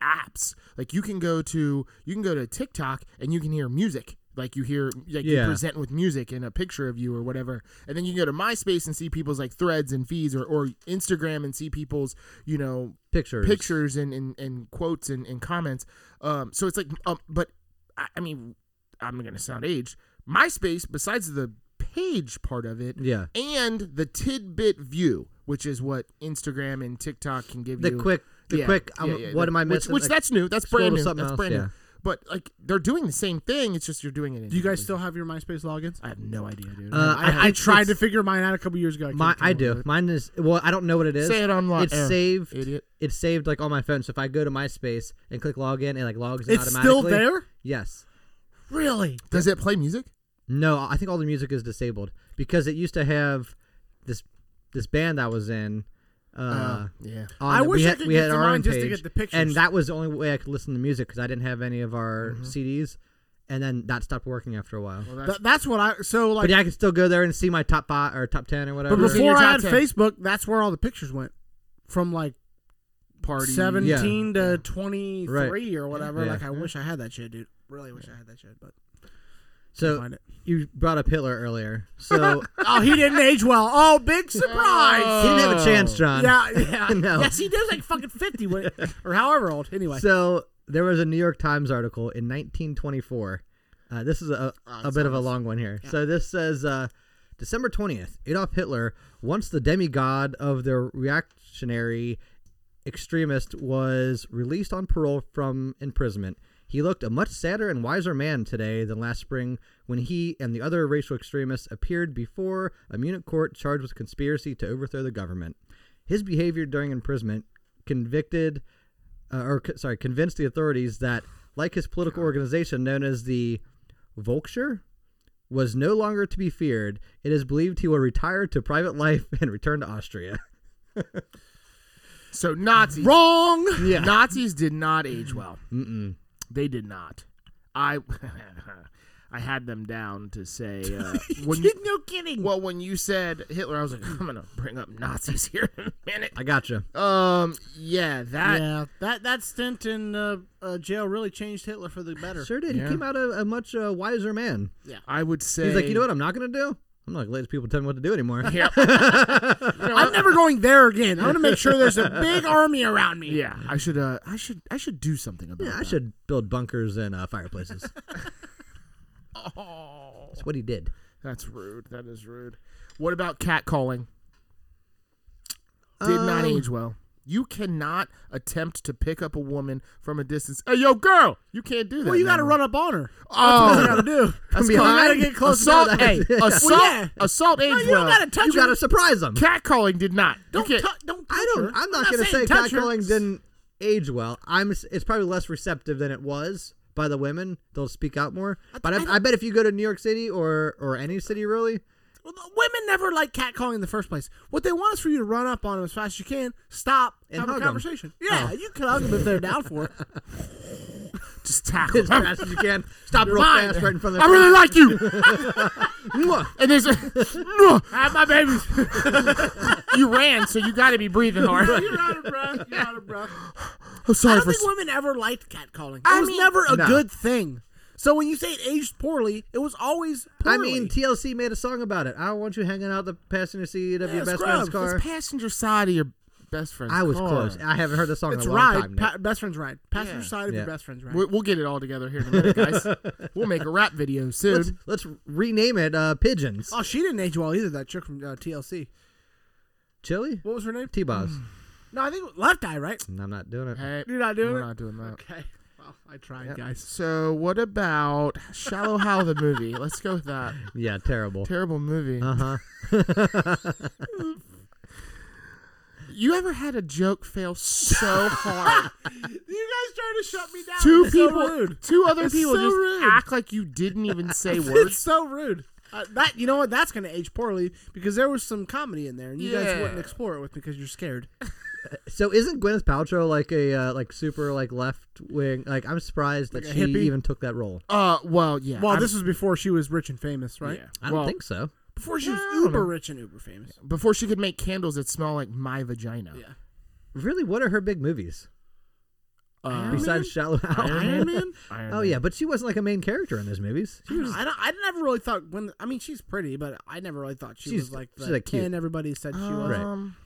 A: apps. Like you can go to you can go to TikTok and you can hear music. Like you hear like you
C: Yeah.
A: present with music and a picture of you or whatever. And then you can go to MySpace and see people's like threads and feeds or, or Instagram and see people's, you know,
C: pictures.
A: pictures and, and, and quotes and, and comments. Um, so it's like, um, but I, I mean, I'm going to sound aged. MySpace, besides the page part of it,
C: Yeah.
A: and the tidbit view, which is what Instagram and TikTok can give
C: The
A: you.
C: quick, the
A: Yeah,
C: quick.
A: yeah,
C: um,
A: yeah,
C: what
A: the-
C: am I
A: Which,
C: missing?
A: which
C: Like,
A: that's new. That's
C: scroll
A: brand new.
C: to
A: That's
C: something else,
A: brand
C: yeah.
A: new. But like they're doing the same thing. It's just you're doing it. In
B: Do you guys still have your MySpace logins?
A: I have no idea, dude.
C: Uh, I-
B: I, I
C: it's-
B: tried to
C: it's-
B: figure mine out a couple years ago. couldn't
C: my,
B: come
C: I
B: up with
C: do.
B: it.
C: Mine is. Well, I don't know what it is.
A: Say it on li-
C: It's
A: air,
C: saved.
A: idiot.
C: It's saved like on my phone. So if I go to MySpace and click login, it like logs in
B: It's
C: automatically.
B: still there.
C: Yes.
B: Really?
A: Does it play music?
C: No, I think all the music is disabled because it used to have this this band that was in. Uh,
A: Uh, yeah.
C: on
B: I
C: the-
B: wish
C: we
B: I
C: had,
B: could
C: we
B: get
C: had
B: to
C: our
B: mine
C: own
B: just to
C: page,
B: get the pictures.
C: and that was the only way I could listen to music because I didn't have any of our CDs, and then that stopped working after a while.
B: Th- that's what I. So
C: but
B: like,
C: yeah, I could still go there and see my top five or top ten or whatever.
B: but
A: It's in your
B: before I
A: top
B: had
A: 10.
B: Facebook, that's where all the pictures went. From like
A: Party.
B: seventeen to twenty three or whatever.
C: Yeah.
B: Like I wish I had that shit, dude. Really wish I had that shit, but
C: so
B: find it.
C: you brought up Hitler earlier, so
B: Oh, he didn't age well. Oh, big surprise.
C: he didn't have a chance, John.
B: Yeah, yeah.
C: No.
B: Yes, he was like fucking 50 when, or however old. Anyway.
C: So there was a New York Times article in 1924. Uh, this is a, a bit of a long one here. So this says uh, December 20th, Adolf Hitler, once the demigod of the reactionary extremist, was released on parole from imprisonment. He looked a much sadder and wiser man today than last spring when he and the other racial extremists appeared before a Munich court charged with conspiracy to overthrow the government. His behavior during imprisonment convicted uh, or co- sorry, convinced the authorities that, like his political organization known as the Volksher, was no longer to be feared. It is believed he will retire to private life and return to Austria.
A: So Nazis.
B: Wrong.
A: Nazis did not age well.
C: Mm-mm.
A: They did not. I I had them down to say uh, when you,
B: Kid- no kidding.
A: well when you said Hitler, I was like I'm gonna bring up Nazis here in a minute.
C: I gotcha.
A: Um, yeah, that
B: yeah, that, that stint in uh, uh, jail really changed Hitler for the better.
C: Sure did.
A: Yeah.
C: He came out a, a much uh, wiser man.
A: I would say.
C: He's like, you know what? I'm not gonna do. I'm not gonna let these people tell me what to do anymore.
A: Yeah,
B: I'm never going there again. I'm going to make sure there's a big army around me.
A: yeah, I should. Uh, I should. I should do something about.
C: Yeah, I
A: that.
C: should build bunkers and uh, fireplaces.
A: Oh,
C: That's what he did.
A: that's rude. That is rude. What about catcalling? Did not
C: Um,
A: age well. You cannot attempt to pick up a woman from a distance. Hey, yo, girl, you can't do that.
B: Well, you got to
A: no more.
B: run up on her.
A: Oh,
B: That's what you got to do.
A: That's
C: From
A: called-
C: behind?
A: You gotta get close
C: Assault-
A: enough. Hey,
C: Yeah.
A: assault,
B: Well, yeah.
A: assault age
B: No, you
A: well.
B: don't got to touch
C: You
B: her.
C: gotta surprise him.
A: Catcalling did not. You
B: Don't,
A: can't-
B: tou- don't touch
C: I don't.
B: her.
C: I'm not gonna say
B: saying touch her.
C: catcalling didn't age well. I'm. s- It's probably less receptive than it was by the women. They'll speak out more. But I, I, bet if you go to New York City or or any city really,
B: Well, the women never like catcalling in the first place. What they want is for you to run up on them as fast as you can, stop,
C: And
B: have a
C: hug 'em.
B: conversation. Oh. Yeah, you can hug them if they're down for it.
A: just tackle.
C: as fast as you can, stop real
A: Mine.
C: fast right in front
A: I
C: of
A: really like you.
C: the.
A: And there's a, no, my baby. you ran, so you got to be breathing hard.
B: You're out of breath. You're out of breath.
A: I'm
B: I
A: sorry
B: don't
A: for.
B: think
A: s-
B: women ever liked catcalling. It
A: I
B: was
A: mean-
B: never a
C: No.
B: good thing. So when you say it aged poorly, it was always
C: I
B: poorly.
C: mean, TLC made a song about it. I don't want you hanging out the passenger seat of your best friend's
B: scrubs.
C: car.
A: It's passenger side of your best friend's
C: I was
A: car.
C: close. I haven't heard the song
B: it's
C: in a long
B: ride,
C: time. Now.
B: pa- best friend's ride, passenger
A: Yeah.
B: side of
C: Yeah.
B: your best friend's ride.
A: We- We'll get it all together here in a minute, guys. we'll make a rap video soon.
C: Let's, let's rename it uh, Pigeons.
B: oh, she didn't age well either. That chick from uh, TLC.
C: Chili?
B: What was her name?
C: T Boz.
B: No, I think Left Eye, right?
C: I'm not doing it.
A: Hey,
B: You're not doing
A: we're
B: it?
A: not doing that.
B: Okay. Well, I tried, guys.
A: So, what about Shallow Hal the movie? Let's go with that.
C: Yeah, terrible.
A: Terrible movie.
C: Uh huh.
B: Uh-huh.
A: You ever had a joke fail so hard?
B: You guys trying to shut me down.
A: two
B: It's so
A: people,
B: rude.
A: two other
B: It's
A: people
B: so
A: just
B: rude.
A: act like you didn't even say
B: It's
A: words.
B: so rude. Uh, that you know what? That's gonna age poorly because there was some comedy in there, and you guys
A: Yeah.
B: wouldn't explore it with because you're scared.
C: So isn't Gwyneth Paltrow like a uh, like super like left wing? Like I'm surprised that
B: Like a
C: she
B: hippie?
C: even took that role.
A: Uh, well, yeah.
B: Well,
A: I'm-
B: this was before she was rich and famous, right?
A: yeah.
C: I don't
A: Well,
C: think so.
B: Before she was
A: Yeah, I don't know.
B: uber rich and uber famous.
A: before she could make candles that smell like my vagina.
B: Yeah.
C: Really, what are her big movies
A: Uh,
B: Iron Man?
C: besides Shallow?
A: Iron
B: Man?
A: Iron
C: oh
A: Man.
C: yeah, but she wasn't like a main character in those movies.
B: I, don't know. I, don't, I never really thought when. I mean, she's pretty, but I never really thought she
C: She's-
B: was like the
C: she's, like, cute.
B: ten everybody said she was.
C: Right.
A: Um,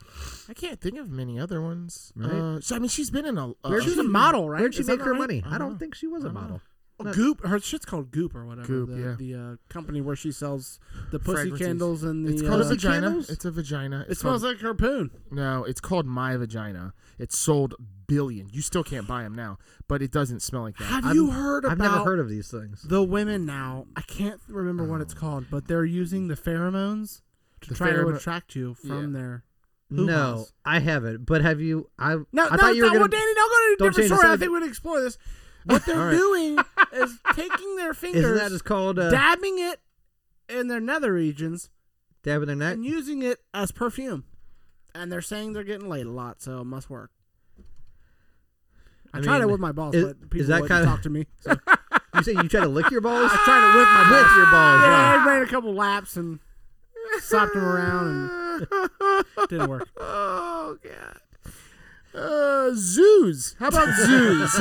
A: I can't think of many other ones.
C: Right.
A: Uh, so I mean, she's been in a. Uh,
C: Where'd
B: She was
C: she-
B: a model, right?
C: Where'd she
B: Is that
C: make her
B: right? Uh-huh.
C: money?
A: I
C: I
A: dunno.
C: don't think she was
A: I
C: a
A: dunno.
C: model.
B: Oh, Goop. Her shit's called Goop or whatever.
A: Goop,
B: the
A: yeah.
B: the uh, company where she sells the pussy
A: Fragrances.
B: candles and the.
A: it's called
B: uh,
A: a vagina.
B: candles?
A: It's a vagina.
B: It smells like her poon.
A: No, it's called My Vagina. It's sold billion. You still can't buy them now, but it doesn't smell like that.
B: Have
C: I'm-
B: you heard
C: I've
B: about
C: never heard of these things.
B: the women now? I can't remember what it's called, but they're using the pheromones to
A: The
B: try to
A: pheromone-
B: attract you from their.
C: no,
B: hoo-has.
C: I haven't. But have you? I
B: No,
C: I
B: no,
C: thought you were
B: no, well,
C: gonna.
B: Danny, don't go to a
C: Don't
B: different
C: change the
B: story. I
C: subject.
B: think we'd explore this. What they're
C: All right.
B: doing is taking their fingers,
C: Isn't that just called uh,
B: dabbing it in their nether regions,
C: dabbing their neck?
B: and using it as perfume. And they're saying they're getting laid a lot, so it must work. I,
C: I
B: tried it
C: mean,
B: with my balls,
C: is-
B: but
C: is
B: people
C: that
B: wouldn't
C: kinda-
B: talk to me. So.
C: You say you try to lick your balls?
B: I tried it with my
C: With
B: balls.
C: your balls.
B: Yeah,
C: wow.
B: I ran a couple laps and slapped them around, and didn't work.
A: Oh god. Uh, zoos. How about zoos?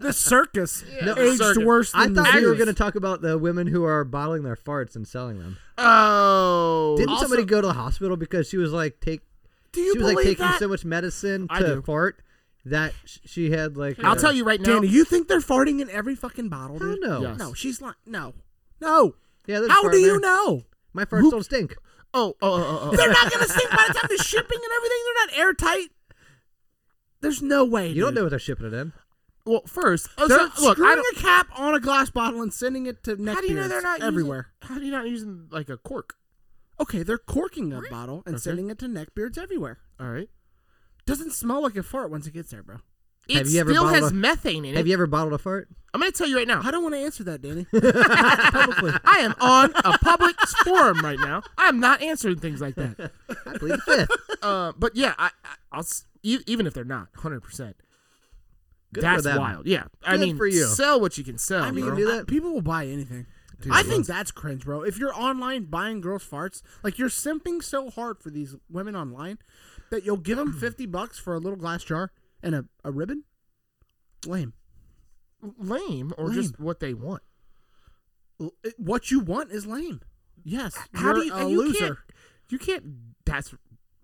B: The circus
A: No,
B: aged
A: circus.
B: worse
C: I
B: than the
C: thought we were
B: zoos.
C: going to talk about the women who are bottling their farts and selling them.
A: Oh,
C: Didn't
A: Also-
C: somebody go to the hospital because she was like take
B: Do you
C: she was like
B: believe
C: taking
B: that?
C: so much medicine
A: I
C: to
A: do.
C: fart that sh- she had like
A: I'll
C: a-
A: tell you right now.
B: Danny, you think they're farting in every fucking bottle,
C: Hell
B: dude?
C: no.
A: Yes.
B: No, she's lying. No. No.
C: Yeah, there's a
B: How
C: fart
B: do
C: in
B: you
C: there.
B: know?
C: My farts don't stink.
A: Oh, oh, oh, oh,
B: They're not going to sink by the time the shipping and everything. They're not airtight. There's no way.
C: You don't know what they're shipping it in.
A: oh. Well, first, oh,
B: They're
A: so, look, I
B: screwing
A: don't,
B: a cap on a glass bottle and sending it to neck
A: how do you know they're
B: beards
A: not using-
B: everywhere?
A: how do you not using like a cork?
B: Okay, they're corking a bottle and
A: Okay.
B: sending it to neckbeards everywhere.
A: All right.
B: Doesn't smell like a fart once it gets there, bro.
A: It
C: Have you ever
A: still
C: bottled
A: has
C: a-
A: methane in it.
C: Have you ever bottled a fart?
A: I'm gonna tell you right now.
B: I don't want to answer that, Danny.
A: publicly. I am on a public forum right now. I'm not answering things like that.
C: I plead the fifth.
A: Uh, but yeah, I, I, I'll s- e- even if they're not 100. percent
C: Good for
A: That's
C: them.
A: wild. Yeah, I
C: Good
A: mean,
C: for you.
A: sell what you can sell.
B: I mean,
A: bro.
C: do that?
B: I- people will buy anything.
C: Dude,
B: I
C: it
B: think
C: was-
B: that's cringe, bro. If you're online buying girls' farts, like you're simping so hard for these women online that you'll give them 50 bucks for a little glass jar and a, a ribbon? Lame.
A: lame or just what they want.
B: L- it- What you want is lame. Yes.
A: How
B: you're
A: do you,
B: a
A: and you Can't,
B: loser.
A: you can't. That's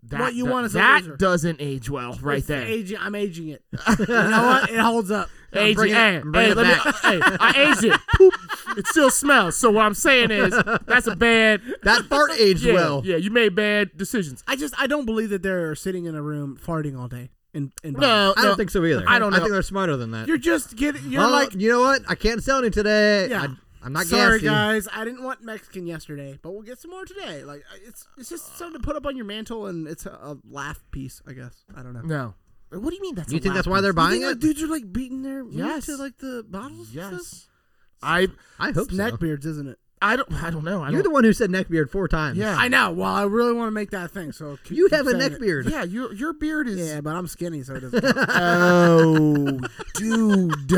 A: that.
B: What you
A: do-
B: want is a
A: that
B: loser.
A: doesn't age well, right
B: It's
A: there.
B: aging- I'm aging it. you know what? It holds up.
A: Aging-
C: bringing it-
A: hey,
C: I'm bringing
A: hey,
C: it
A: let me- hey, I aged it. Poop. It still smells. So what I'm saying is, that's a bad.
C: that fart aged
A: Yeah,
C: well.
A: yeah, you made bad decisions.
B: I just, I don't believe that they're sitting in a room farting all day. In, in
A: No,
C: I don't
A: no.
C: think so either.
A: I don't
C: I
A: know.
C: think they're smarter than that.
B: You're just getting, you're
C: Well,
B: like,
C: you know what? I can't sell any today.
B: Yeah.
C: I, am not
B: Sorry,
C: gassy.
B: guys. I didn't want Mexican yesterday, but we'll get some more today. Like it's it's
C: Uh.
B: just something to put up on your mantle, and it's a, a laugh piece, I guess. I don't know.
A: No. What do you mean? That's
C: You
A: a
C: think that's
A: loud
C: why
A: piece?
C: they're buying
B: like,
C: it?
B: dudes are like beating their meat
A: Yes.
B: to like the bottles. and stuff?
A: Yes. I
C: I hope
B: it's
C: so.
B: neckbeards, isn't it?
A: I don't I don't know. I
C: You're the
A: don't,
C: one who said neckbeard four times.
A: Yeah.
B: I know. Well, I really want to make that thing. So keep,
C: You
B: keep
C: have a
B: saying it.
C: neckbeard.
A: yeah, your your beard is
B: Yeah, but I'm skinny, so it doesn't. count.
A: Oh dude.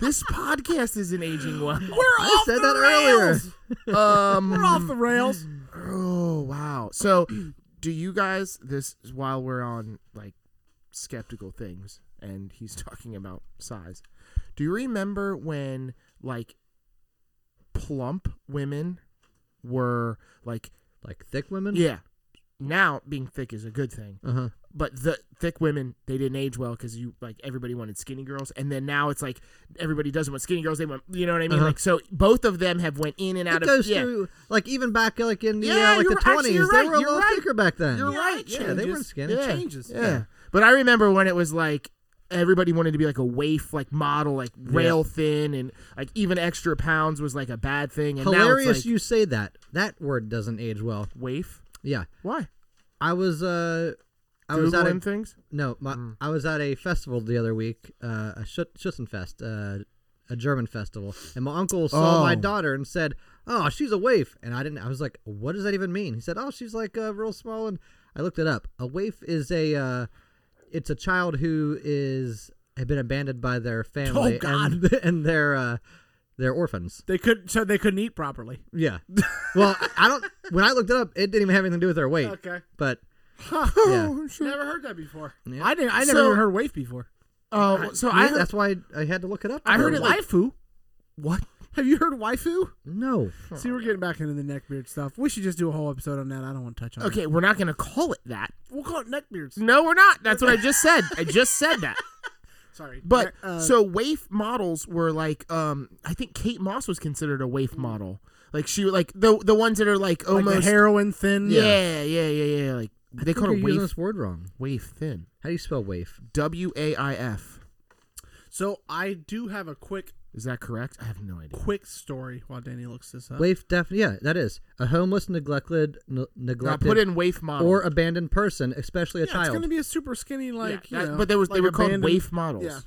A: this podcast isn't aging well.
B: We're
C: I
B: off
C: said
B: the
C: that earlier.
B: rails. We're
A: Um
B: off the rails.
A: Oh wow. So do you guys this is while we're on like skeptical things and he's talking about size. Do you remember when like plump women were like
C: Like thick women?
A: Yeah. Now being thick is a good thing,
C: Uh huh.
A: but the thick women they didn't age well because you like everybody wanted skinny girls, and then now it's like everybody doesn't want skinny girls; they want you know what I mean.
C: Uh-huh.
A: Like so, both of them have went in and out
C: it
A: of
C: goes
A: yeah.
C: through like even back like in the
A: Yeah,
C: uh, like
A: you're
C: the
A: actually-
C: twenties,
A: you're
C: they
A: right,
C: were a
A: you're
C: little
A: right.
C: thicker back then.
A: You're
B: Yeah,
A: right.
B: it
C: yeah, they
B: changes.
C: weren't skinny.
A: yeah,
B: changes,
A: Yeah.
B: yeah.
A: but I remember when it was like everybody wanted to be like a waif like model, like rail thin, and like even extra pounds was like a bad thing. And now
C: Hilarious
A: it's like,
C: you say that. That word doesn't age well.
A: waif. Oh,
C: Yeah.
A: Why?
C: I was uh I was at
A: Googling
C: a
A: things. Hmm.
C: no, my, I was at a festival the other week, uh a Schuss- Schussenfest, uh a German festival, and my uncle saw my
A: Oh.
C: daughter and said, "Oh, she's a waif," and I didn't. I was like, "What does that even mean?" He said, "Oh, she's like uh, real small," and I looked it up. A waif is a uh, it's a child who is had been abandoned by their family
A: Oh,
C: and and their uh, their orphans.
B: They could so they couldn't eat properly.
C: Yeah. Well, I- I don't. When I looked it up, it didn't even have anything to do with their weight.
B: Okay.
C: But
A: Oh, shit.
B: Never heard that before.
C: Yeah.
B: I didn't. I never
A: So-
B: even heard waif before.
A: Oh, so I
C: Yeah,
A: heard,
C: that's why I had to look it up.
A: I heard
B: Or
A: it like-
B: waifu.
A: what?
B: Have you heard waifu?
C: No.
B: See, we're getting back into the neckbeard stuff. We should just do a whole episode on that. I don't want to touch on it.
A: Okay, we're not gonna call it that.
B: We'll call it neckbeards.
A: No, we're not. That's what I just said. I just said that.
B: Sorry.
A: But
B: Uh,
A: so waif models were like, um, I think Kate Moss was considered a waif model. Like she, like the the ones that are like
B: Mm. like
A: almost,
B: the heroin thin.
A: yeah, yeah, yeah, yeah, yeah, Like they
C: I think
A: call
C: you're
A: it waif,
C: using this word wrong.
A: waif thin,
C: How do you spell waif?
A: W A I F.
B: So I do have a quick,
A: Is that correct? I have no idea.
B: quick story while Danny looks this up.
C: Uh, Waif def. Yeah, that is a homeless, neglected, n-
A: Now
C: neglected,
A: put in waif model.
C: or abandoned person, especially a
B: yeah, it's
C: child.
B: gonna be a super skinny
A: Yeah,
B: like. you
A: that-
B: know,
A: but they were they
B: like
A: were called
B: abandoned-
A: waif models.
B: Yeah.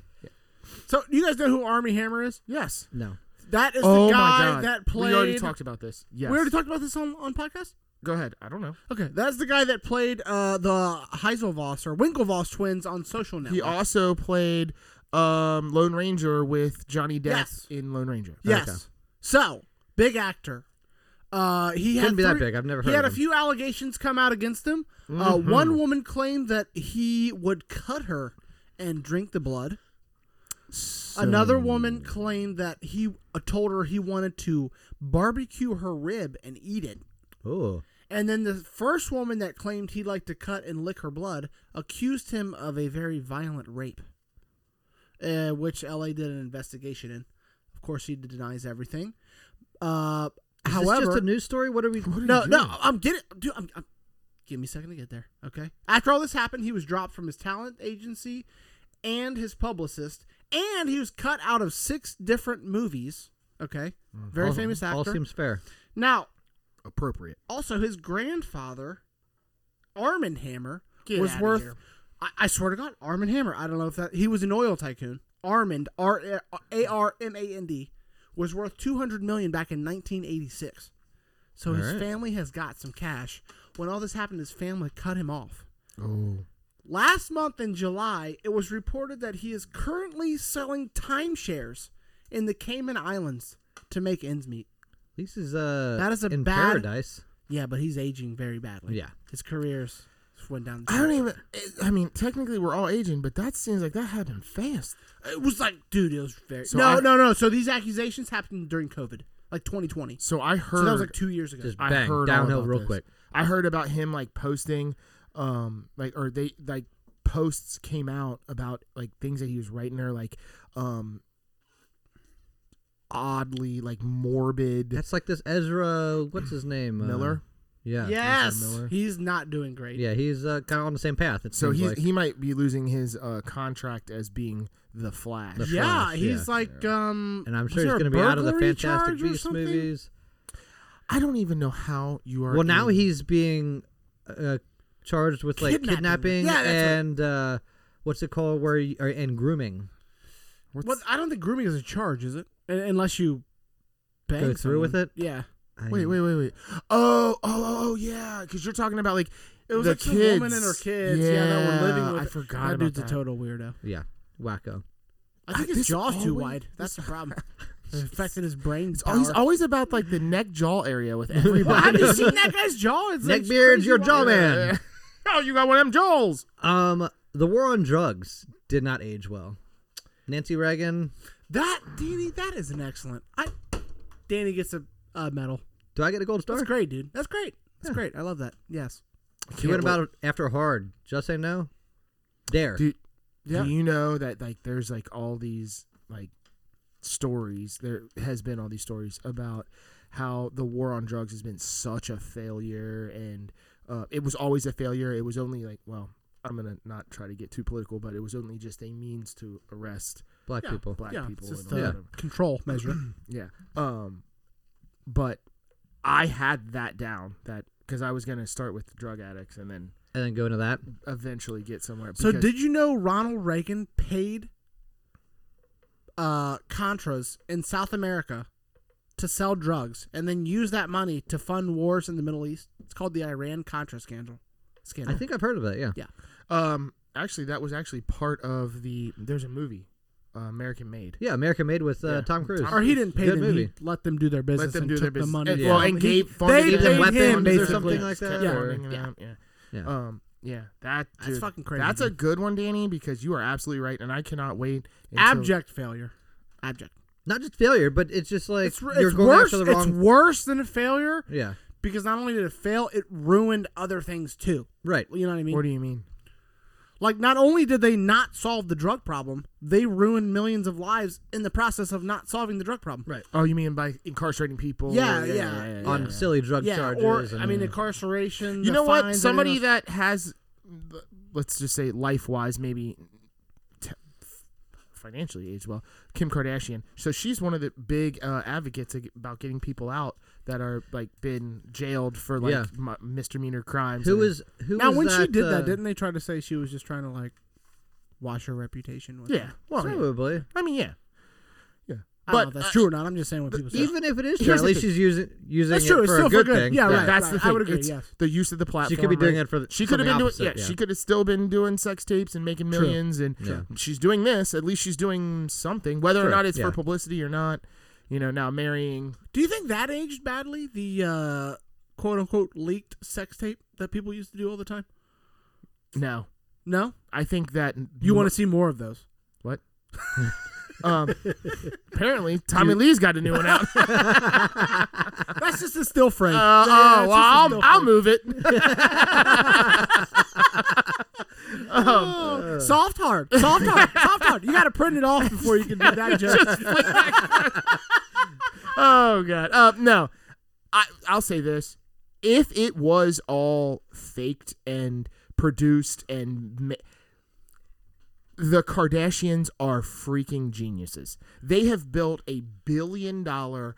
B: So you guys know who Army Hammer is?
A: Yes.
C: no.
B: That is
A: oh my
B: the guy
A: god.
B: that played.
A: We already talked about this. Yes.
B: We already talked about this on on podcast.
A: Go ahead. I don't know.
B: Okay, that's the guy that played uh, the Heiselvoss or Winklevoss twins on Social Network.
A: He also played um, Lone Ranger with Johnny Depp
B: Yes.
A: in Lone Ranger.
B: yes.
C: Okay.
B: So big actor. Uh, he
C: Couldn't
B: had
C: be that
B: three-
C: big. I've never
B: He
C: heard
B: had
C: of
B: a
C: him. Mm-hmm.
B: few allegations come out against him. Uh, one woman claimed that he would cut her and drink the blood. Another woman claimed that he uh, told her he wanted to barbecue her rib and eat it.
C: Oh,
B: And then the first woman that claimed he liked to cut and lick her blood accused him of a very violent rape, uh, which LA did an investigation in. Of course, he denies everything. Uh,
C: is
B: however,
C: this just a news story? What are we?
B: no, no, I'm getting. Dude, I'm, I'm, give me a second to get there. Okay. After all this happened, he was dropped from his talent agency and his publicist, and he was cut out of six different movies. Okay. Very
C: Mm, All-
B: famous
C: All
B: actor.
C: seems fair.
B: now,
A: Appropriate.
B: also his grandfather, Arm and Hammer,
A: Get
B: was
A: outta
B: worth.
A: here.
B: I, I swear to God, Arm and Hammer. I don't know if that he was an oil tycoon. Armand R A R M A N D was worth two hundred million back in nineteen eighty six. So his
C: Alright.
B: family has got some cash. When all this happened, his family cut him off.
A: Oh.
B: Last month in July, it was reported that he is currently selling timeshares in the Cayman Islands to make ends meet.
C: At least he's uh
B: That is a
C: in
B: bad-
C: paradise.
B: Yeah, but he's aging very badly.
C: Yeah.
B: his career's went down. The
A: I don't even. I mean, technically, we're all aging, but that seems like that happened fast.
B: It was like, dude, it was very.
A: So
B: no,
A: I-
B: no, no. So these accusations happened during COVID, like 2020.
A: So I heard.
B: So that was like two years ago.
C: Just
A: I
C: bang
A: heard all
C: downhill
A: about
C: real
A: this.
C: quick.
A: I heard about him like posting, um, like or they like posts came out about like things that he was writing or like, um, oddly like morbid.
C: That's like this Ezra. What's his name? Uh,
A: Miller?
C: Yeah.
A: Ezra
B: yes,
A: Miller.
B: he's not doing great.
C: Yeah, he's uh, kind of on the same path. It
A: so
C: seems
A: he
C: like.
A: he might be losing his uh contract as being the Flash.
C: The
B: Yeah,
C: Flash,
B: he's
C: yeah.
B: like, um,
C: and I'm
B: was
C: sure he's
B: there a
C: going to be out of the
B: burglary
C: Fantastic
B: charge or
C: Beast
B: something?
C: movies.
A: I don't even know how you are.
C: Well, now
A: in-
C: he's being uh, charged with like
B: Kidnapping.
C: kidnapping,
B: Yeah, that's what-
C: and uh, what's it called? Where you, or, and grooming.
A: What's-
B: Well, I don't think grooming is a charge, is it? Un- Unless you bang
C: Go through with
B: someone.
C: it?
B: Yeah,
C: I-
A: Wait, wait, wait, wait. Oh, oh, oh, oh, yeah. Because you're talking about like
B: it was
A: the
B: like
A: kids.
B: some woman and her kids. Yeah, that were living
A: Yeah,
B: with.
A: I
B: it.
A: forgot
B: that
A: about
B: dude's
A: that.
B: a total weirdo.
C: Yeah, wacko.
B: I think
A: I-
B: his
A: this
B: jaw's too
A: always-
B: wide. That's the problem. It affected his brain.
A: It's al- Oh, he's always about like the neck jaw area with everybody.
B: Have you seen that guy's jaw? It's like
C: Neckbeard's
B: crazy
C: your
B: wide.
C: jaw man.
A: Yeah. oh, you got one of them jaws.
C: Um, the war on drugs did not age well. Nancy Reagan.
B: That Danny, that is an excellent. I Danny gets a, a medal.
C: Do I get a gold star?
B: That's great, dude. That's great. That's great. I love that. Yes.
C: She went about after hard. Just say no. Dare.
A: Dude,
B: Yeah.
A: Do you know that like there's like all these like stories? There has been all these stories about how the war on drugs has been such a failure, and uh, it was always a failure. It was only like, well, I'm gonna not try to get too political, but it was only just a means to arrest
C: Black
B: yeah.
C: people.
A: black
B: Yeah,
A: people.
B: it's just
A: and
B: a
A: whatever.
B: Control measure.
A: Yeah. Um, but I had that down that because I was gonna start with drug addicts and then
C: And then go into that.
A: eventually get somewhere.
B: so
A: because-
B: did you know Ronald Reagan paid uh, contras in South America to sell drugs and then use that money to fund wars in the Middle East. It's called the Iran Contra scandal. Scandal.
C: I think I've heard of that. Yeah.
B: Yeah.
A: Um, actually, that was actually part of the. There's a movie, uh, American Made.
C: Yeah, America Made with uh,
A: Yeah.
C: Tom Cruise.
A: Tom-
B: or he didn't pay
C: Good
B: them.
C: movie.
B: He let them do their
A: Let
B: business
A: them
B: and
A: do
B: took
A: their business.
B: the money.
A: and,
B: from
A: Well,
B: them.
A: and
B: He-
A: gave
B: they
A: funded
B: paid
A: them
B: him,
A: weapons
C: basically.
A: or something
C: like that,
A: Yeah.
C: or-
A: yeah. yeah.
C: Yeah.
A: Um, yeah, that
B: That's
A: dude,
B: fucking crazy,
A: That's a
B: dude.
A: good one, Danny, because you are absolutely right, and I cannot wait. until-
B: abject failure. Abject.
C: Not just failure, but it's just like
B: It's,
C: you're
B: it's
C: going
B: worse.
C: after the
B: It's
C: wrong.
B: worse than a failure
C: yeah.
B: because not only did it fail, it ruined other things too.
C: Right.
B: You know what I mean?
A: What do you mean?
B: Like, not only did they not solve the drug problem, they ruined millions of lives in the process of not solving the drug problem.
C: Right.
A: Oh, you mean by incarcerating people?
B: Yeah, yeah.
C: On silly drug
B: Yeah,
C: charges.
B: or
C: and,
B: I mean,
C: uh,
B: incarceration.
A: You
B: the
A: know what?
B: fines, and
A: Somebody
B: everything
A: that has, let's just say, life wise, maybe t- financially aged well, Kim Kardashian. So she's one of the big uh, advocates ag- about getting people out that are like been jailed for like
C: Yeah.
A: mi- misdemeanor crimes.
C: who
A: and-
C: is who?
B: else. Now,
C: was
B: when
C: that,
B: she did
C: uh,
B: that, didn't they try to say she was just trying to like wash her reputation? With
A: Yeah. Well, yeah.
C: Probably.
A: I mean, yeah. Yeah.
B: I
A: But
B: don't know if that's
A: uh,
B: true or not. I'm just saying what people say.
C: Even if it is true,
A: Here's
C: at
A: the
C: least
A: thing.
C: she's using using
B: That's true,
C: it
B: it's
C: for
B: still
C: a
B: for
C: good,
B: good.
C: thing.
B: Yeah, right.
A: that's the
B: I
A: thing.
B: would agree,
A: It's
B: yes.
A: the use of the platform.
C: She could be doing
A: right?
C: it for the,
A: She could have
C: something
A: been doing
C: opposite,
A: yeah, She could have still been doing sex tapes and making millions, and
C: Yeah.
A: she's doing this. At least she's doing something, whether or
C: True,
A: not it's
C: yeah.
A: for publicity or not. You know, now marrying.
B: Do you think that aged badly? The uh, quote unquote leaked sex tape that people used to do all the time.
A: No,
B: No,
A: I think that
B: you want to see more of those.
A: what? um, apparently, Tommy Lee's got a new one out. uh,
B: That's just a still frame.
A: oh, well,
B: it's just a
A: I'll,
B: still
A: I'll
B: frame.
A: move it.
B: soft hard, soft hard, soft hard. You got to print it off before you can do that. Just
A: oh god. Uh, no, I I'll say this: if it was all faked and produced and. Ma- the Kardashians are freaking geniuses. They have built a billion dollar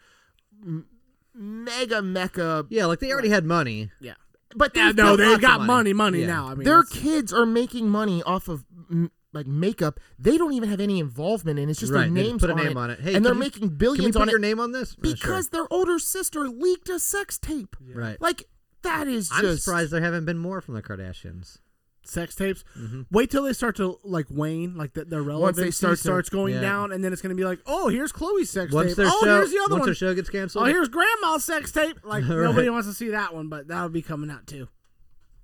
A: m- mega mecca.
C: Yeah, like they already had money.
A: Yeah. But
B: yeah,
A: they've
B: no,
A: built
B: they've
A: lots of
B: got money,
C: money.
B: money
C: Yeah.
B: now. I mean,
A: their
B: that's-
A: kids are making money off of m- like makeup. They don't even have any involvement in it. It's just their
C: Right, they just
A: names
C: put a
A: on
C: name
A: it,
C: on it. Hey,
A: and they're
C: can you-
A: making
C: Can we
A: billions
C: put
A: on
C: your
A: it
C: name on this? Yeah, sure.
A: because their older sister leaked a sex tape.
C: Right.
A: Like that is just
C: I'm surprised there haven't been more from the Kardashians.
B: sex tapes. Wait till they start to like wane, like the, their
A: Once
B: relevancy
A: they start to-
B: starts going
C: Yeah.
B: down, and then it's gonna be like, oh, here's Chloe's sex
C: Once
B: tape.
C: their
B: Oh,
C: show,
B: here's the other
C: once
B: one.
C: their show gets
B: oh,
C: canceled,
B: here's Grandma's sex tape. Like
C: Right.
B: nobody wants to see that one, but that'll be coming out too. You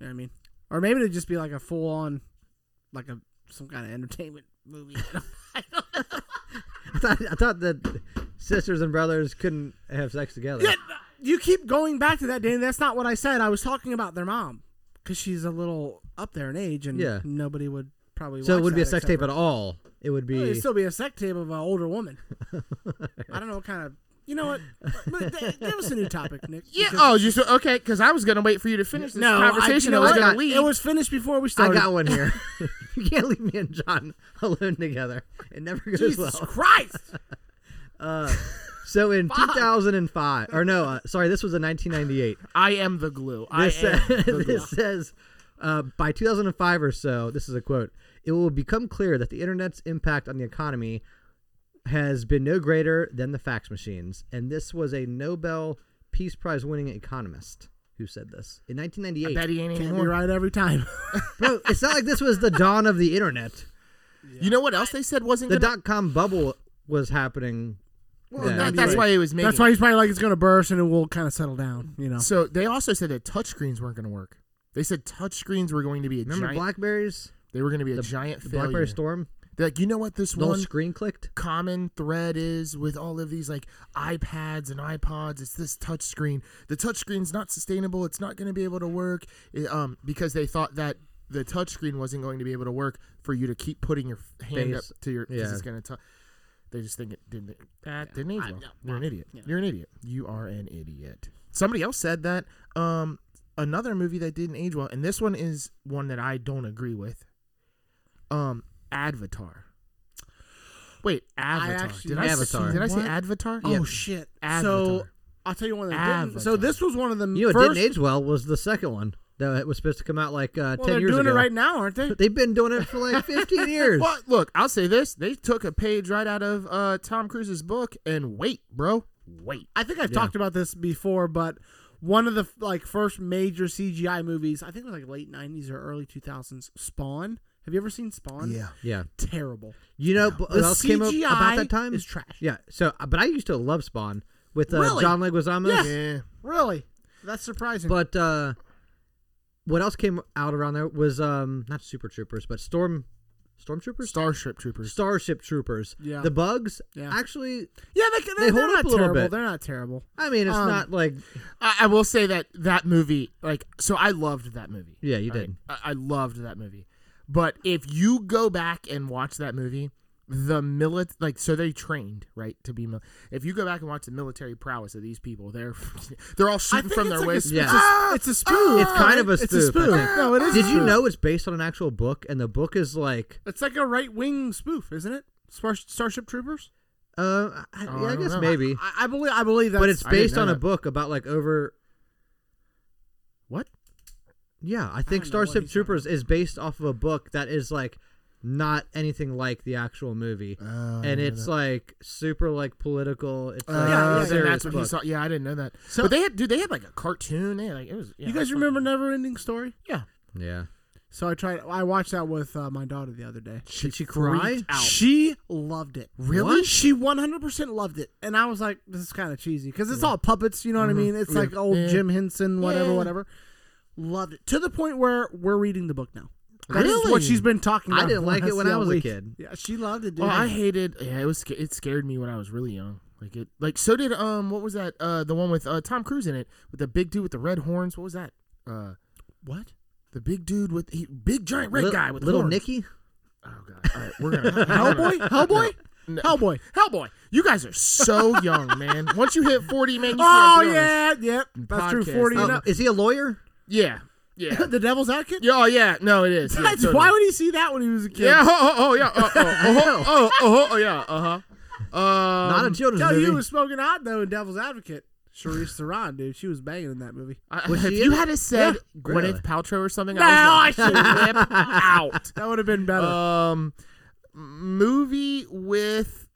B: know what I mean? Or maybe it'd just be like a full on, like a some kind of entertainment movie.
C: I, thought, I thought that sisters and brothers couldn't have sex together.
B: Yeah, you keep going back to that, Danny. That's not what I said. I was talking about their mom because she's a little up there in age, and
C: Yeah.
B: nobody would probably.
C: so
B: watch
C: it would be a
B: that
C: sex
B: except
C: tape
B: for-
C: at all. It would
B: Well,
C: be
B: It'd still be a sex tape of an older woman. I don't know what kind of. You know what? But th- Give us a new topic, Nick.
A: Yeah.
B: because-
A: Oh, you so, okay? Because I was gonna wait for you to finish this
B: no,
A: conversation.
B: I,
A: I,
B: you know
A: was
B: what?
A: gonna
B: I-
A: leave.
B: It was finished before we
C: I
B: started.
C: got one here. you can't leave me and John alone together. It never goes
B: Jesus
C: well.
B: Christ!
C: So in 2005, or no, uh, sorry, this was in 1998.
A: I am the glue. I
C: This,
A: am
C: says-
A: the glue.
C: this says, uh, by 2005 or so, this is a quote, it will become clear that the internet's impact on the economy has been no greater than the fax machines. And this was a Nobel Peace Prize winning economist who said this in
A: I
C: 1998.
A: bet he ain't
B: Can't be
A: anymore.
B: right every time.
C: Bro, it's not like this was the dawn of the internet.
A: You know what else they said wasn't
C: The
A: gonna-
C: dot com bubble was happening. then.
A: that- that's why it was making.
B: That's why he's probably like it's gonna burst and it will kind of settle down. You know.
A: So they also said that touchscreens weren't going to work. They said touchscreens were going to be a
C: Remember
A: giant.
C: Blackberries?
A: they were going to be a
C: The-
A: giant
C: The
A: failure.
C: Blackberry Storm?
A: They're like, you know what? This
C: The whole
A: one
C: screen clicked?
A: common thread is with all of these like iPads and iPods. It's this touchscreen. The touchscreen's not sustainable. It's not going to be able to work. It- um, because they thought that the touchscreen wasn't going to be able to work for you to keep putting your hand
C: Face.
A: up to your. 'cause
C: Yeah.
A: It's going to touch. They just think it didn't. That didn't age well. You're an idiot. You're an idiot. You are an idiot. Somebody else said that. Um, another movie that didn't age well, and this one is one that I don't agree with. Um, Avatar. Wait, Avatar.
B: actually-
A: did I
C: Avatar.
A: Say, did I say
B: What?
A: Avatar?
B: Oh shit! So
A: Avatar.
B: I'll tell you one. That didn't. So
A: Avatar.
B: this was one of the
C: You know, it
B: first
C: didn't age well was the second one. that was supposed to come out like uh,
B: Well,
C: 10
B: they're
C: years
B: doing
C: ago.
B: it right now, aren't they?
C: They've been doing it for like 15 years.
A: Well, look, I'll say this: they took a page right out of uh, Tom Cruise's book, and wait, bro, wait.
B: I think I've
C: Yeah.
B: talked about this before, but one of the like first major CGI movies, I think it was like late '90s or early 2000s. Spawn. Have you ever seen Spawn?
D: Yeah.
C: Yeah.
B: Terrible.
C: You know but
B: The
C: what else came up about that
B: CGI
C: time?
B: is trash.
C: Yeah. So, uh, but I used to love Spawn with uh,
B: Really?
C: John Leguizamo.
A: Yeah,
B: Really? That's surprising.
C: But uh, what else came out around there was um not Super Troopers, but Storm Stormtroopers,
A: Starship Troopers.
C: Starship Troopers.
B: Yeah.
C: The bugs.
B: Yeah.
C: Actually,
B: yeah, they,
C: they
B: they're,
C: hold
B: they're
C: up
B: not
C: a little
B: terrible.
C: bit.
B: They're not terrible.
C: I mean, it's
B: Um,
C: not like
A: I, I will say that that movie, like, so I loved that movie.
C: Yeah, you
A: All right?
C: did.
A: I, I loved that movie, but if you go back and watch that movie, the milit like so they trained right to be. Mil- if you go back and watch the military prowess of these people, they're they're all shooting
B: think
A: from
B: it's
A: their
B: like a
A: waist.
C: Yeah.
B: It's a spoof. Ah!
C: It's kind of a
B: It's a
C: spoof, I
B: spoof.
C: think.
B: No, it is. a
C: Did you
B: spoof.
C: know it's based on an actual book, and the book is like,
B: It's like a right wing spoof, isn't it? Star- Starship Troopers.
C: uh, I,
A: Oh,
C: yeah,
A: I
C: I
A: don't
C: guess
A: know.
C: maybe,
B: I, I believe. I believe that.
C: but it's
A: I didn't
C: based
A: know
C: on a
A: that.
C: book about like over.
A: What?
C: Yeah, I think
B: don't know what
C: Starship
B: he's talking
C: Troopers is based off of a book that is like not anything like the actual movie,
A: Uh,
B: Oh.
C: and it's like super like political. It's
A: Uh,
B: yeah,
C: like,
A: yeah,
C: a
B: yeah,
A: then
C: serious
A: that's what he
C: book.
A: saw. Yeah, I didn't know that. but they had, dude, they had like a cartoon. They had, like it was. yeah,
B: you guys
A: I
B: remember Never Ending Story?
A: Yeah.
C: Yeah.
B: So I tried. I watched that with uh, my daughter the other day.
C: Did she cry?
A: Out.
B: She loved it.
A: Really? What?
B: She 100% loved it. And I was like, this is kind of cheesy because it's all puppets. You know
C: Mm-hmm.
B: what I mean? It's like old
A: Yeah.
B: Jim Henson, whatever,
A: Yeah.
B: whatever. Loved it to the point where we're reading the book now. That's
A: Really?
B: what she's been talking
C: I
B: about.
C: didn't
B: for
C: like
B: the
C: it when
B: last
C: I was a
B: week.
C: kid.
B: Yeah, she loved it, dude.
A: Oh, I hated. Yeah, it was. sca- It scared me when I was really young. Like it. Like so did um. What was that? Uh, the one with uh Tom Cruise in it with the big dude with the red horns. What was that? Uh,
B: what?
A: the big dude with he, big giant red
C: Lit-
A: guy with
C: little
A: horns.
C: Nicky.
A: Oh god. All right, we're gonna
B: Hellboy? Hellboy?
A: No.
B: Hellboy.
A: Hellboy. You guys are so young, man. Once you hit forty, man. You
B: Oh,
A: can't be on this.
B: yeah, yeah. That's true.
A: Podcast.
B: 40
C: Um,
B: and up.
C: is he a lawyer?
A: Yeah. Yeah.
B: the Devil's Advocate?
A: Yeah. Oh yeah. No, it is. Yeah,
B: That's-
A: totally.
B: Why would he see that when he was a kid?
A: Yeah. Oh, oh, oh yeah. Oh, oh, oh, oh, oh, oh, oh, yeah. Uh huh. Um,
C: Not a children's
B: Tell
C: movie.
B: you, was smoking hot though in Devil's Advocate. Charisse Theron, dude, she was banging in that movie.
A: I-
C: Was
A: if
C: she
A: you
C: in
A: had a said Gwyneth
C: Really?
A: Paltrow or something,
B: No,
A: I was
B: I
A: gonna flip out.
B: That would have been better.
A: Um, movie with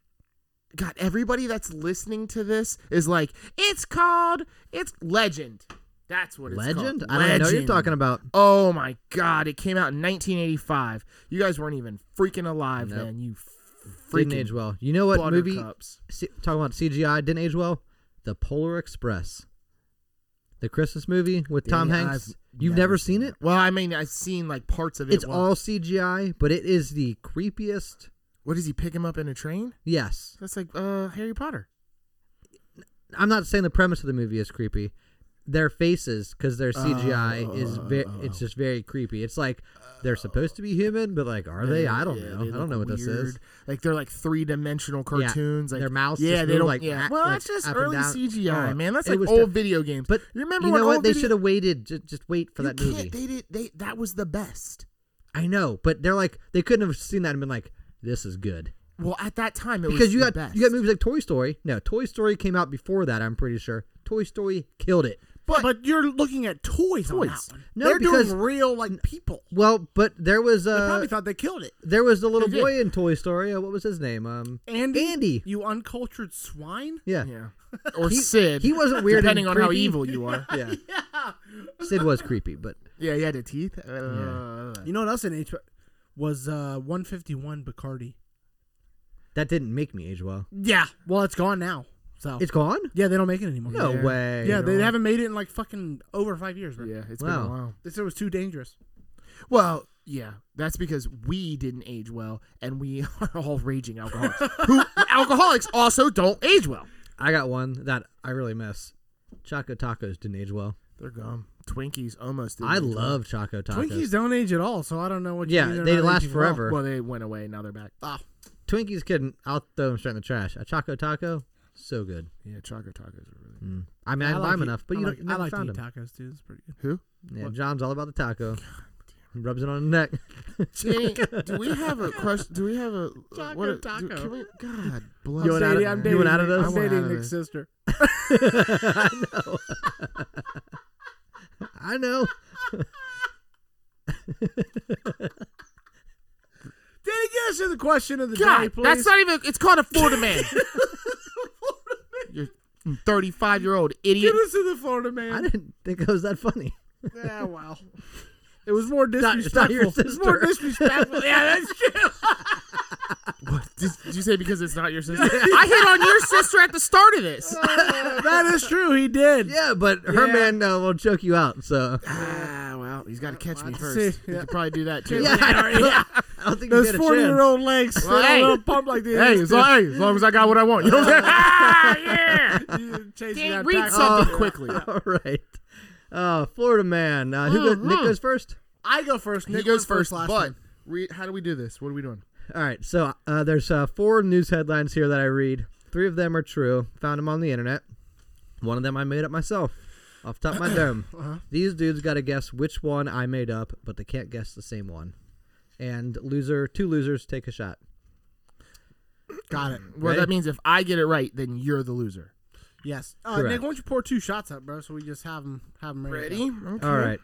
A: God. Everybody that's listening to this is like, it's called it's Legend. That's what it's
C: Legend?
A: called.
C: I don't know what you're
A: Legend.
C: talking about.
A: Oh my God! It came out in 1985. You guys weren't even freaking alive
C: Nope.
A: then. You f-
C: Didn't
A: freaking
C: age well. You know what movie?
A: buttercups.
C: C- talking about CGI didn't age well. The Polar Express, the Christmas movie with Tom
A: Dang,
C: Hanks.
A: I've
C: You've
A: never
C: never seen it?
A: Well, I mean, I've seen like parts of it.
C: It's
A: Well,
C: all CGI, but it is the creepiest.
A: What does he pick him up in a train?
C: Yes,
A: That's like uh Harry Potter.
C: I'm not saying the premise of the movie is creepy. Their faces, because their CGI is, ve-
A: Oh,
C: it's just very creepy. It's like they're supposed to be human, but like, are they? I don't
A: Yeah,
C: know.
A: they
C: I don't know
A: look
C: what this is.
A: weird. Like they're like three dimensional cartoons. like
C: their mouths
A: Yeah,
C: just
A: they
C: move,
A: don't
C: like,
A: Yeah.
C: back-
A: well,
C: like,
A: that's just
C: up and
A: early
C: down.
A: CGI,
C: Oh,
A: man. That's
C: it
A: like
C: was
A: old
C: def-
A: video games.
C: But
A: you remember
C: you
A: when
C: know what?
A: old
C: They
A: video-
C: should have waited. Just, just wait for
A: You
C: that
A: can't.
C: movie.
A: They did. They that was the best.
C: I know, but they're like they couldn't have seen that and been like, "This is good."
A: Well, at that time, it
C: because
A: was
C: you
A: the
C: got
A: best.
C: you got movies like Toy Story. No, Toy Story came out before that. I'm pretty sure Toy Story killed it.
B: but, but you're looking at toys, on that
A: Toys.
B: one.
C: No,
B: They're
C: because-
B: doing real like people.
C: Well, but there was
B: They
C: uh
B: probably thought they killed it.
C: there was the little
A: They did.
C: boy in Toy Story. Uh, What was his name? Um,
B: Andy,
C: Andy.
B: you uncultured swine.
C: yeah,
A: Yeah. Or Sid.
C: he wasn't weird and
A: depending on how
C: creepy.
A: evil you are.
C: yeah. Sid was creepy, but
A: Yeah, he had the teeth. Uh,
B: You know what else in H was uh, 151 Bacardi.
C: that didn't make me age well.
B: Yeah, well, it's gone now. So
C: It's gone.
B: yeah, they don't make it anymore.
C: No
A: Yeah.
C: way.
B: yeah, they
A: know.
B: haven't made it in like fucking over five years. Bro.
A: Yeah, it's been
C: Wow.
A: a while.
B: They said it was too dangerous.
A: Well, yeah, that's because we didn't age well, and we are all raging alcoholics. Who alcoholics also don't age well.
C: I got one that I really miss. Choco tacos didn't age well.
A: They're gone. Twinkies almost. Didn't
C: I
A: age well.
C: love Choco tacos.
B: Twinkies don't age at all, so I don't know what. you
C: Yeah,
B: mean they're
C: they
B: not
C: last
B: aging well.
C: forever.
A: Well, they went away. Now they're back.
C: Ah. Twinkies couldn't. I'll throw them straight in the trash. A Choco Taco, so good.
A: Yeah, chocolate tacos are really.
C: Mm. I mean, I,
B: I like
C: didn't buy 'em
B: to-
C: enough, but
B: I
C: you
B: like, I
C: don't never
B: like to
C: found
B: eat
C: 'em.
B: tacos too. It's pretty good.
A: Who?
C: Yeah, John's all about the taco. Rubs it on the neck. Mm.
A: Danny, do we have a question? Do we have a
B: Chocolate
A: what? a- do-
B: taco.
A: can we, God bless.
C: You want out of-
B: Sadie, I'm
C: you
B: dating,
C: want out of
B: Nick-
C: this?
A: I
B: I'm
A: want out
B: dating
A: of this.
B: Nick's sister.
C: I know. I know.
B: the question of the day,
A: God,
B: please.
A: that's not even. It's called a Florida man. You're thirty-five year old idiot.
B: Get us to the Florida
C: I
B: man.
C: didn't think it was that funny.
B: Yeah, wow. It was more
C: not- it's not
B: disrespectful.
C: your
B: It was more
C: sister.
B: disrespectful. yeah, that's true.
A: What? Did, did you say because it's not your sister? I hit on your sister at the start of this.
B: that is true. He did.
C: Yeah, but her
B: Yeah.
C: man uh, will choke you out. So
A: ah, well, he's got to catch me
B: Let's
A: first.
B: see.
A: You
B: Yeah.
A: could probably do that too.
C: yeah, I don't, yeah. I don't think you
B: Those
C: get a
B: 40 year
C: chance.
B: old legs.
A: Well,
B: they had
A: hey.
B: a little pump like the
A: Hey, as long, hey, as long as I got what I want, you know what I'm saying? ah, yeah. Dan,
B: Hey,
A: read something
C: Oh.
A: quickly.
C: All right, uh, Florida man. Uh,
B: Oh,
C: who goes, Nick
A: Mhm.
C: goes first.
B: I go first.
A: He
B: Nick
A: goes
B: went
A: first,
B: last
A: but
B: time.
A: re- how do we do this? What are we doing?
C: All right, so uh, there's uh, four news headlines here that I read. Three of them are true. Found them on the internet. One of them I made up myself, off the top of my dome.
A: Uh-huh.
C: These dudes got to guess which one I made up, but they can't guess the same one. And loser, two losers take a shot.
B: Got it.
A: Well,
C: Ready?
A: that means if I get it right, then you're the loser.
B: Yes. Uh,
C: Correct.
B: Nick, why don't you pour two shots up, bro, so we just have them, have them ready. to go.
A: Okay.
C: All right,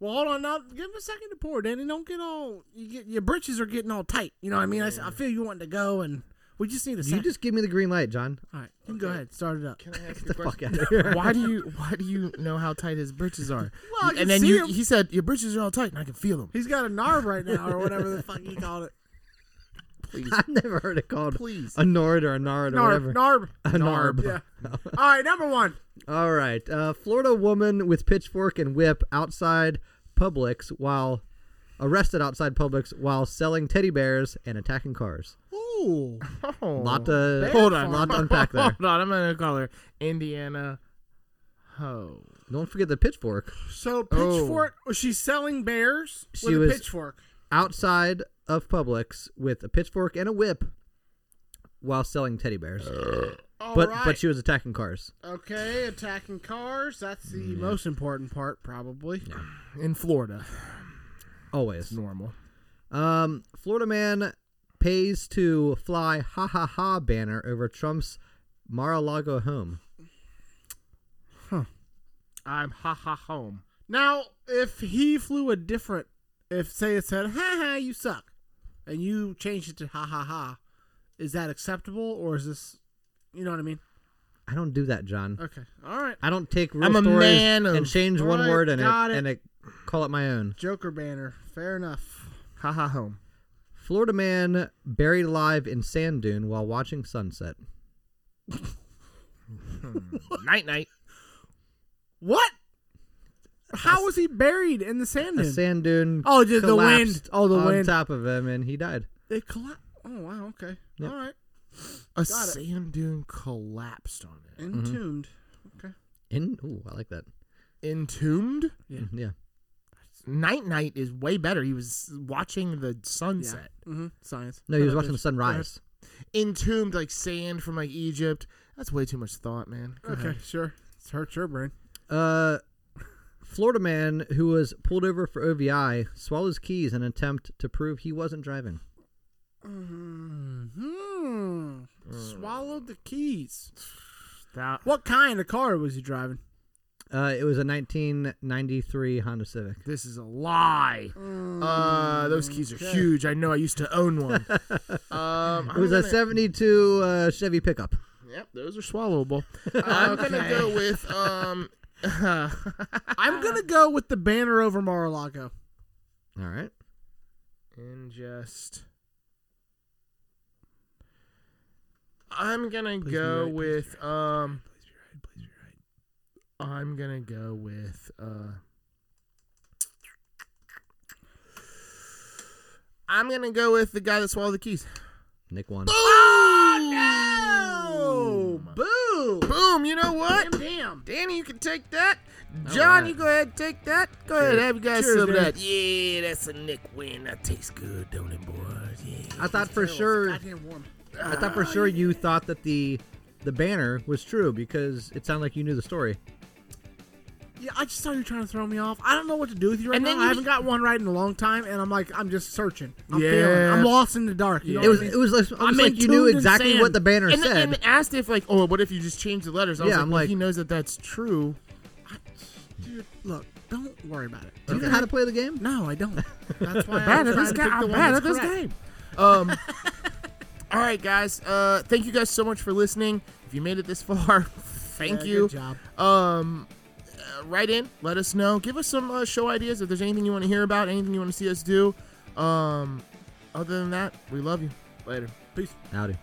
B: Well, hold on. Now, give him a second to pour, Danny. Don't get all. You get, your britches are getting all tight. You know what I mean? I s I I, feel you wanting to go, and we just need a
C: you
B: second.
C: just give me the green light, John.
B: all right. You can go ahead. Start it up.
A: Can I ask you
C: Get
A: a
C: the
A: question?
C: fuck out of here.
A: Why do you why do you know how tight his britches are?
B: Well, I can
A: and then
B: see
A: you,
B: him.
A: he said your britches are all tight, and I can feel them.
B: He's got a narb right now, or whatever the fuck he called it.
A: Please,
C: I've never heard it called
A: please.
C: a nord or a nard or whatever.
B: Narb. Narb.
C: A narb.
B: Yeah. All right. Number one.
C: All right. Uh, Florida woman with pitchfork and whip outside Publix while arrested outside Publix while selling teddy bears and attacking cars.
B: Ooh.
A: Oh.
C: Lot to
A: Hold on,
C: lot to unpack there.
A: Hold on, I'm gonna call her Indiana Ho.
C: Don't forget the pitchfork
B: So
A: Oh.
B: pitchfork. Was she selling bears
C: She
B: with
C: was-
B: a pitchfork?
C: outside of Publix with a pitchfork and a whip while selling teddy bears.
B: All
C: but
B: right.
C: but she was attacking cars.
B: okay, attacking cars. That's the most important part, probably.
A: in Florida.
C: Always.
A: Normal.
C: Um, Florida man pays to fly ha ha ha banner over Trump's Mar-a-Lago home.
A: I'm ha ha home.
B: Now, if he flew a different, if say it said "ha ha, you suck," and you changed it to "ha ha ha," is that acceptable or is this, you know what I mean?
C: I don't do that, John.
B: Okay, all right.
C: I don't take real
A: I'm a
C: stories
A: man of-
C: and change one
B: Alright,
C: word and it,
B: got it.
C: and it, call it my own.
B: Joker banner, fair enough.
A: Ha ha home.
C: Florida man buried alive in sand dune while watching sunset.
A: night night.
B: What? How was he buried in the sand?
C: A
B: dune?
C: sand dune.
B: Oh, just the wind.
C: collapsed
B: Oh, the
C: on
B: wind.
C: top of him, and he died.
B: It collapsed. Oh wow. Okay.
C: Yep.
B: All right.
A: A
B: Got it.
A: sand dune collapsed on it.
B: Entombed.
C: In ooh, I like that.
A: Entombed.
B: Yeah.
C: Yeah.
A: Night night is way better. He was watching the sunset.
B: Mm-hmm. Science.
C: No, he was
B: Go
C: watching the
B: ahead.
C: sunrise.
A: Entombed like sand from like Egypt. That's way too much thought, man. Go
B: Okay,
A: ahead.
B: sure. It's hurt your brain.
C: Uh, Florida man who was pulled over for OVI swallows keys in an attempt to prove he wasn't driving.
B: Mm-hmm. Hmm. Swallowed the keys.
A: That-
B: What kind of car was he driving?
C: Uh, it was a 1993 Honda Civic.
A: This is a lie. Uh, those keys are
B: okay.
A: huge. I know. I used to own one. um,
C: It was a 72 uh, Chevy pickup.
A: Yep, those are swallowable. I'm gonna go with um.
B: I'm gonna go with the banner over Mar-a-Lago.
C: All right.
A: and just. I'm gonna
B: be
A: go
B: right, please be
A: with um.
B: Please be right. Please be right.
A: I'm gonna go with uh. I'm gonna go with the guy that swallowed the keys.
C: Nick won.
B: Oh, boo!
A: Boom! You know what?
B: Damn, damn.
A: Danny, you can take that. John,
C: right.
A: you go ahead and take that. Go ahead, have you guys
B: Cheers,
A: some of
B: Danny.
A: that. Yeah, that's a Nick win. That tastes good, don't it, boys? Yeah.
C: I thought for sure.
B: Goddamn warm.
C: I thought for sure you thought that the the banner was true because it sounded like you knew the story.
B: Yeah, I just saw you trying to throw me off. I don't know what to do with you right
A: And
B: now.
A: then
B: I
A: you-
B: haven't got one right in a long time, and I'm like, I'm just searching. I'm
A: Yeah.
B: feeling. I'm lost in the dark. You know
C: It
B: what
C: was
B: I mean?
C: it was like, almost
B: I'm
C: like you knew
B: entombed in
C: exactly what
B: sand.
C: the banner
A: And,
C: said.
A: and asked if like, oh, what if you just change the letters? I was
C: Yeah,
A: like,
C: I'm
A: well,
C: like-
A: he knows that that's true.
B: Dude, look, don't worry about it.
C: Do you know how to play the game?
B: No, I don't. That's why
A: Bad
B: I
A: at
B: was
A: this game.
B: trying to pick the
A: I'm
B: one
A: bad at
B: that's
A: this
B: correct.
A: game. Um, all right, guys. Uh, thank you guys so much for listening. If you made it this far, thank
B: Yeah,
A: you.
B: Good job.
A: Um, uh, write in, let us know, give us some uh, show ideas. If there's anything you want to hear about, anything you want to see us do. Um, other than that, we love you. Later.
B: Peace.
C: Howdy.